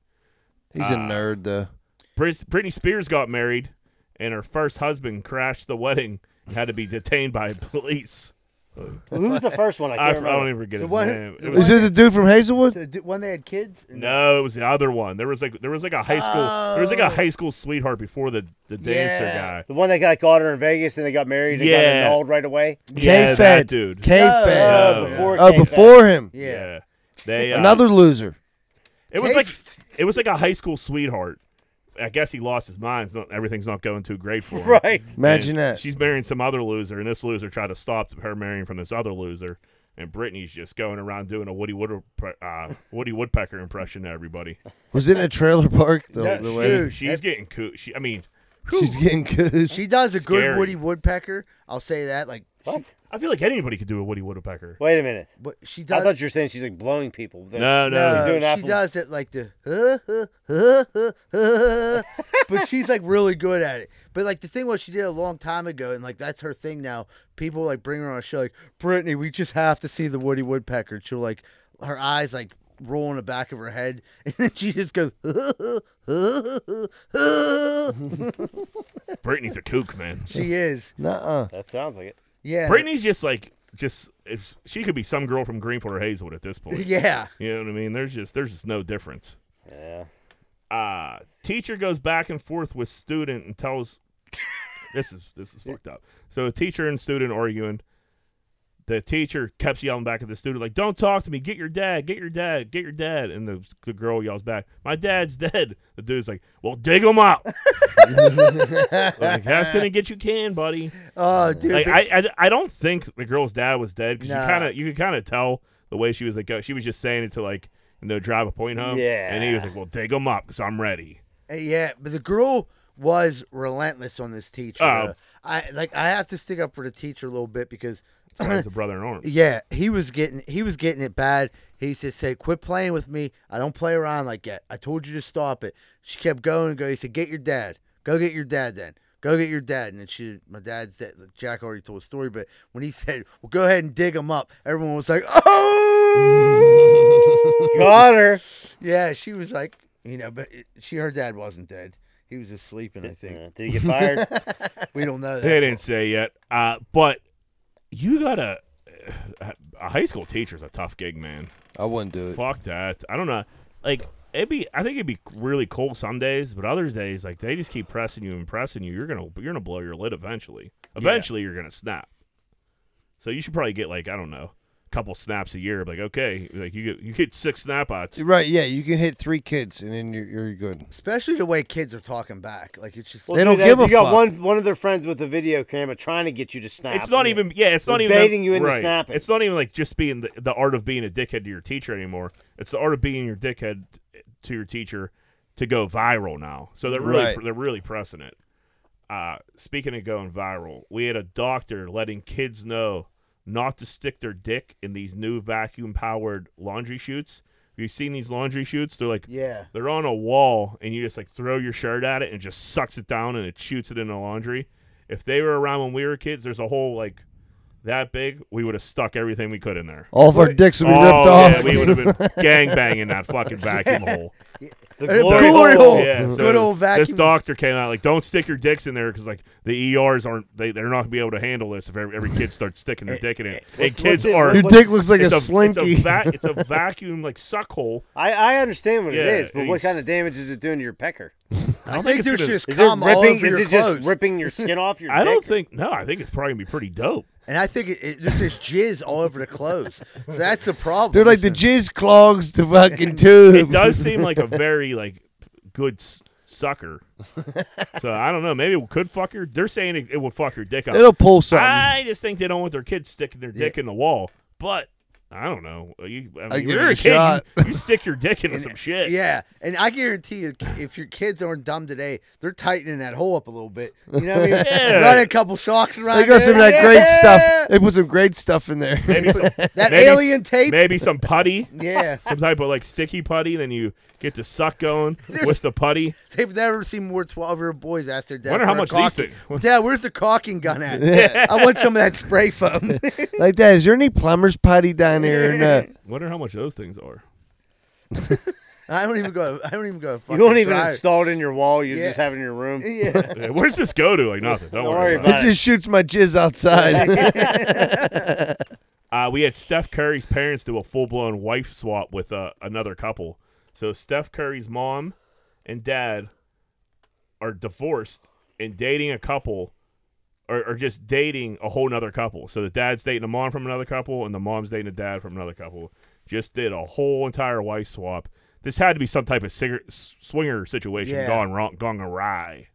S3: He's a nerd, though.
S4: Brit- Britney Spears got married, and her first husband crashed the wedding and had to be detained by police.
S2: Who was the first one? I
S4: I,
S2: can't
S4: f- I
S2: remember.
S4: don't even get
S1: The
S4: his
S1: one who-
S4: name.
S1: the
S4: It was,
S3: Is it the dude from Hazelwood?
S1: The- the- When they had kids.
S4: no, it was the other one. There was like there was like a high school there was like a high school sweetheart before the the dancer
S1: Yeah.
S4: guy.
S2: The one that got caught in Vegas and they got married and got
S4: Yeah.
S2: annulled right away.
S4: Yeah, that
S3: K-Fed.
S4: dude.
S3: K-Fed.
S4: Yeah.
S2: before
S3: Oh,
S2: K-Fed.
S3: before him.
S1: Yeah.
S4: Yeah. They uh,
S3: Another loser.
S4: It was
S1: Hey,
S4: like
S1: f-
S4: it was like a high school sweetheart. I guess he lost his mind. It's not- everything's not going too great for him.
S2: Right.
S3: Imagine
S4: And
S3: that.
S4: She's marrying some other loser, and this loser tried to stop her marrying from this other loser. And Brittany's just going around doing a Woody Wood, uh, Woody Woodpecker impression to everybody.
S3: Was it in a trailer park? The,
S1: Yeah,
S3: the
S1: she-
S3: way
S1: Dude,
S4: She's
S1: that-
S4: getting coo She, I mean,
S3: she's getting goose.
S1: She does a
S4: Scary.
S1: good Woody Woodpecker. I'll say that. Like,
S2: What?
S4: I feel like anybody could do a Woody Woodpecker.
S2: Wait a minute.
S1: but she
S2: I
S1: does.
S2: thought you were saying she's like blowing people.
S4: No, no,
S1: No,
S2: doing
S1: Uh, she
S2: Apple-
S1: does it like the, huh, huh, huh, huh, huh, huh. but she's like really good at it. But like the thing was, she did it a long time ago, and like that's her thing now. People like bring her on a show, like Brittany, we just have to see the Woody Woodpecker. She'll like her eyes like roll in the back of her head, and then she just goes. huh, huh, huh, huh, huh.
S4: Brittany's a kook, man.
S1: she is,
S3: Nuh-uh.
S2: That sounds like it.
S1: yeah,
S4: Brittany's just like just if, she could be some girl from Greenfield or Hazelwood at this point.
S1: yeah.
S4: You know what I mean? There's just there's just no difference.
S2: Yeah.
S4: uh, teacher goes back and forth with student and tells this is this is fucked up. So teacher and student arguing. The teacher kept yelling back at the student like, "Don't talk to me. Get your dad. Get your dad. Get your dad." And the the girl yells back, "My dad's dead." The dude's like, "Well, dig him up." like, That's gonna get you canned, buddy.
S1: Oh, dude,
S4: Like
S1: but-
S4: I, I, I don't think the girl's dad was dead because
S1: No.
S4: you kind of you could kind of tell the way she was like uh, she was just saying it to like you know drive a point home.
S2: Yeah.
S4: and he was like, "Well, dig him up because I'm ready."
S1: Uh, Yeah, but the girl was relentless on this teacher.
S4: Oh.
S1: though. I like I have to stick up for the teacher a little bit because
S4: As a brother in arms.
S1: yeah, he was getting he was getting it bad. He just said, "Quit playing with me. I don't play around like that. I told you to stop it." She kept going and going. He said, "Get your dad. Go get your dad then." Go get your dad, and then she, my dad said, look, Jack already told the story, but when he said, "Well, go ahead and dig him up," everyone was like, "Oh,
S2: Got her.
S1: yeah." She was like, You know, but it- she, her dad wasn't dead. He was just sleeping, I think.
S2: Uh, Did he get fired?
S1: We don't know
S4: They
S1: that.
S4: didn't say yet. Uh, but you got to a high school teacher's a tough gig, man.
S3: I wouldn't do it.
S4: Fuck that. I don't know. Like it'd be. I think it'd be really cool some days, but other days, like they just keep pressing you and pressing you. You're gonna you're gonna blow your lid eventually. Eventually, you're gonna snap. So you should probably get like I don't know, a couple snaps a year. Like okay, like you get you get six snap outs.
S3: Right? Yeah, you can hit three kids and then you're, you're good.
S1: Especially the way kids are talking back. Like, it's just.
S2: Well,
S3: They don't
S2: dude,
S3: give
S2: you
S3: a
S2: got
S3: fuck.
S2: one one of their friends with a video camera trying to get you to snap.
S4: It's not
S2: Yeah.
S4: even yeah. It's not
S2: They're
S4: even
S2: baiting you into
S4: right.
S2: snapping.
S4: It's not even like just being the, the art of being a dickhead to your teacher anymore. It's the art of being your dickhead to your teacher to go viral now. So they're really
S3: Right.
S4: they're really pressing it. Uh, speaking of going viral, we had a doctor letting kids know not to stick their dick in these new vacuum powered laundry chutes. Have you seen these laundry chutes? They're like
S1: yeah.
S4: they're on a wall and you just like throw your shirt at it and it just sucks it down and it shoots it in the laundry. If they were around when we were kids, there's a hole like that big, we would have stuck everything we could in there.
S3: All of our dicks would be ripped
S4: oh,
S3: off.
S4: yeah, we would have been gang banging that fucking vacuum hole.
S2: The
S1: Uh,
S2: glory
S1: glory
S2: hole.
S1: hole.
S4: Yeah, so
S1: Good old
S4: This
S1: vacuum.
S4: doctor came out like, don't stick your dicks in there because like the ERs aren't they they're not gonna be able to handle this if every, every kid starts sticking their dick in it. And kids
S2: what's it-
S4: are
S3: Your dick looks like a,
S4: it's
S3: slinky.
S4: It's a, va- it's a vacuum like suck hole.
S2: I, I understand what
S4: Yeah,
S2: it is, but what
S4: he's-
S2: kind of damage is it doing to your pecker?
S1: I,
S4: don't think
S1: think,
S4: it's
S1: there's
S4: gonna-
S1: just
S2: Is it
S1: cum all
S2: ripping?
S1: over
S2: Is
S1: your
S2: it just
S1: clothes.
S2: ripping your skin off your?
S4: I don't
S2: dick?
S4: think no. I think it's probably gonna be pretty dope.
S1: And I think it, it, there's just jizz all over the clothes. So that's the problem.
S3: They're like the jizz clogs the fucking tube.
S4: it does seem like a very like good s- sucker. So I don't know. Maybe it could fuck your. They're saying it, it would fuck your dick up.
S3: It'll pull something.
S4: I just think they don't want their kids sticking their dick in the wall. But I don't know. You, I mean,
S3: give
S4: you're
S3: it
S4: a
S3: a
S4: kid.
S3: shot.
S4: You, you stick your dick into some shit.
S1: Yeah, and I guarantee you, if your kids aren't dumb today, they're tightening that hole up a little bit. You know what I mean?
S4: Yeah.
S1: Run a couple socks around.
S3: They got
S1: there.
S3: some of that great
S1: Yeah.
S3: stuff. They put some great stuff in there.
S4: Maybe some,
S1: That
S4: maybe-
S1: alien tape.
S4: Maybe some putty.
S1: Yeah,
S4: Some type of like sticky putty. Then you get the suck going with the putty.
S1: they've never seen more twelve-year-old boys ask their dad.
S4: Wonder how
S1: for a
S4: much these
S1: caulking-
S4: things-
S1: Dad, where's the caulking gun at? I want some of that spray foam.
S3: like that. Is there any plumber's putty down there? And, uh,
S4: Wonder how much those things are.
S1: I don't even go. I don't even go.
S2: You don't even
S1: dryer.
S2: install it in your wall. You
S1: Yeah.
S2: just have it in your room.
S1: Yeah,
S4: Yeah, Where's this go to? Like nothing. Don't,
S2: Don't worry
S4: worry about it.
S2: about
S3: it just shoots my jizz outside.
S4: Uh, we had Steph Curry's parents do a full blown wife swap with uh, another couple. So Steph Curry's mom and dad are divorced and dating a couple, or, or just dating a whole nother couple. So the dad's dating a mom from another couple, and the mom's dating a dad from another couple. Just did a whole entire wife swap. This had to be some type of cigar- s- swinger situation
S1: Yeah.
S4: gone wrong, gone awry.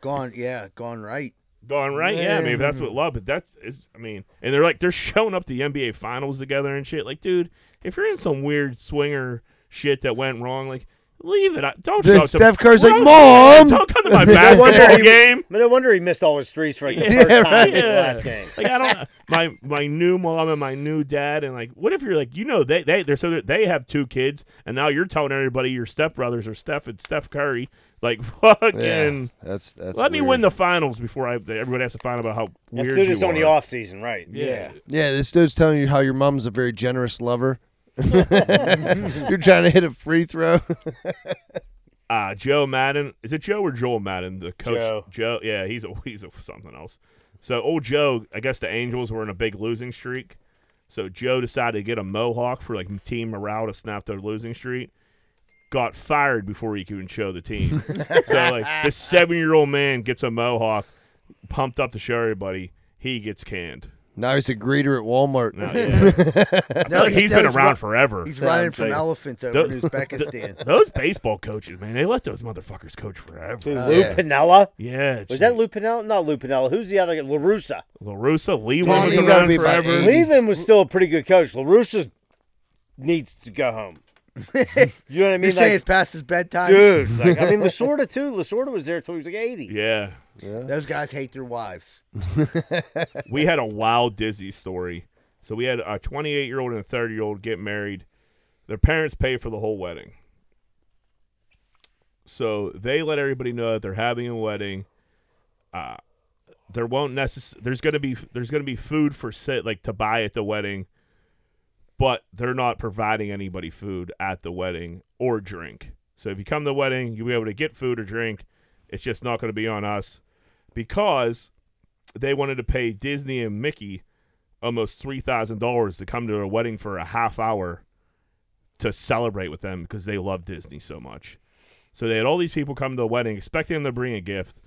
S1: gone. Yeah, gone right.
S4: Gone right, yeah. Maybe that's what love, but that's is. I mean, and they're like they're showing up the NBA finals together and shit. Like, dude, if you're in some weird swinger shit that went wrong, like, leave it. I- Don't
S3: The
S4: show up to-
S3: Steph Curry's like,
S4: Don't-
S3: "Mom!"
S4: don't come to my
S2: No wonder
S4: basketball
S2: he-
S4: game.
S2: But no wonder he missed all his threes for like the
S4: Yeah,
S2: first time in the
S4: right.
S2: last game.
S4: Like, I don't. My my new mom and my new dad, and like, what if you're like, you know, they they they're so they have two kids, and now you're telling everybody your stepbrothers are Steph and Steph Curry. Like, fucking.
S3: yeah, that's that's.
S4: Let me
S3: weird.
S4: win the finals before I. Everybody has to find out about how
S2: Let's
S4: weird
S2: do
S4: you
S2: this on the
S4: are.
S2: off season, right?
S1: Yeah.
S3: Yeah, this dude's telling you how your mom's a very generous lover. You're trying to hit a free throw.
S4: uh, Joe Madden. Is it Joe or Joel Madden? The coach.
S2: Joe.
S4: Yeah, he's a he's a, something else. So old Joe, I guess the Angels were in a big losing streak. So Joe decided to get a mohawk for like team morale to snap their losing streak. Got fired before he could even show the team. so like this seven year old man gets a mohawk, pumped up to show everybody. He gets canned.
S3: now he's a greeter at Walmart.
S4: Now, yeah.
S1: No,
S4: like, he's been
S1: does
S4: around
S1: run-
S4: forever.
S1: He's running from
S4: Like,
S1: elephants over in
S4: Those-
S1: Uzbekistan.
S4: Those baseball coaches, man, they let those motherfuckers coach forever.
S2: Dude, Lou Pinella.
S4: Yeah,
S2: Was
S4: it's-
S2: that Lou Pinella? Not Lou Pinella. Who's the other? guy? Larusa.
S4: Larusa, Lee
S3: Tommy
S4: was
S3: gotta
S4: around
S3: be about
S4: forever.
S3: eight.
S2: Levin was still a pretty good coach. Larusa needs to go home. you know what I
S1: You're
S2: mean?
S1: saying it's
S2: Like,
S1: past his bedtime.
S2: dude, like, I mean Lasorda too. Lasorda was there until he was like eighty.
S4: Yeah,
S1: Those guys hate their wives.
S4: we had a wild Disney story. So we had a 28 year old and a 30 year old get married. Their parents paid for the whole wedding. So they let everybody know that they're having a wedding. Uh, there won't necess- There's gonna be there's gonna be food for sit like to buy at the wedding. but they're not providing anybody food at the wedding or drink. So if you come to the wedding, you'll be able to get food or drink. It's just not going to be on us because they wanted to pay Disney and Mickey almost three thousand dollars to come to their wedding for a half hour to celebrate with them because they love Disney so much. So they had all these people come to the wedding expecting them to bring a gift,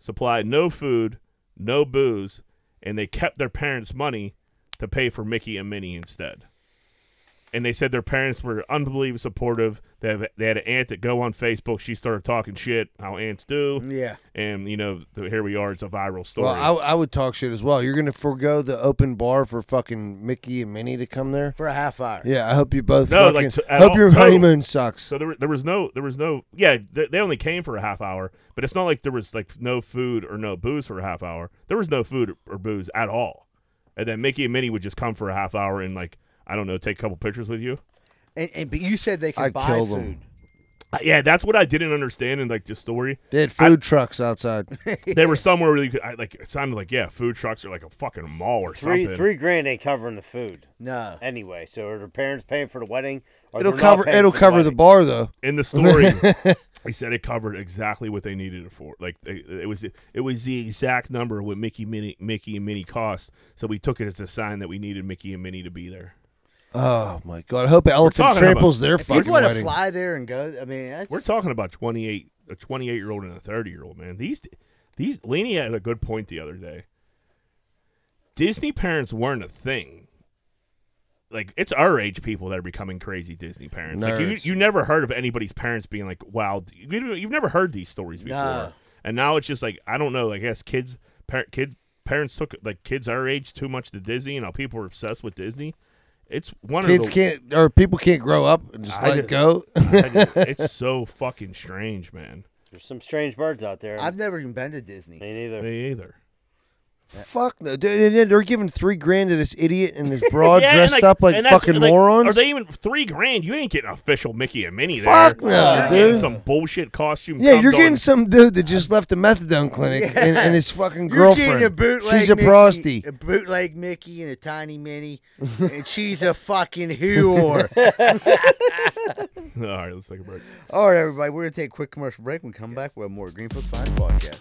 S4: supplied no food, no booze, and they kept their parents' money to pay for Mickey and Minnie instead. And they said their parents were unbelievably supportive. They, have, they had an aunt that go on Facebook. She started talking shit, how aunts do.
S1: Yeah.
S4: And, you know, th- here we are. It's a viral story.
S3: Well, I, I would talk shit as well. You're going to forego the open bar for fucking Mickey and Minnie to come there?
S1: For a half hour.
S3: Yeah, I hope you both.
S4: No,
S3: fucking,
S4: like, to- at
S3: hope
S4: all-
S3: your
S4: total.
S3: honeymoon sucks.
S4: So there, were- there was no, there was no, yeah, they, they only came for a half hour, but it's not like there was like no food or no booze for a half hour. There was no food or booze at all. And then Mickey and Minnie would just come for a half hour and like, I don't know, take a couple pictures with you.
S1: And, and but you said they could
S3: I'd
S1: buy
S3: kill
S1: food.
S3: them.
S4: Uh, Yeah, that's what I didn't understand in like the story.
S3: They had food trucks outside.
S4: They were somewhere where you could, I, like, it sounded like, yeah, food trucks are like a fucking mall or
S2: Three
S4: something.
S2: three grand ain't covering the food
S1: No.
S2: anyway. So are their parents paying for the wedding? Or
S3: it'll
S2: they're not
S3: cover.
S2: paying
S3: It'll
S2: for
S3: cover the
S2: wedding?
S3: bar though.
S4: In the story, he said it covered exactly what they needed it for. Like they, it was it was the exact number of what Mickey, Minnie, Mickey and Minnie cost. So we took it as a sign that we needed Mickey and Minnie to be there.
S3: Oh my god! I hope Elephant
S4: talking
S3: tramples their
S1: If you
S3: fucking
S1: want to
S3: wedding.
S1: fly there and go, I mean, that's,
S4: We're talking about 28, a 28 year old and a 30 year old, man. These, these, Lenny had a good point the other day. Disney parents weren't a thing. Like, it's our age people that are becoming crazy Disney parents. Like,
S3: Nerds.
S4: you, you never heard of anybody's parents being like, wow, you, you've never heard these stories before.
S1: No.
S4: And now it's just like, I don't know. I guess kids, par- kid, parents took, like, kids our age too much to Disney, and now people are obsessed with Disney. It's one
S3: Kids
S4: of the
S3: can't or people can't grow up and just
S4: I
S3: let it
S4: just-
S3: go.
S4: it's so fucking strange, man.
S2: There's some strange birds out there.
S1: I've never even been to Disney.
S2: Me neither.
S4: Me either.
S3: Fuck no! Dude, and then they're giving three grand to this idiot and this broad
S4: Yeah, and,
S3: dressed up like
S4: and that's-
S3: fucking
S4: like,
S3: morons.
S4: Are they even three grand? You ain't getting official Mickey and Minnie
S3: Fuck
S4: there.
S3: no,
S4: You're getting
S3: dude.
S4: Some bullshit costume.
S3: yeah, you're
S4: dubbed
S3: getting
S4: on.
S3: some dude that just left the methadone clinic and, and his fucking
S1: You're
S3: girlfriend.
S1: getting a bootleg
S3: She's a
S1: Mickey,
S3: prosty.
S1: A bootleg Mickey and a tiny Minnie. and she's a fucking whore.
S4: All right, let's take a break.
S1: All right, everybody, we're going to take a quick commercial break. When we come back, we'll have more Green Book Fine Podcast.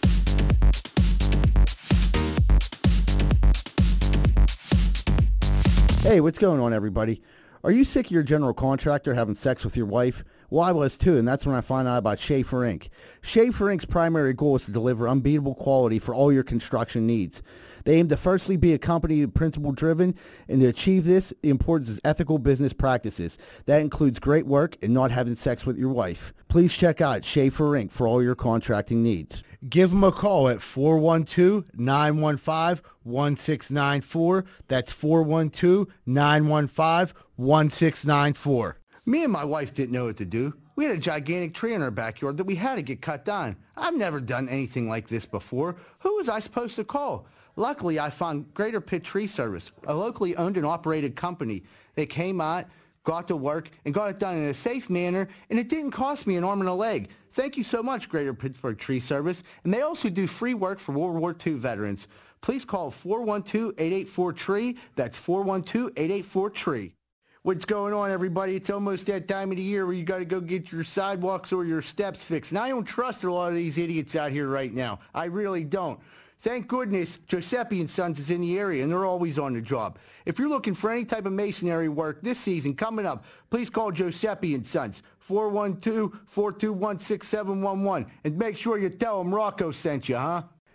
S1: Hey, what's going on, everybody? Are you sick of your general contractor having sex with your wife? Well, I was too, and that's when I found out about Schaefer Inc. Schaefer Inc.'s primary goal is to deliver unbeatable quality for all your construction needs. They aim to firstly be a company principle driven, and to achieve this, the importance is ethical business practices. That includes great work and not having sex with your wife. Please check out Schaefer Inc. for all your contracting needs. Give them a call at 412-915-1694. That's 412-915-1694. Me and my wife didn't know what to do. We had a gigantic tree in our backyard that we had to get cut down. I've never done anything like this before. Who was I supposed to call? Luckily, I found Greater Pitt Tree Service, a locally owned and operated company. They came out, got to work, and got it done in a safe manner, and it didn't cost me an arm and a leg. Thank you so much, Greater Pittsburgh Tree Service, and they also do free work for World War II veterans. Please call 412-884-TREE. E That's 412-884-TREE. What's going on, everybody? It's almost that time of the year where you got to go get your sidewalks or your steps fixed. And I don't trust a lot of these idiots out here right now. I really don't. Thank goodness Giuseppe and Sons is in the area, and they're always on the job. If you're looking for any type of masonry work this season coming up, please call Giuseppe and Sons, 412-421-6711, and make sure you tell them Rocco sent you, huh?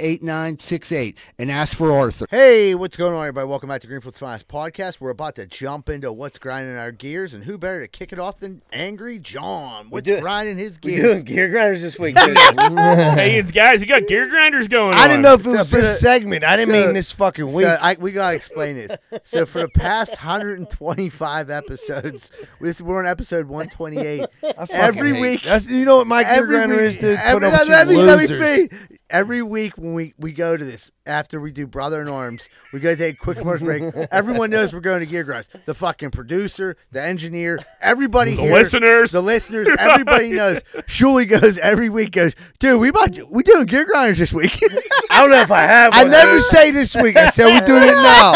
S9: 8968 and ask for Arthur.
S1: Hey, what's going on, everybody? Welcome back to Greenfield's Finest Podcast. We're about to jump into what's grinding our gears, and who better to kick it off than Angry John? What's
S2: do-
S1: grinding his
S2: We
S1: gears?
S2: doing gear grinders this week. dude.
S4: hey, it's guys, you got gear grinders going.
S3: I didn't
S4: on.
S3: know if it
S1: So,
S3: was
S1: but, uh,
S3: this segment. I didn't
S1: so-
S3: mean this fucking week.
S1: So I, we gotta explain this. So for the past 125 episodes, this we're on episode 128. Every
S3: Fucking hate.
S1: week,
S3: That's, you know what my gear
S1: every
S3: grinder
S1: week,
S3: is to
S1: every,
S3: put up
S1: let
S3: with
S1: me-
S3: you
S1: let me
S3: losers.
S1: finish. Every week when we, we go to this, after we do Brother in Arms, we go take a quick commercial break. Everyone knows we're going to Gear Grinds. The fucking producer, the engineer, everybody
S4: The
S1: here,
S4: listeners.
S1: the listeners, everybody knows. Shuli goes every week. Goes, dude, we about to- we doing Gear Grinders this week.
S2: I don't know if I have.
S3: I
S2: one,
S3: never
S2: dude.
S3: say this week. I said we're doing it now.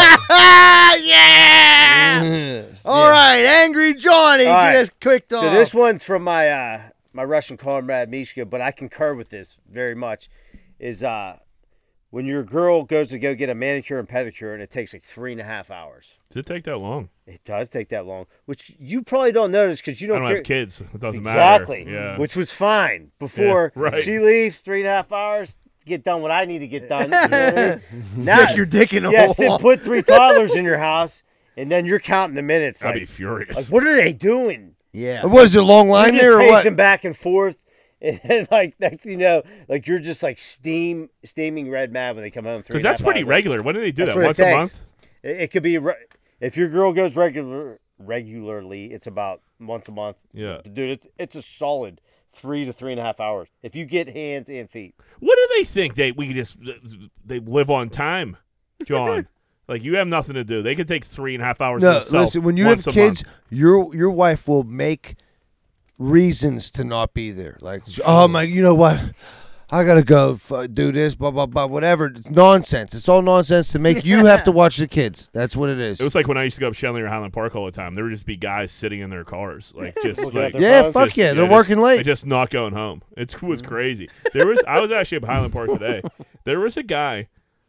S1: yeah. All right, Angry Johnny,
S2: All right.
S1: get us kicked off.
S3: Oh.
S2: So this one's from my uh, my Russian comrade Mishka, but I concur with this very much. Is uh, when your girl goes to go get a manicure and pedicure, and it takes like three and a half hours.
S4: Did it take that long?
S2: It does take that long, which you probably don't notice because you
S4: I
S2: don't,
S4: don't
S2: care.
S4: have kids. It doesn't matter.
S2: exactly.
S4: Yeah.
S2: Which was fine before
S4: Yeah, right.
S2: she leaves. Three and a half hours. Get done what I need to get done. You know what I mean? now,
S1: Stick your dick in a
S2: yes,
S1: hole.
S2: then put three toddlers in your house, and then you're counting the minutes.
S4: I'd
S2: like-
S4: be furious.
S2: like, what are they doing?
S1: yeah.
S3: Was it a long line
S2: you're
S3: there or
S2: just
S3: what?
S2: pacing back and forth, and then, like next thing you know, like you're just like steam steaming red mad when they come home. three
S4: Because
S2: and a
S4: that's
S2: half
S4: pretty
S2: hours.
S4: regular. When do they do
S2: That's
S4: that?
S2: what it
S4: Once a
S2: takes.
S4: month?
S2: It, it could be re- if your girl goes regular regularly, it's about once a month.
S4: Yeah.
S2: Dude, it's, it's a solid three to three and a half hours if you get hands and feet.
S4: What do they think? They we just they live on time, John. like you have nothing to do. They could take three and a half hours. to
S3: No,
S4: themselves
S3: listen. When you have
S4: once a
S3: kids,
S4: month.
S3: your your wife will make reasons to not be there. Like, oh my, you know what? I gotta go f- do this, blah blah blah, whatever. It's nonsense. It's all nonsense to make you have to watch the kids. That's what it is.
S4: it was like when I used to go up Shenley or Highland Park all the time. There would just be guys sitting in their cars, like just
S2: Looking at
S4: like
S2: their
S3: yeah,
S2: phones.
S3: fuck
S4: just-
S3: yeah, they're
S4: just-
S3: working late.
S4: they're Just not going home. It's it was crazy. There was I was actually at Highland Park today. There was a guy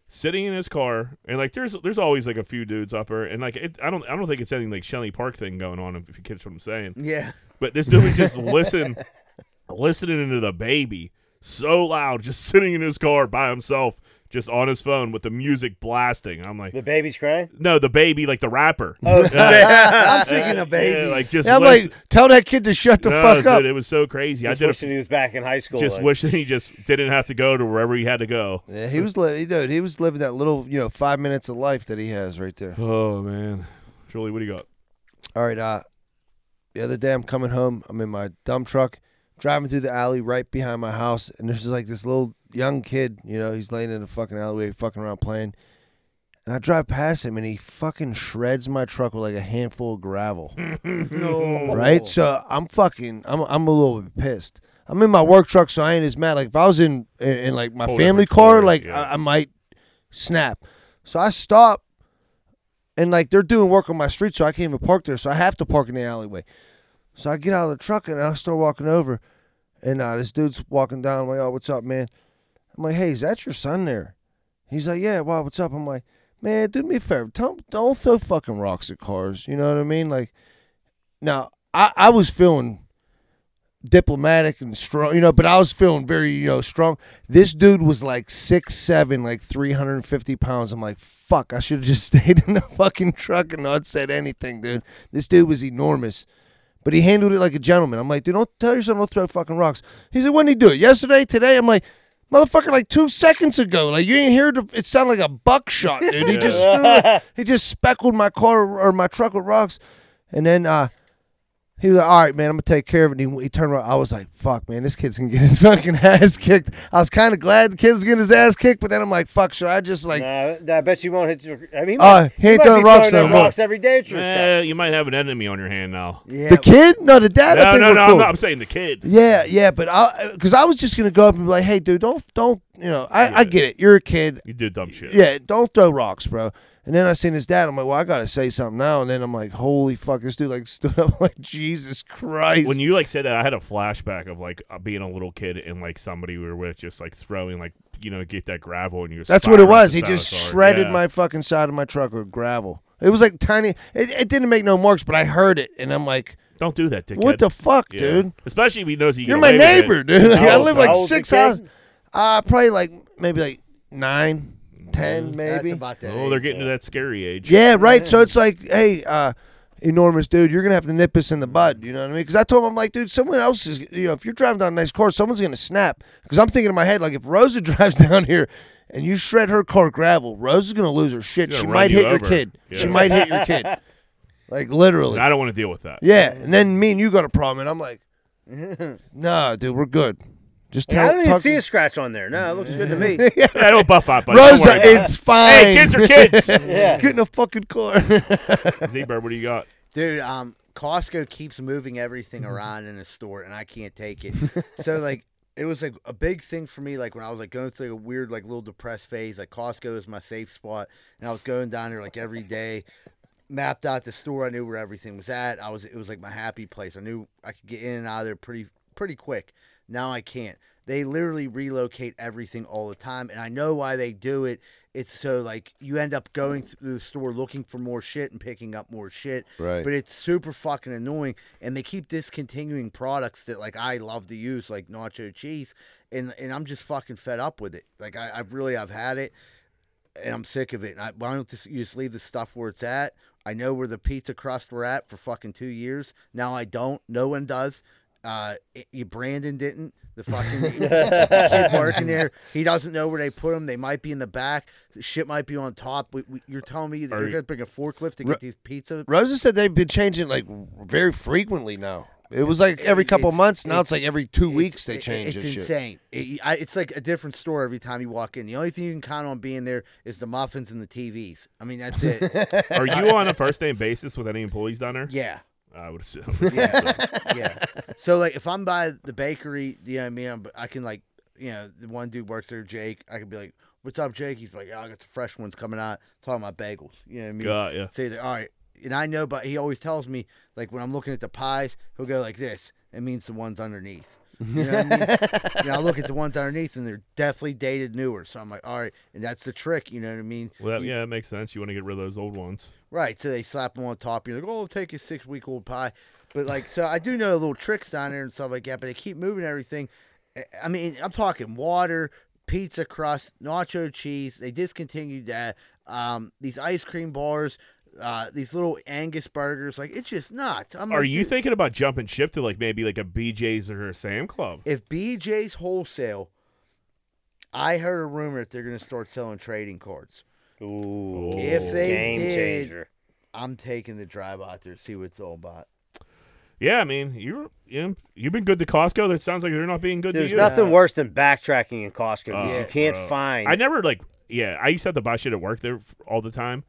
S4: sitting in his car, and like there's there's always like a few dudes up there, and like it, I don't I don't think it's anything like Shelly Park thing going on. If you catch what I'm saying.
S1: yeah.
S4: But this dude was just listen, listening to the baby so loud, just sitting in his car by himself, just on his phone with the music blasting. I'm like,
S2: The baby's crying.
S4: no, the baby, like the rapper.
S2: Oh,
S1: I'm thinking a baby.
S4: Yeah, like just
S3: Yeah, I'm
S4: listen-
S3: like, tell that kid to shut the
S4: no,
S3: fuck
S4: dude,
S3: up.
S4: It was so crazy.
S2: just
S4: I did.
S2: wishing
S4: A,
S2: he was back in high school.
S4: just
S2: like,
S4: wishing he just didn't have to go to wherever he had to go.
S3: Yeah, he was li- dude. He was living that little, you know, five minutes of life that he has right there.
S4: Oh man, Julie, what do you got?
S3: All right, uh, the other day I'm coming home. I'm in my dump truck, driving through the alley right behind my house, and there's just like this little young kid. You know, he's laying in the fucking alleyway, fucking around playing. And I drive past him, and he fucking shreds my truck with like a handful of gravel.
S1: No.
S3: Right? So I'm fucking, I'm, I'm a little bit pissed. I'm in my work truck, so I ain't as mad. Like if I was in in, in, like my
S4: Whole
S3: family
S4: different
S3: car,
S4: story,
S3: like
S4: yeah.
S3: I, I might snap. So I stop, and like they're doing work on my street, so I can't even park there. So I have to park in the alleyway. So I get out of the truck and I start walking over, and uh, this dude's walking down. I'm like, "Oh, what's up, man?" I'm like, "Hey, is that your son there?" He's like, "Yeah, wow, what's up?" I'm like, "Man, do me a favor, don't don't throw fucking rocks at cars." You know what I mean? Like, now I I was feeling diplomatic and strong, you know, but I was feeling very you know strong. This dude was like six seven, like three hundred and fifty pounds. I'm like, fuck, I should have just stayed in the fucking truck and not said anything, dude. This dude was enormous. But he handled it like a gentleman. I'm like, dude, don't tell your son don't throw fucking rocks. He said, when did he do it? Yesterday, today? I'm like, motherfucker, like two seconds ago. Like you didn't hear the, it sound like a buckshot, dude. He just threw it. he just speckled my car or my truck with rocks. And then uh he was like, all right, man, I'm gonna take care of it. And he, he turned around. I was like, fuck, man, this kid's gonna get his fucking ass kicked. I was kind of glad the kid was getting his ass kicked, but then I'm like, fuck, should I just like
S2: Nah, nah, I bet you won't hit. Your, I mean, he
S3: Uh,
S2: might-
S3: he ain't
S2: might
S3: throwing
S2: be
S3: rocks
S2: throwing
S3: no more.
S2: rocks every day. at your truck.
S4: Eh, you might have an enemy on your hand now.
S1: Yeah.
S3: the kid? No, the dad. I
S4: no,
S3: think
S4: no,
S3: we're
S4: no. I'm,
S3: cool.
S4: not, I'm saying the kid.
S3: Yeah, yeah, but I because I was just gonna go up and be like, hey, dude, don't don't you know? I, I get it. You're a kid.
S4: You did dumb shit.
S3: Yeah, don't throw rocks, bro. And then I seen his dad. I'm like, well, I gotta say something now. And then I'm like, holy fuck, this dude like stood up like Jesus Christ.
S4: when you like said that, I had a flashback of like uh, being a little kid and like somebody we were with just like throwing like you know get that gravel and you.
S3: That's what it was. He just shredded my fucking side of my truck with gravel. It was like tiny. It, it didn't make no marks, but I heard it, and I'm like,
S4: Don't do that, dickhead.
S3: what the fuck,
S4: Yeah.
S3: dude?
S4: Especially if he knows you.
S3: You're my neighbor, dude. Like,
S2: How
S3: I
S2: old-
S3: live
S2: how
S3: like
S2: old's the
S3: six
S2: kid?
S3: houses. Uh, probably like maybe like nine, ten,
S1: That's
S3: maybe.
S1: about that.
S4: Oh, they're getting to that scary age.
S3: Yeah, right. So it's like, hey, uh, enormous dude, you're gonna have to nip us in the bud. You know what I mean? Because I told him, I'm like, dude, someone else is. You know, if you're driving down a nice car, someone's gonna snap. Because I'm thinking in my head, like, if Rosa drives down here and you shred her car gravel, Rosa's gonna lose her shit.
S4: She's
S3: She
S4: gonna
S3: might
S4: run you
S3: hit your
S4: over.
S3: kid. She
S4: Yeah.
S3: might hit your kid. Like literally.
S4: I don't want to deal with that.
S3: yeah. And then me and you got a problem, and I'm like, nah, dude, we're good. Just
S2: I
S3: tell.
S2: don't even
S3: talk-
S2: see a scratch on there. No, it looks good to me.
S4: I don't buff up, buddy. Don't worry
S3: Rosa,
S4: about it.
S3: it's fine.
S4: Hey, kids are kids.
S2: Yeah.
S3: Get in a fucking car.
S4: Z-Bird, what do you got?
S1: Dude, um, Costco keeps moving everything around in the store, and I can't take it. so like, it was like a big thing for me. Like when I was like going through a weird like little depressed phase, like Costco is my safe spot, and I was going down there like every day, mapped out the store. I knew where everything was at. I was it was like my happy place. I knew I could get in and out of there pretty pretty quick. Now I can't. They literally relocate everything all the time, and I know why they do it. It's so like you end up going through the store looking for more shit and picking up more shit.
S3: Right.
S1: But it's super fucking annoying, and they keep discontinuing products that like I love to use, like nacho cheese, and and I'm just fucking fed up with it. Like I, I've really I've had it and I'm sick of it. And I, why don't this, you just leave the stuff where it's at? I know where the pizza crust were at for fucking two years. Now I don't. No one does. Uh, it- you Brandon didn't. The fucking kid working there, he doesn't know where they put them. They might be in the back. Shit might be on top. We, we, you're telling me that
S4: Are
S1: you're
S4: you-
S1: gonna bring a forklift to
S3: Ru-
S1: get these pizza?
S3: Rosa said they've been changing like very frequently now. It was like every couple
S1: It's-
S3: months. Now it's,
S1: it's-
S3: like every two
S1: It's-
S3: weeks they
S1: it-
S3: change
S1: It's
S3: this shit.
S1: insane. It- I- it's like a different store every time you walk in. The only thing you can count on being there is the muffins and the TVs. I mean, that's it.
S4: Are you on a first name basis with any employees down there?
S1: yeah.
S4: I would assume.
S1: Yeah. yeah. So like, if I'm by the bakery, you know what I mean. I'm, I can like, you know, the one dude works there, Jake. I can be like, "What's up, Jake?" He's like, "Oh, I got some fresh ones coming out." Talking about bagels. You know what I mean?
S4: Got ya.
S1: So he's like, "All right," and I know, but he always tells me like when I'm looking at the pies, he'll go like this. It means the ones underneath. You know what I mean? and I look at the ones underneath, and they're definitely dated newer. So I'm like, all right, and that's the trick. You know what I mean?
S4: Well, that, yeah, it makes sense. You want to get rid of those old ones.
S1: Right. So they slap them on top. You're like, oh, take a six week old pie. But like, so I do know little tricks down there and stuff like that, but they keep moving everything. I- I mean, I'm talking water, pizza crust, nacho cheese. They discontinued that. Um, these ice cream bars, uh, these little Angus burgers. Like, it's just nuts. I'm
S4: Are
S1: like,
S4: you
S1: dude,
S4: thinking about jumping ship to like maybe like a BJ's or a Sam Club?
S1: if BJ's Wholesale, I heard a rumor that they're going to start selling trading cards.
S2: Ooh.
S4: Oh,
S1: If they
S2: game
S1: did-
S2: changer.
S1: I'm taking the drive out there to see what it's all about.
S4: Yeah, I mean, you're you know, you've been good to Costco. That sounds like they're not being good
S2: There's
S4: to you.
S2: nothing worse than backtracking in Costco because
S1: Yeah,
S2: you can't
S4: Oh, bro.
S2: find.
S4: I never like. Yeah, I used to have to buy shit at work there f- all the time,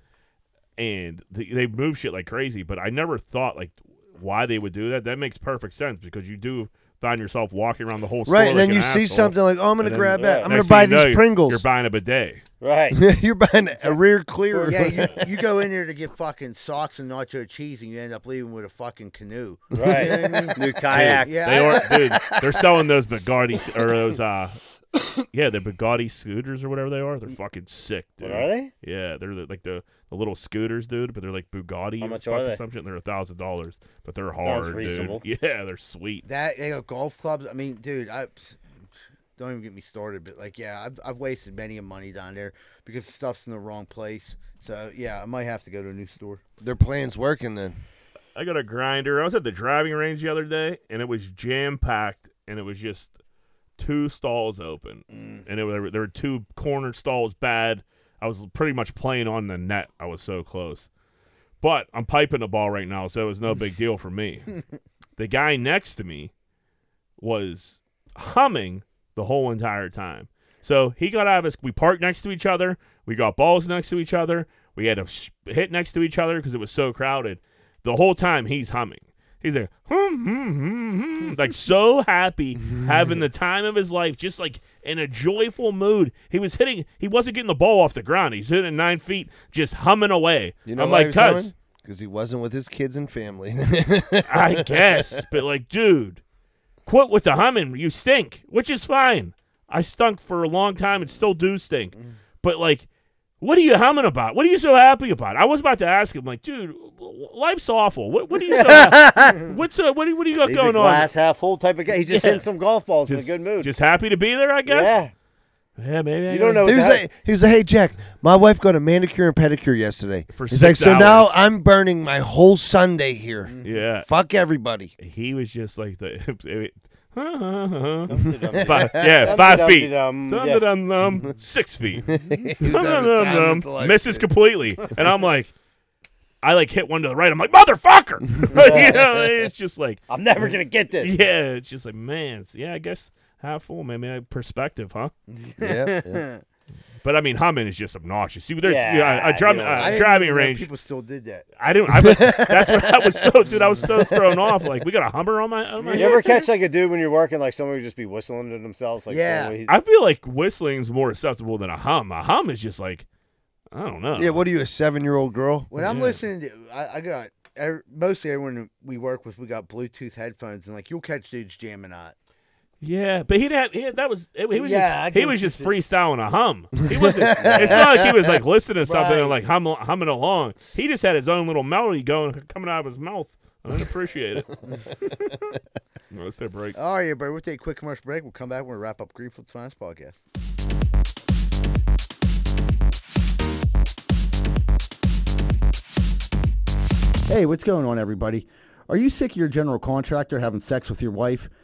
S4: and they, they move shit like crazy. But I never thought like why they would do that. That makes perfect sense because you do find yourself walking around the whole store
S3: Right, and then
S4: like
S3: you
S4: an
S3: see
S4: asshole,
S3: something like, "Oh, I'm gonna
S4: and then-
S3: grab that. I'm gonna
S4: next
S3: buy
S4: thing you
S3: these
S4: know,
S3: Pringles."
S4: You're buying a bidet.
S2: right.
S3: You're buying a rear clear.
S1: Oh, Yeah, you, you go in there to get fucking socks and nacho cheese, and you end up leaving with a fucking canoe.
S2: Right.
S1: You know what I mean?
S2: New kayak.
S1: Yeah,
S4: They
S1: I-
S4: are, dude. They're selling those Bugatti or those uh, yeah, the Bugatti scooters or whatever they are. They're fucking sick, dude.
S2: What are they?
S4: Yeah, they're the, like the, the little scooters, dude. But they're like Bugatti.
S2: How
S4: or
S2: much are
S4: fucking
S2: they?
S4: Something. They're a thousand dollars, but they're
S2: Sounds
S4: hard,
S2: reasonable.
S4: dude. Yeah, they're sweet.
S1: That they got golf clubs. I mean, dude, I don't even get me started. But like, yeah, I've, I've wasted many of money down there because stuff's in the wrong place. So yeah, I might have to go to a new store.
S3: Their plan's working then.
S4: I got a grinder. I was at the driving range the other day, and it was jam packed, and it was just two stalls open,
S2: Mm.
S4: and it were, there were two corner stalls bad. I was pretty much playing on the net. I was so close, but I'm piping the ball right now, so it was no big deal for me. the guy next to me was humming the whole entire time. So he got out of his. We parked next to each other. We got balls next to each other. We had a sh- hit next to each other because it was so crowded. The whole time he's humming. He's like, hmm, hmm, hmm, hmm," like so happy, having the time of his life, just like in a joyful mood. He was hitting. He wasn't getting the ball off the ground. He's hitting nine feet, just humming away.
S3: You know
S4: I'm
S3: why
S4: like,
S3: he was
S4: "Cuz,
S3: Because he wasn't with his kids and family.
S4: I guess, but like, dude, quit with the humming. You stink, which is fine. I stunk for a long time and still do stink. But like, what are you humming about? What are you so happy about? I was about to ask him, like, dude, w- w- life's awful. What, what are you so? happy? What's uh, what do you what do you got
S2: He's
S4: going
S2: a
S4: on?
S2: glass half full type of guy. He's just
S4: Yeah.
S2: hitting some golf balls
S4: Just,
S2: in a good mood.
S4: just happy to be there, I guess.
S2: Yeah.
S4: Yeah, maybe. I
S2: You don't
S4: gotta-
S2: know.
S3: He
S2: What
S3: was,
S2: the heck-
S3: like, he was like, "Hey Jack, my wife got a manicure and pedicure yesterday."
S4: For
S3: He's
S4: six
S3: like, "So now
S4: hours." Mm-hmm.
S3: I'm burning my whole Sunday here.
S4: Yeah,
S3: Fuck everybody."
S4: he was just like the. five, yeah, five feet.
S2: Dum-de-dum-de-dum, yeah.
S4: Dum-de-dum-dum, six feet.
S3: He was having the time of his
S4: Dum-dum-dum-dum,
S3: life,
S4: misses
S3: dude.
S4: completely, and I'm like, I like hit one to the right. I'm like, motherfucker! you know, it's just like,
S2: I'm never gonna get this.
S4: yeah, it's just like, man, it's- yeah, I guess half full, maybe I- perspective, huh?
S3: Yeah, yeah.
S4: But I mean, Hammond is just obnoxious. You, there's
S2: Yeah,
S4: yeah, a, drum,
S2: you know.
S4: uh,
S2: I
S1: didn't
S4: driving
S1: even know
S4: range.
S1: People still did that.
S4: I didn't. I was, that's what I was so, dude. I was so thrown off. Like, we got a Hummer on my. On my
S2: You ever catch like a dude when you're working, like someone would just be whistling to themselves, like
S1: Yeah.
S2: oh, he's-
S4: I feel like whistling's more acceptable than a hum. A hum is just like, I don't know.
S3: Yeah, what are you, a seven-year-old girl?
S1: When I'm
S4: Yeah.
S1: listening to, I, I got ev- mostly everyone we work with. We got Bluetooth headphones, and like you'll catch dudes jamming out.
S4: Yeah, but he'd have he, had- that was it- he was
S1: Yeah, I
S4: just
S1: get
S4: he was
S1: what you
S4: just
S1: said.
S4: freestyling a hum. He wasn't. it's not like he was like listening to something and
S1: Right.
S4: like hum, humming along. He just had his own little melody going coming out of his mouth. I didn't appreciate it. Well, Let's take a break.
S1: All right, everybody, Oh, we'll take a quick commercial break. We'll come back. We'll wrap up Greenfield's Finest Podcast. Hey, what's going on, everybody? Are you sick of your general contractor having sex with your wife?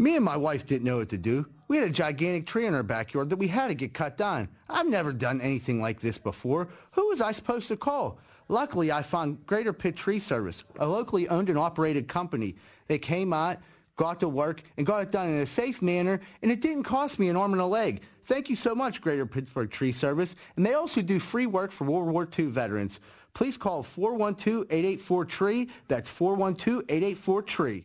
S1: Me and my wife didn't know what to do. We had a gigantic tree in our backyard that we had to get cut down. I've never done anything like this before. Who was I supposed to call? Luckily, I found Greater Pitt Tree Service, a locally owned and operated company. They came out, got to work, and got it done in a safe manner, and it didn't cost me an arm and a leg. Thank you so much, Greater Pittsburgh Tree Service. And they also do free work for World War II veterans. Please call 412-884-TREE. E That's 412-884-TREE.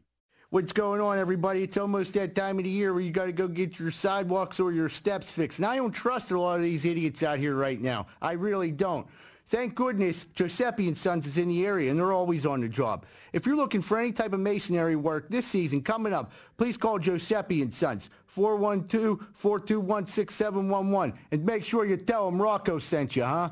S1: What's going on, everybody? It's almost that time of the year where you got to go get your sidewalks or your steps fixed. And I don't trust a lot of these idiots out here right now. I really don't. Thank goodness Giuseppe and Sons is in the area, and they're always on the job. If you're looking for any type of masonry work this season coming up, please call Giuseppe and Sons 412-421-6711 and make sure you tell them Rocco sent you, huh?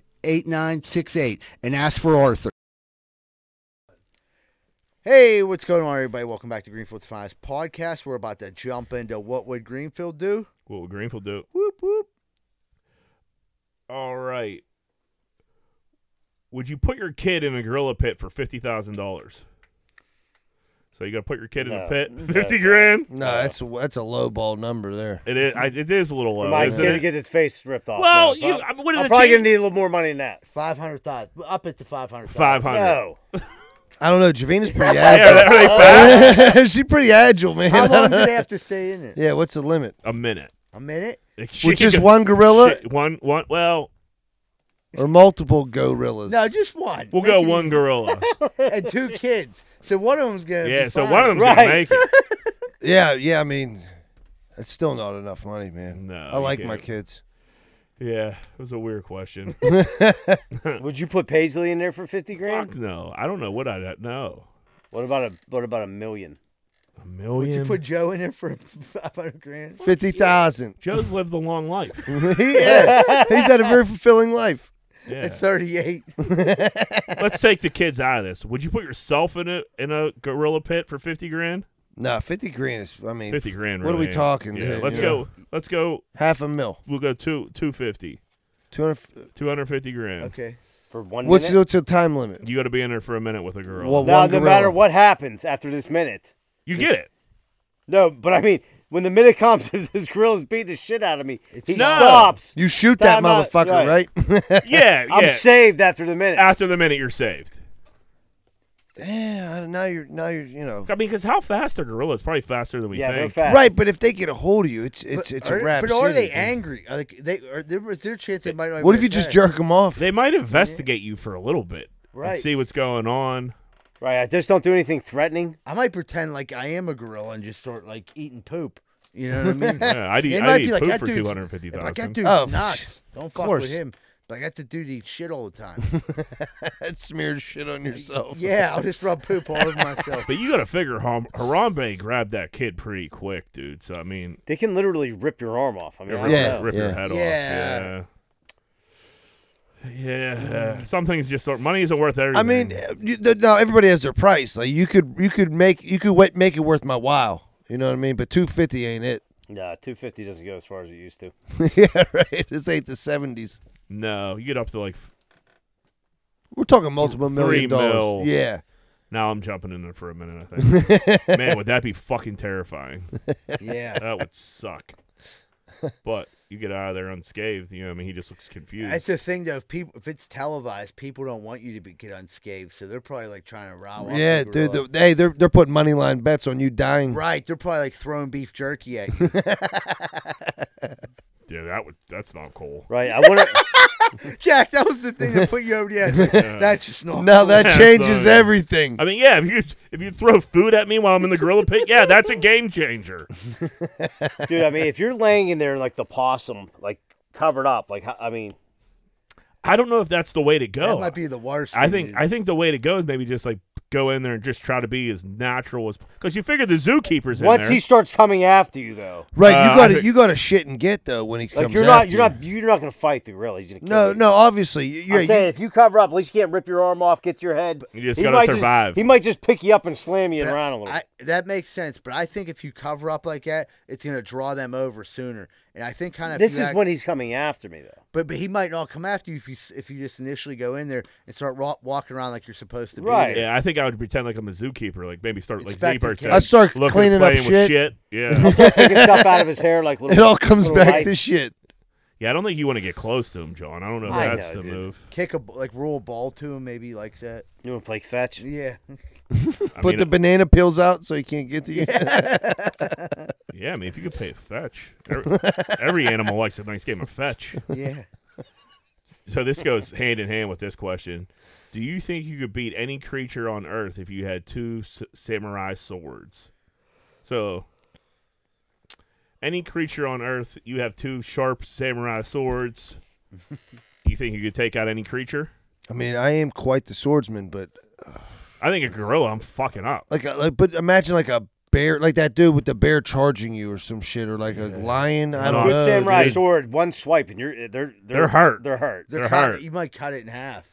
S1: 8968 and ask for Arthur. Hey, what's going on, everybody? Welcome back to Greenfield's Finest Podcast. We're about to jump into what would Greenfield do?
S4: What will Greenfield do?
S1: Whoop whoop.
S4: All right. Would you put your kid in a gorilla pit for fifty thousand dollars? So you got to put your kid in a
S2: No.
S4: pit,
S2: No.
S4: fifty grand.
S3: No, that's that's a low ball number there.
S4: It is. I, it is a little low.
S2: my
S4: isn't
S2: kid to
S4: it?
S2: get its face ripped off. No,
S4: Well, you.
S2: prob-
S4: I mean, what did
S2: I'm
S4: it
S2: probably
S4: change?
S2: gonna need a little more money than that.
S1: 500,000. Up it to 500,000.
S4: Five hundred.
S2: No,
S3: I don't know. Javina's pretty
S4: Yeah,
S3: agile.
S4: are they fast?
S3: She's pretty agile, man.
S1: How long do they have to stay in it?
S3: yeah, what's the limit?
S4: A minute.
S1: A minute?
S4: Like, she
S3: With just
S4: go-
S3: one gorilla
S4: shit, one, one. Well,
S3: or multiple gorillas?
S1: No, just one.
S4: we'll
S1: Make
S4: go
S1: it
S4: one gorilla.
S1: easy. And two kids. So one of them's going to
S4: yeah,
S1: be
S4: so
S1: fine.
S4: one of them's
S2: Right.
S4: gonna make it.
S3: Yeah, yeah. I mean, that's still not enough money, man.
S4: No,
S3: I
S4: you
S3: like
S4: can't.
S3: my kids.
S4: Yeah, it was a weird question.
S2: would you put Paisley in there for fifty grand?
S4: Fuck no, I don't know what I know.
S2: What about a what about a million?
S4: A
S1: Would
S4: million.
S1: you put Joe in there for 500 grand?
S3: Fifty thousand.
S4: Joe's lived a long life.
S3: yeah, he's had a very fulfilling life.
S4: Yeah.
S1: At 38.
S4: Let's take the kids out of this. Would you put yourself in a in a gorilla pit for fifty grand?
S3: No, fifty grand is. I mean,
S4: Fifty grand.
S3: What are
S4: really
S3: we
S4: ain't-
S3: talking,
S4: Yeah,
S3: dude?
S4: let's
S3: Yeah.
S4: go. Let's go.
S3: half a mil.
S4: We'll go two two fifty.
S3: Two hundred.
S4: Two hundred fifty grand.
S1: Okay.
S2: For one
S3: What's the,
S2: minute?
S3: what's the time limit?
S4: You got to be in there for a minute with a girl.
S3: Well,
S2: now,
S3: one
S2: no
S3: gorilla.
S2: matter what happens after this minute.
S4: you get it.
S2: No, but I mean, when the minute comes, his grill is beating the shit out of me. he
S4: No.
S2: stops.
S3: You shoot that
S2: Time out,
S3: motherfucker, right?
S2: right.
S4: Yeah,
S2: I'm
S4: yeah.
S2: saved after the minute.
S4: After the minute, you're saved.
S3: yeah. Now you're now you're you know.
S4: I mean, because how fast are gorillas? Probably faster than we
S2: yeah, they're
S4: think.
S2: fast.
S3: Right, but if they get a hold of you, it's it's it's
S1: are,
S3: a wrap.
S1: But are
S3: See,
S1: they
S3: dude.
S1: angry? Are they, they are there is there a chance they might not
S3: What
S1: even
S3: if you just
S1: attack?
S3: jerk them off?
S4: They might investigate you for a little bit
S1: Right.
S4: and see what's going on.
S2: Right. I just don't do anything threatening.
S1: I might pretend like I am a gorilla and just start like eating poop. You know what I mean?
S4: Yeah, I'd eat,
S1: It
S4: I'd
S1: might
S4: eat
S1: be like
S4: poop
S1: that
S4: for
S1: dude's-
S4: two hundred fifty
S1: If I get
S4: thousand.
S1: dude's
S3: Oh,
S1: nuts, don't fuck
S3: course.
S1: with him. But I got the dude to eat shit all the time.
S3: that smears shit on yourself.
S1: yeah, I'll just rub poop all over myself.
S4: But you got to figure Har- Harambe grabbed that kid pretty quick, dude. So I mean,
S2: They can literally rip your arm off. I mean, I
S4: rip,
S2: don't
S3: Yeah.
S2: know.
S4: rip your head
S1: Yeah.
S4: off. Yeah. Yeah. Some things just are money isn't worth everything.
S3: I mean, uh, you, th- no, everybody has their price. Like you could you could make you could wait, make it worth my while. You know what I mean? But two fifty ain't it.
S2: Nah, 250 doesn't go as far as it used to.
S3: yeah, right. This ain't the seventies.
S4: no, you get up to like. f-
S3: We're talking multiple
S4: Three
S3: million dollars.
S4: mil.
S3: Yeah.
S4: Now I'm jumping in there for a minute. I think. Man, would that be fucking terrifying?
S1: Yeah.
S4: That would suck. But you get out of there unscathed. You know, I mean, he just looks confused.
S1: That's the thing though. If people, if it's televised, people don't want you to be, get unscathed, so they're probably like trying to rob. off
S3: Yeah,
S1: the
S3: dude.
S1: gorilla.
S3: they- Hey, they're they're putting money line bets on you dying.
S1: right, they're probably like throwing beef jerky at you.
S4: yeah, that would. That's not cool.
S2: Right. I wonder.
S1: Jack, that was the thing that put you over the edge. Like, That's just not.
S3: Now that
S4: Yeah,
S3: changes
S4: so-
S3: everything.
S4: I mean, yeah, if you if you throw food at me while I'm in the gorilla pit, yeah, that's a game changer.
S2: Dude, I mean, if you're laying in there like the possum, like covered up, like ho- I mean,
S4: I don't know if that's the way to go.
S1: That might be the worst.
S4: I
S1: thing
S4: think
S1: to
S4: I think the way to go is maybe just like go in there and just try to be as natural as because you figure the zookeepers in
S2: once
S4: there.
S2: he starts coming after you, though,
S3: Right,
S4: Uh,
S3: you
S4: I
S3: got to
S4: think-
S3: you got to shit and get though when he
S2: like
S3: comes.
S2: you're not,
S3: after
S2: you're
S3: you.
S2: not, you're not gonna fight through. Really, He's gonna kill
S3: No,
S2: you.
S3: no, obviously. You, yeah,
S2: I'm
S3: you-
S2: saying if you cover up, at least you can't rip your arm off, get your head.
S4: You just
S2: He
S4: gotta
S2: might just-
S4: survive.
S2: he might just pick you up and slam you
S1: That-
S2: around a little.
S1: I, that makes sense, but I think if you cover up like that, it's going to draw them over sooner. And I think kind of
S2: this is when he's coming after me, though.
S1: but, but he might not come after you if you s- if you just initially go in there and start ro- walking around like you're supposed to
S2: Right.
S1: be. there.
S4: yeah, I think I would pretend like I'm a zookeeper, like maybe start like
S1: Inspecting
S4: zebra
S1: kids.
S4: said,
S3: I start
S4: looking,
S3: cleaning up
S4: playing with
S3: shit.
S4: Yeah,
S2: Picking stuff out of his hair like little.
S3: It all comes
S2: little
S3: back
S2: lights.
S3: to shit.
S4: yeah. I don't think you want to get close to him, John. I don't know if
S2: I
S4: that's
S2: know,
S4: the
S2: dude.
S4: move.
S1: Kick a b- like roll a ball to him, maybe he likes that.
S2: You want to play fetch?
S1: Yeah,
S4: I
S3: Put the
S4: mean,
S3: banana peels out so he can't get to you.
S4: yeah, I mean, if you could pay a fetch, every, every animal likes a nice game of fetch.
S1: yeah.
S4: So this goes hand in hand with this question: Do you think you could beat any creature on Earth if you had two s- samurai swords? So, any creature on Earth, you have two sharp samurai swords. you think you could take out any creature?
S3: I mean, I am quite the swordsman, but
S4: I think a gorilla. I'm fucking up.
S3: like, uh, like but imagine like a bear, like that dude with the bear charging you or some shit, or like a lion. I
S4: Good
S3: don't
S2: Good
S3: know.
S2: samurai
S3: Oh, dude.
S2: sword, one swipe, and you're uh, they're they're,
S4: They're hurt.
S2: They're hurt.
S1: They're
S4: They're
S1: cut-
S4: hurt.
S1: You might cut it in half.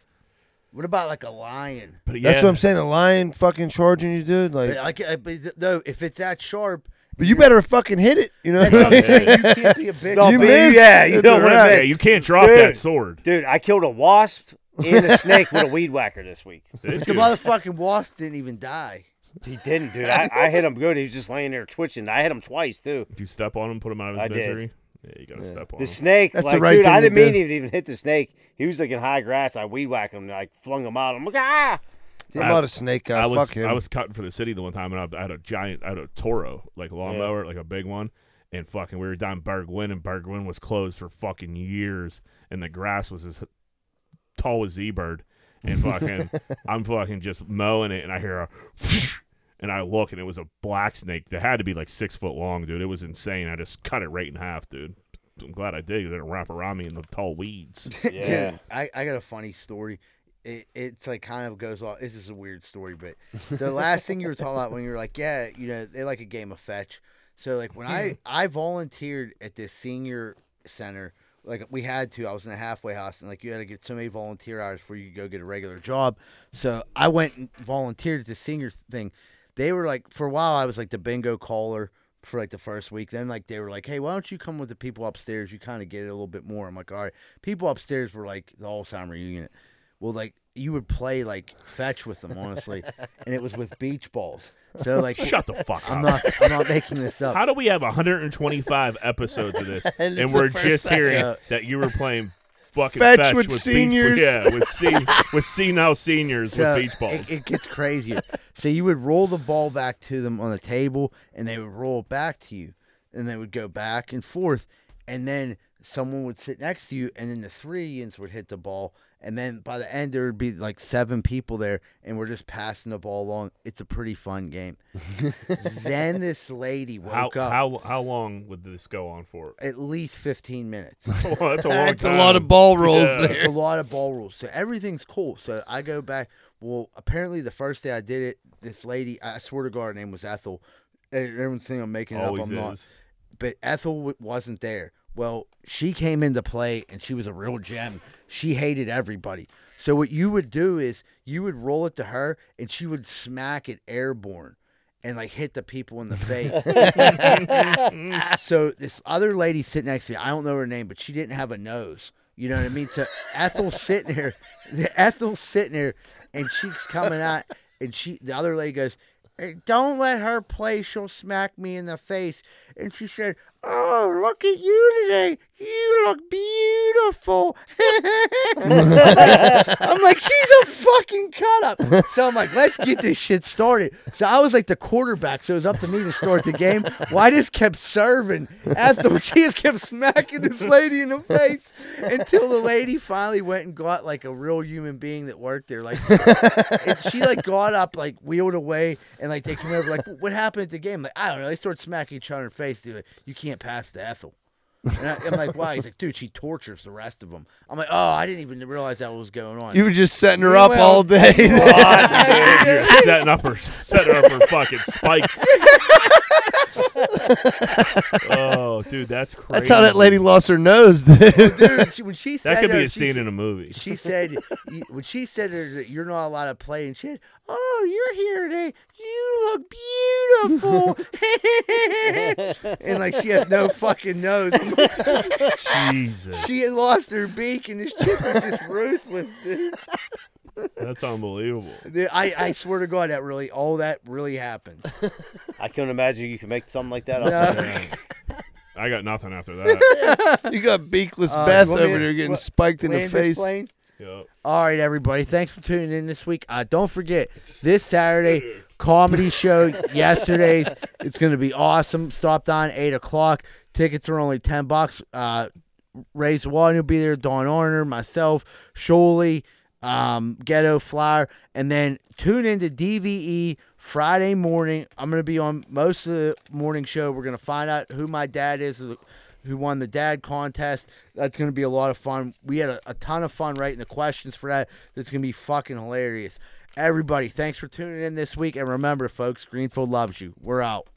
S1: What about like a lion?
S4: But yeah,
S3: That's what I'm saying. A lion fucking charging you, dude. Like,
S1: But, like, uh, but th- no, if it's that sharp,
S3: but you better fucking hit it. You know
S1: that's what
S3: what I
S1: I'm
S3: mean?
S1: saying. You can't be a bitch.
S2: No,
S3: You
S2: but
S3: missed.
S2: Yeah, you
S3: That's
S2: don't
S3: a
S2: want
S3: wrap.
S4: Yeah,
S2: to.
S4: you can't drop that
S2: Dude.
S4: sword.
S2: Dude, I killed a wasp and a snake with a weed whacker this week.
S4: Did
S1: The
S4: you?
S1: motherfucking wasp didn't even die.
S2: He didn't, dude. I, I hit him good. He was just laying there twitching. I hit him twice too.
S4: Did you step on him, put him out of his
S2: I did.
S4: misery. Yeah, you gotta step on
S2: The
S4: him.
S2: snake,
S3: That's the
S2: like,
S3: right
S2: dude,
S3: thing
S2: I
S3: to
S2: didn't mean
S3: do.
S2: to even hit the snake. He was like in high grass. I weed whacked him and I flung him out. I'm like, ah.
S3: I'm not a snake guy.
S4: I was
S3: Fuck him.
S4: I was cutting for the city the one time, and I had a giant, I had a Toro like lawnmower, like a big one, and fucking we were down Bergwin, and Bergwin was closed for fucking years, and the grass was as tall as Z-Bird, and fucking I'm fucking just mowing it, and I hear a, and I look, and it was a black snake that had to be like six foot long, dude. It was insane. I just cut it right in half, dude. I'm glad I did. It didn't wrap around me in the tall weeds.
S2: Yeah.
S1: Dude, I, I got a funny story. It, it's like kind of goes off. This is a weird story, but the last thing you were talking about when you were like, yeah, you know, they like a game of fetch. So like when I I volunteered at this senior center, like we had to. I was in a halfway house, and like you had to get so many volunteer hours before you could go get a regular job. So I went and volunteered at the senior thing. They were like, for a while, I was like the bingo caller for like the first week. Then like they were like, hey, why don't you come with the people upstairs? You kind of get it a little bit more. I'm like, all right. People upstairs were like the Alzheimer unit. Well, like you would play like fetch with them, honestly, and it was with beach balls. So like,
S4: Shut the fuck
S1: I'm
S4: up.
S1: not I'm not making this up.
S4: How do we have 125 episodes of this,
S1: And
S4: and,
S1: it's
S4: we're
S1: the first
S4: just hearing
S1: episode.
S4: that you were playing fucking
S3: Fetch
S4: fetch,
S3: with
S4: with beach-
S3: seniors.
S4: yeah, with se- with senile seniors
S1: So
S4: with beach balls.
S1: It, it gets crazier. so you would roll the ball back to them on the table, and they would roll it back to you, and they would go back and forth, and then someone would sit next to you, and then the threeans would hit the ball, and then by the end there would be like seven people there, and we're just passing the ball along. It's a pretty fun game. then this lady woke
S4: how,
S1: up.
S4: how how long would this go on for?
S1: at least 15 minutes.
S4: Well, that's a long
S3: That's a
S4: time.
S3: lot of ball rolls
S4: Yeah.
S1: it's
S3: there.
S1: a lot of ball rules. So everything's cool. So I go back. Well, apparently the first day I did it, this lady, I swear to God, her name was Ethel. E-, Everyone's thinking I'm making it
S4: Always
S1: up. I'm not.
S4: is.
S1: But Ethel w- wasn't there. Well, she came into play and she was a real gem. She hated everybody. So what you would do is you would roll it to her and she would smack it airborne and like hit the people in the face. so this other lady sitting next to me, I don't know her name, but she didn't have a nose. You know what I mean? So Ethel's sitting there, Ethel's sitting there, and she's coming out, and she, the other lady goes, "Hey, "Don't let her play. She'll smack me in the face." And she said, "Oh, look at you today. You look beautiful." I'm like, she's a fucking cut up. So I'm like, let's get this shit started. So I was like the quarterback, so it was up to me to start the game. Well, I just kept serving. After she just kept smacking this lady in the face until the lady finally went and got like a real human being that worked there. Like, and she like got up, like wheeled away, and like they came over, like, what happened at the game? Like, I don't know. They started smacking each other in the face. Dude, like, you can't pass to Ethel. And I, I'm like, why? He's like, dude, she tortures the rest of them. I'm like, oh, I didn't even realize that was going on.
S3: You were just setting her up
S1: Well,
S3: all day.
S4: God, dude, you're setting up her setting her up her fucking spikes. oh, dude, that's crazy.
S3: That's how that lady lost her nose. dude.
S1: Dude, she, when she said
S4: That could
S1: her,
S4: be a
S1: she
S4: scene
S1: said-
S4: in a movie.
S1: She said, you- when she said her that you're not allowed to play and shit, oh, you're here today. You look beautiful. and like she has no fucking nose.
S4: Jesus,
S1: she had lost her beak and this chick was just ruthless, dude.
S4: that's unbelievable.
S1: Dude, I, I swear to God, that really, all that really happened.
S2: I can not imagine you can make something like that
S1: No.
S2: up.
S4: I got nothing after that.
S3: you got beakless
S1: Uh,
S3: Beth
S1: you want me
S3: over
S1: to-
S3: there getting
S1: what-
S3: spiked in the
S1: Land this
S3: face.
S1: plane?
S4: Yup.
S1: All right, everybody. Thanks for tuning in this week. Uh, don't forget this Saturday comedy show. Yesterday's. It's going to be awesome. Stopped on eight o'clock. Tickets are only ten bucks. Uh, Raise One will be there. Don Arner, myself, Sholey, um, Ghetto Flyer, and then tune into DVE Friday morning. I'm going to be on most of the morning show. We're going to find out who my dad is. Who won the dad contest? That's going to be a lot of fun. We had a, a ton of fun writing the questions for that. That's going to be fucking hilarious. Everybody, thanks for tuning in this week. And remember, folks, Greenfield loves you. We're out.